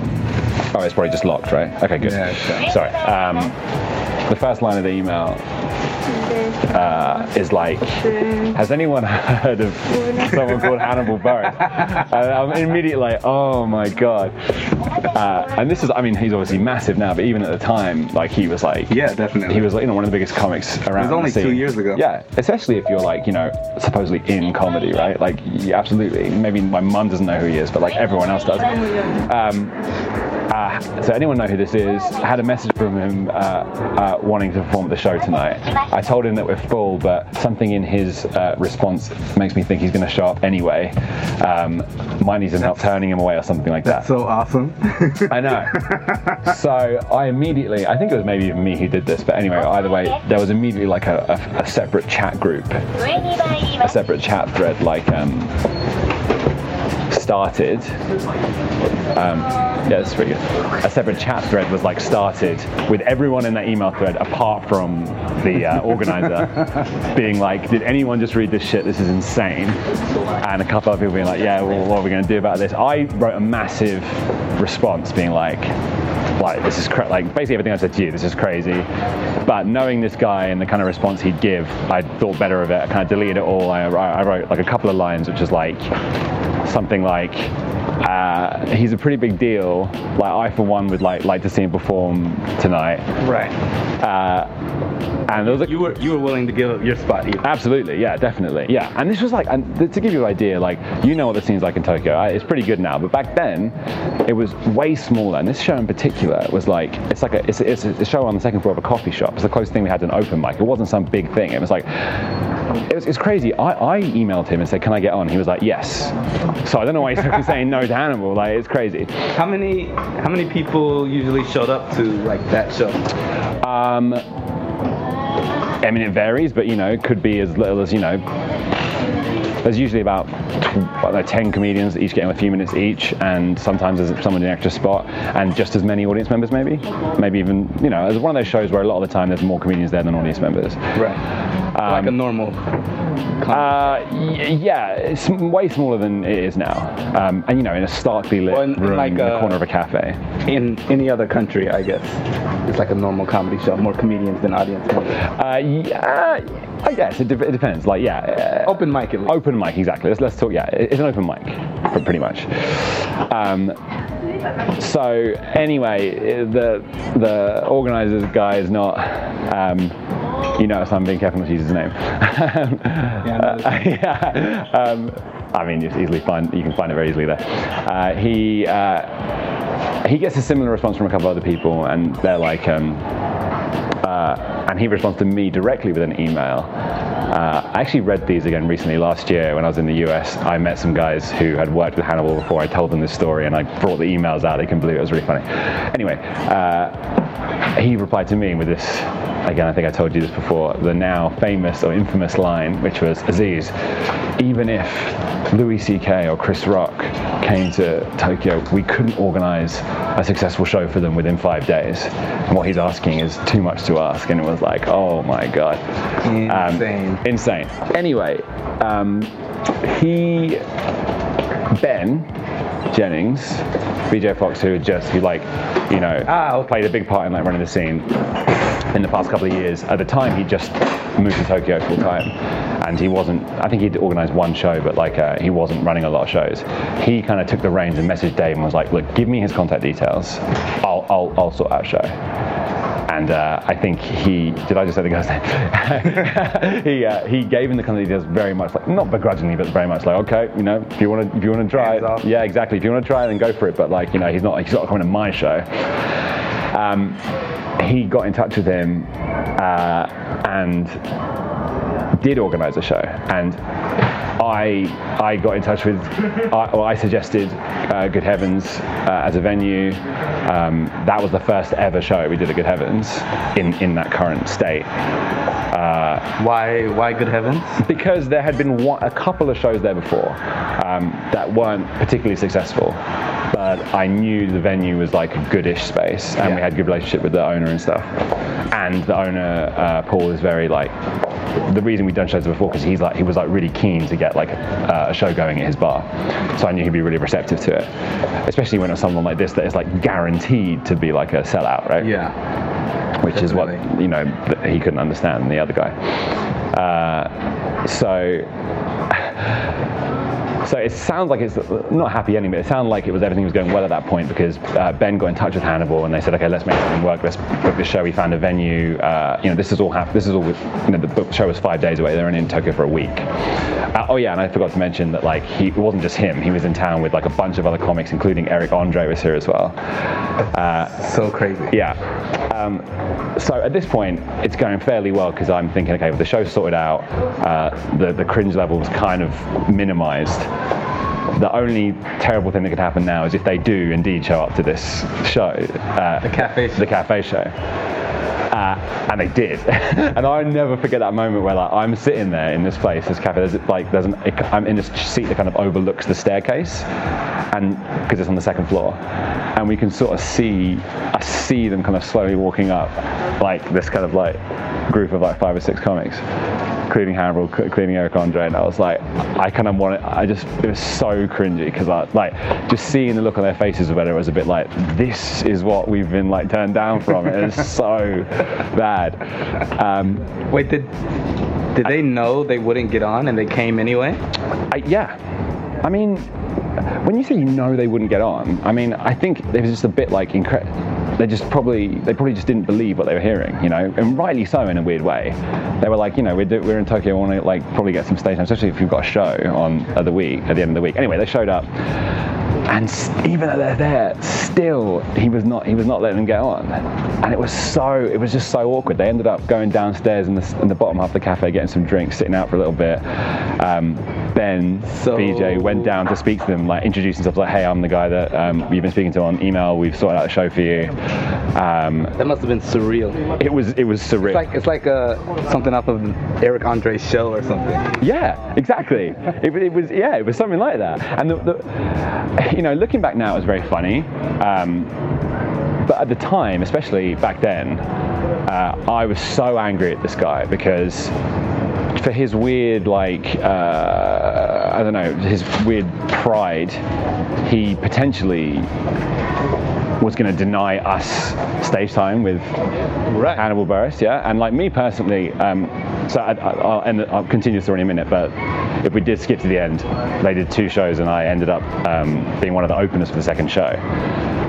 [SPEAKER 10] Oh, it's probably just locked, right? Okay, good. Sorry. Um, the first line of the email uh, is like, "Has anyone heard of someone called Hannibal Burris?" And I'm immediately like, "Oh my god!" Uh, and this is—I mean, he's obviously massive now, but even at the time, like he was like, yeah, definitely, he was like you know one of the biggest comics around.
[SPEAKER 13] was only
[SPEAKER 10] the
[SPEAKER 13] two
[SPEAKER 10] scene.
[SPEAKER 13] years ago.
[SPEAKER 10] Yeah, especially if you're like you know supposedly in comedy, right? Like, yeah, absolutely. Maybe my mum doesn't know who he is, but like everyone else does. Um, uh, so anyone know who this is? Had a message from him uh, uh, wanting to perform at the show tonight. I told him that we're full, but something in his uh, response makes me think he's going to show up anyway. Um, might need some help turning him away or something like that.
[SPEAKER 13] So awesome.
[SPEAKER 10] I know. so I immediately, I think it was maybe even me who did this, but anyway, either way, there was immediately like a, a, a separate chat group, a separate chat thread, like um, started. Um, yeah, that's pretty good. A separate chat thread was like started with everyone in that email thread, apart from the uh, organizer, being like, "Did anyone just read this shit? This is insane." And a couple of people being like, "Yeah, well, what are we going to do about this?" I wrote a massive response, being like, like this is cra- like basically everything I said to you. This is crazy. But knowing this guy and the kind of response he'd give, I thought better of it. I kind of deleted it all. I, I wrote like a couple of lines, which is like something like. Uh, he's a pretty big deal. Like I, for one, would like like to see him perform tonight. Right. Uh, and there was a, you were you were willing to give up your spot. Absolutely, yeah, definitely, yeah. And this was like, and th- to give you an idea, like you know what the scene's like in Tokyo. I, it's pretty good now, but back then, it was way smaller. And this show in particular was like, it's like a it's, a, it's a show on the second floor of a coffee shop. It's the closest thing we had to an open mic. It wasn't some big thing. It was like. It was, it's crazy. I, I emailed him and said, "Can I get on?" He was like, "Yes." So I don't know why he's fucking saying no to Hannibal. Like it's crazy.
[SPEAKER 13] How many how many people usually showed up to like that show?
[SPEAKER 10] Um, I mean, it varies, but you know, it could be as little as you know. There's usually about tw- I don't know, 10 comedians, each getting a few minutes each, and sometimes there's someone in an extra spot, and just as many audience members, maybe. Maybe even, you know, it's one of those shows where a lot of the time there's more comedians there than audience members. Right. like a
[SPEAKER 13] normal.
[SPEAKER 10] Uh, y- yeah, it's m- way smaller than it is now. Um, and, you know, in a starkly lit room
[SPEAKER 13] like
[SPEAKER 10] in the
[SPEAKER 13] a-
[SPEAKER 10] corner of a cafe.
[SPEAKER 13] In any other country, I guess. It's like a normal comedy show, more comedians than audience members.
[SPEAKER 10] Uh, yeah, I guess it, de- it depends. Like, yeah, uh, open mic. Open mic, exactly. Let's let's talk. Yeah, it- it's an open mic, pr- pretty much. Um, so anyway, i- the the organizers guy is not. Um, you notice I'm being careful not to use his name. Uh, yeah. Um, I mean, it's easily find. You can find it very easily there. Uh, he. Uh, he gets a similar response from a couple of other people, and they're like, um, uh, and he responds to me directly with an email. Uh, I actually read these again recently last year when I was in the US. I met some guys who had worked with Hannibal before. I told them this story and I brought the emails out. They couldn't believe it. It was really funny. Anyway, uh, he replied to me with this. Again, I think I told you this before. The now famous or infamous line, which was Aziz, even if Louis C.K. or Chris Rock came to Tokyo, we couldn't organize a successful show for them within five days. And what he's asking is too much to ask. And it was like, oh my God. Insane. insane. Anyway, um, he, Ben Jennings, BJ Fox, who had just who like, you know, played a big part in like running the scene in the past couple of years. At the time, he just moved to Tokyo full time, and he wasn't. I think he'd organised one show, but like uh, he wasn't running a lot of shows. He kind of took the reins and messaged Dave and was like, "Look, give me his contact details. I'll I'll, I'll sort out a show." And uh, I think he did. I just say the guy's name. he uh, he gave him the kind of details very much like not begrudgingly, but very much like okay, you know, if you want to if you want to try, it, yeah, exactly. If you want to try, it, then go for it. But like you know, he's not he's not coming to my show. Um, he got in touch with him uh, and did organise a show, and I I got in touch with, I, well, I suggested uh, Good Heavens uh, as a venue. Um, that was the first ever show we did at Good Heavens in in that current state. Uh, why why Good Heavens? Because there had been one, a couple of shows there before um, that weren't particularly successful, but I knew the venue was like a goodish space, and we had good relationship with the owner and stuff. And the owner uh, Paul is very like the reason we'd done shows before because he's like he was like really keen to get like uh, a show going at his bar, so I knew he'd be really receptive to it, especially when it's someone like this that is like guaranteed to be like a sellout, right? Yeah, which is what you know th- he couldn't understand the other guy. Uh, so So it sounds like it's not happy ending, but it sounded like it was everything was going well at that point because uh, Ben got in touch with Hannibal and they said, okay, let's make something work. Let's book this show. We found a venue. Uh, you know, this is all hap- this is all. with- You know, the book show was five days away. They were only in Tokyo for a week. Uh, oh yeah, and I forgot to mention that like he it wasn't just him. He was in town with like a bunch of other comics, including Eric Andre was here as well. Uh, so crazy. Yeah. Um, so at this point, it's going fairly well because I'm thinking, okay, well, the show's sorted out. Uh, the the cringe level was kind of minimized the only terrible thing that could happen now is if they do indeed show up to this show, uh, the cafe, the cafe show, uh, and they did. and I never forget that moment where like I'm sitting there in this place, this cafe. There's like there's an I'm in this seat that kind of overlooks the staircase, and because it's on the second floor, and we can sort of see I see them kind of slowly walking up, like this kind of like group of like five or six comics including Hannibal, c- including Eric Andre, and I was like, I kind of want it. I just it was so cringy because I like just seeing the look on their faces whether it was a bit like this is what we've been like turned down from. It was so bad. Um, Wait, did did they know they wouldn't get on and they came anyway? I, yeah, I mean, when you say you know they wouldn't get on, I mean, I think it was just a bit like incredible they just probably they probably just didn't believe what they were hearing, you know, and rightly so in a weird way. They were like, you know, we're, do- we're in Tokyo, we want to like probably get some stage time, especially if you've got a show on at the week at the end of the week. Anyway, they showed up, and s- even though they're there, still he was not he was not letting them get on, and it was so it was just so awkward. They ended up going downstairs in the, s- in the bottom half of the cafe, getting some drinks, sitting out for a little bit. Um, ben, BJ went down to speak to them, like introduce himself, like, hey, I'm the guy that um, you've been speaking to on email. We've sorted out a show for you. Um, that must have been surreal. It was it was surreal.
[SPEAKER 13] It's like it's like uh, something off of Eric Andre's show or something.
[SPEAKER 10] Yeah, exactly. it, was- it was yeah, it was something like that. And the, the, you know, looking back now, it was very funny. Um, but at the time, especially back then, uh, I was so angry at this guy because for his weird like uh, I don't know his weird pride, he potentially was going to deny us stage time with Hannibal Burris, yeah, and like me personally, um, so I, I, I'll, end, I'll continue the story in a minute, but if we did skip to the end, they did two shows, and I ended up um, being one of the openers for the second show.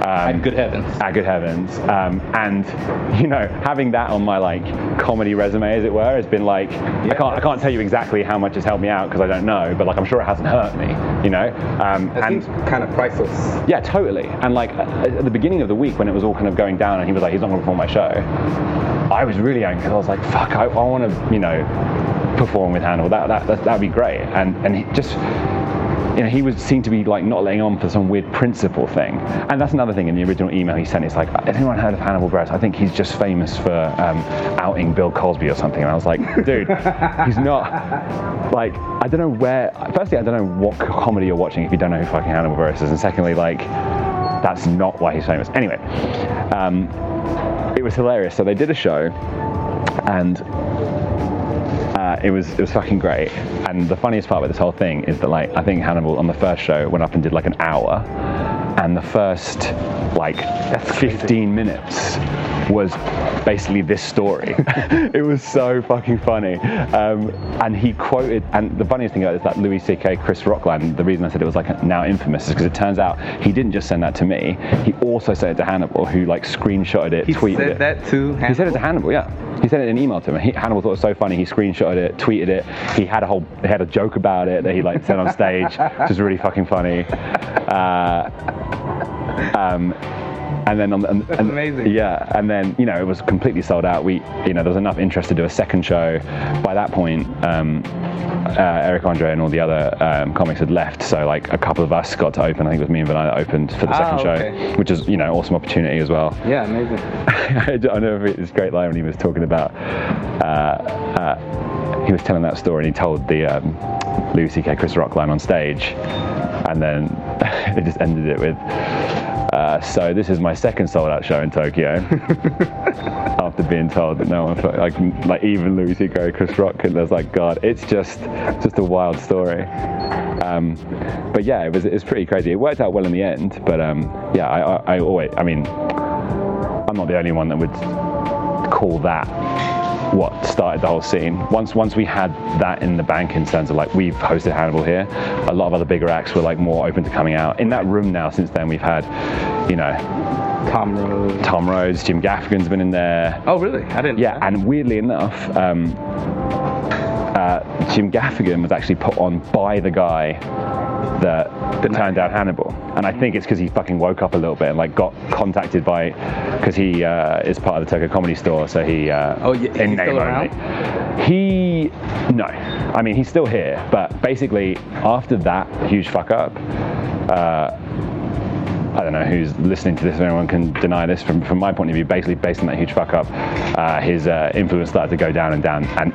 [SPEAKER 10] Um, at Good Heavens. At Good Heavens, um, and you know, having that on my like comedy resume, as it were, has been like I can't I can't tell you exactly how much it's helped me out because I don't know, but like I'm sure it hasn't hurt me, you know. Um, and kind of priceless. Yeah, totally. And like at at the beginning of the week when it was all kind of going down, and he was like, he's not going to perform my show. I was really angry 'cause I was like, fuck, I, I want to, you know, perform with Hannibal. That that that would be great. And and he just. You know, he was seemed to be like not letting on for some weird principle thing, and that's another thing. In the original email he sent, it's like, has anyone heard of Hannibal Buress? I think he's just famous for um, outing Bill Cosby or something. And I was like, dude, he's not. Like, I don't know where. Firstly, I don't know what comedy you're watching if you don't know who fucking Hannibal Buress is, and secondly, like, that's not why he's famous. Anyway, um, it was hilarious. So they did a show, and uh, it was it was fucking great. And the funniest part about this whole thing is that like I think Hannibal on the first show went up and did like an hour, and the first like 15 minutes was basically this story. it was so fucking funny. Um, and he quoted, and the funniest thing about it is that Louis C.K., Chris Rockland, the reason I said it was like now infamous is because it turns out he didn't just send that to me, he also sent it to Hannibal, who like screenshotted it, tweeted
[SPEAKER 15] said
[SPEAKER 10] it.
[SPEAKER 15] that to
[SPEAKER 10] He said it to Hannibal, yeah. He sent it in an email to him. He, Hannibal thought it was so funny, he screenshotted it, tweeted it. He had a whole, he had a joke about it that he like said on stage, which was really fucking funny. Uh, um, and then on the, and, and- yeah and then you know it was completely sold out we you know there was enough interest to do a second show by that point um, uh, Eric Andre and all the other um, comics had left so like a couple of us got to open I think it was me and Vanilla that opened for the
[SPEAKER 15] Ah,
[SPEAKER 10] second
[SPEAKER 15] okay.
[SPEAKER 10] show which is you know awesome opportunity as well
[SPEAKER 15] Yeah, amazing.
[SPEAKER 10] I don't know if it's a great line when he was talking about. Uh, uh, he was telling that story and he told the um, Louis C.K. Chris Rock line on stage, and then they just ended it with. Uh, so this is my second sold-out show in Tokyo. After being told that no one, felt- like, like even Louis C.K. Chris Rock, could- I was like, God, it's just, just a wild story. Um, but yeah, it was, it was pretty crazy. It worked out well in the end, but um, yeah, I, I, I always, I mean, I'm not the only one that would call that what started the whole scene. Once once we had that in the bank in terms of like we've hosted Hannibal here, a lot of other bigger acts were like more open to coming out. In that room now since then we've had, you know Tom Rhodes. Tom Rhodes, Jim Gaffigan's been in there. Oh really? I didn't Yeah, and weirdly enough, um, uh, Jim Gaffigan was actually put on by the guy that, that turned down Hannibal. And I think it's because he fucking woke up a little bit and like got contacted by, because he uh, is part of the Tokyo Comedy Store, so he. Uh, oh, yeah, in
[SPEAKER 15] he's
[SPEAKER 10] name
[SPEAKER 15] still
[SPEAKER 10] only. He no, I mean he's still here, but basically after that huge fuck up. Uh, I don't know who's listening to this, if anyone can deny this from, from my point of view, basically based on that huge fuck up, uh, his uh, influence started to go down and down. And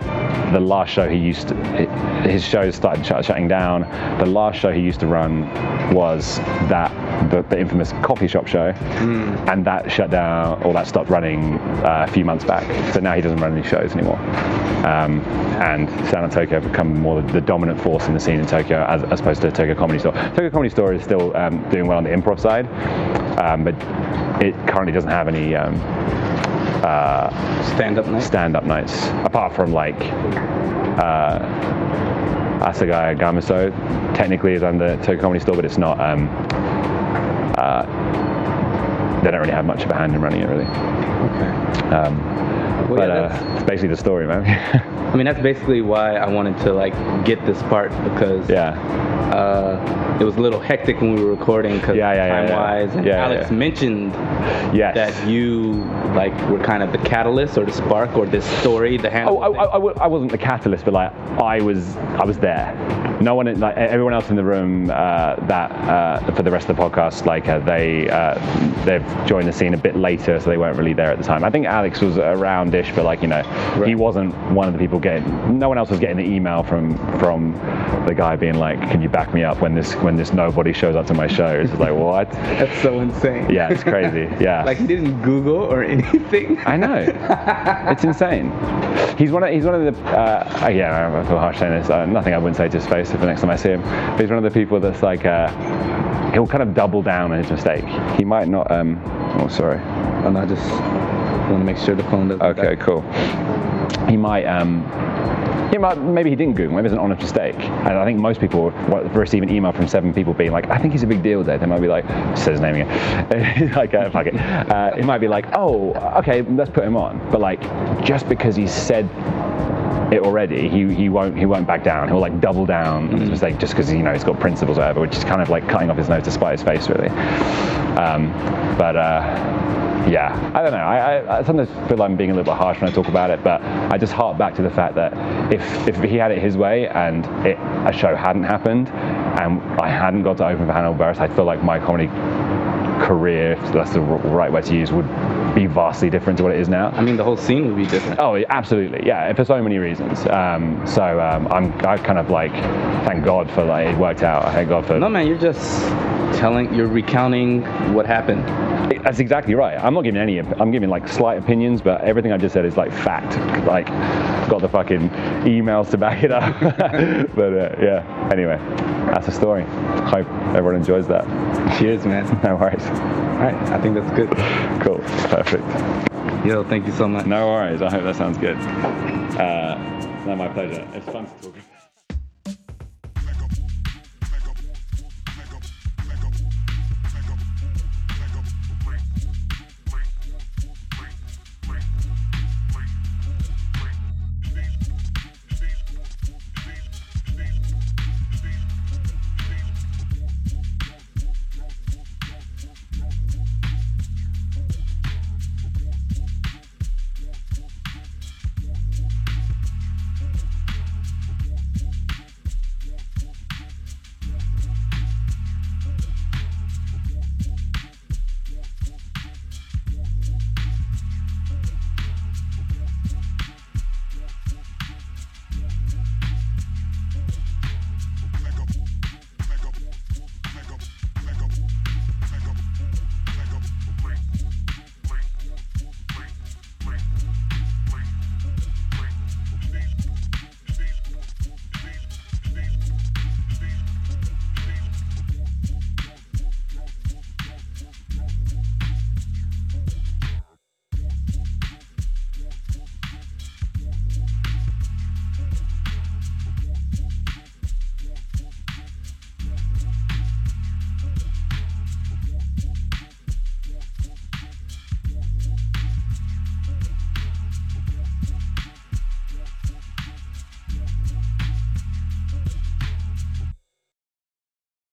[SPEAKER 10] the last show he used to, hi- his shows started shut shutting down. The last show he used to run was that, the, the infamous coffee shop show. And that shut down, or that stopped running uh, a few months back. So now he doesn't run any shows anymore. Um, and Sound of Tokyo have become more the dominant force in the scene in Tokyo as, as opposed to Tokyo Comedy Store. Tokyo Comedy Store is still um, doing well on the improv side, um, but it currently doesn't have any um, uh, stand-up nights. Stand-up nights, apart from like uh, Asagaya Gamiso, technically is under Tokyo Comedy Store, but it's not. Um, uh, they don't really have much of a hand in running it, really. Okay. Um,
[SPEAKER 15] Well,
[SPEAKER 10] but
[SPEAKER 15] yeah,
[SPEAKER 10] uh, it's basically the story, man.
[SPEAKER 15] I mean, that's basically why I wanted to like get this part because
[SPEAKER 10] yeah,
[SPEAKER 15] uh, it was a little hectic when we were recording because
[SPEAKER 10] yeah, yeah.
[SPEAKER 15] time-wise, and
[SPEAKER 10] Yeah, yeah,
[SPEAKER 15] Alex
[SPEAKER 10] yeah.
[SPEAKER 15] mentioned
[SPEAKER 10] yes.
[SPEAKER 15] that you like were kind of the catalyst or the spark or this story, the hand.
[SPEAKER 10] Oh, I, I, I wa- I wasn't the catalyst, but like I was, I was there. No one, like e, everyone else in the room, uh, that uh, for the rest of the podcast, like uh, they uh, they've joined the scene a bit later, so they weren't really there at the time. I think Alex was around-ish, but like you know, he wasn't one of the people getting. No one else was getting the email from from the guy being like, "Can you back me up when this when this nobody shows up to my show?" It's just like what?
[SPEAKER 15] That's so insane.
[SPEAKER 10] Yeah, it's crazy. Yeah.
[SPEAKER 15] like he didn't Google or anything.
[SPEAKER 10] I know. it's insane. He's one of he's one of the uh, yeah I feel harsh saying this. Uh, nothing I wouldn't say to his face if the next time I see him. But he's one of the people that's like uh, he'll kind of double down on his mistake. He might not. Um, oh sorry.
[SPEAKER 15] And I just want to make sure the phone doesn't.
[SPEAKER 10] Okay, cool. He might. Um, he might, maybe he didn't Google. Maybe it's an honest mistake. And I think most people what- receive an email from seven people being like, "I think he's a big deal." There, they might be like, "Says his name again." like, uh, fuck it. Uh, it might be like, "Oh, okay, let's put him on." But like, just because he said it already, he, he won't he won't back down. He'll like double down on his mistake just because you know he's got principles or whatever, which is kind of like cutting off his nose to spite his face, really. Um, but uh, yeah, I don't know. I, I, I sometimes feel like I'm being a little bit harsh when I talk about it, but I just hark back to the fact that if if he had it his way and it, a show hadn't happened and I hadn't got to open for Hannibal Buress, I feel like my comedy career, if that's the r- right way to use, would be vastly different to what it is now. I mean, the whole scene would be different. Oh, absolutely, yeah, for so many reasons. Um, so um, I'm, I kind of like, thank God for like it worked out. I thank God for. No man, you're just telling, you're recounting what happened. That's exactly right. I'm not giving any. op- I'm giving like slight opinions, but everything I just said is like fact. Like, got the fucking emails to back it up. but uh, yeah. Anyway, that's the story. Hope everyone enjoys that. Cheers, man. No worries. All right. I think that's good. Cool. Perfect. Yo, thank you so much. No worries. I hope that sounds good. Uh, no, my pleasure. It's fun to talk.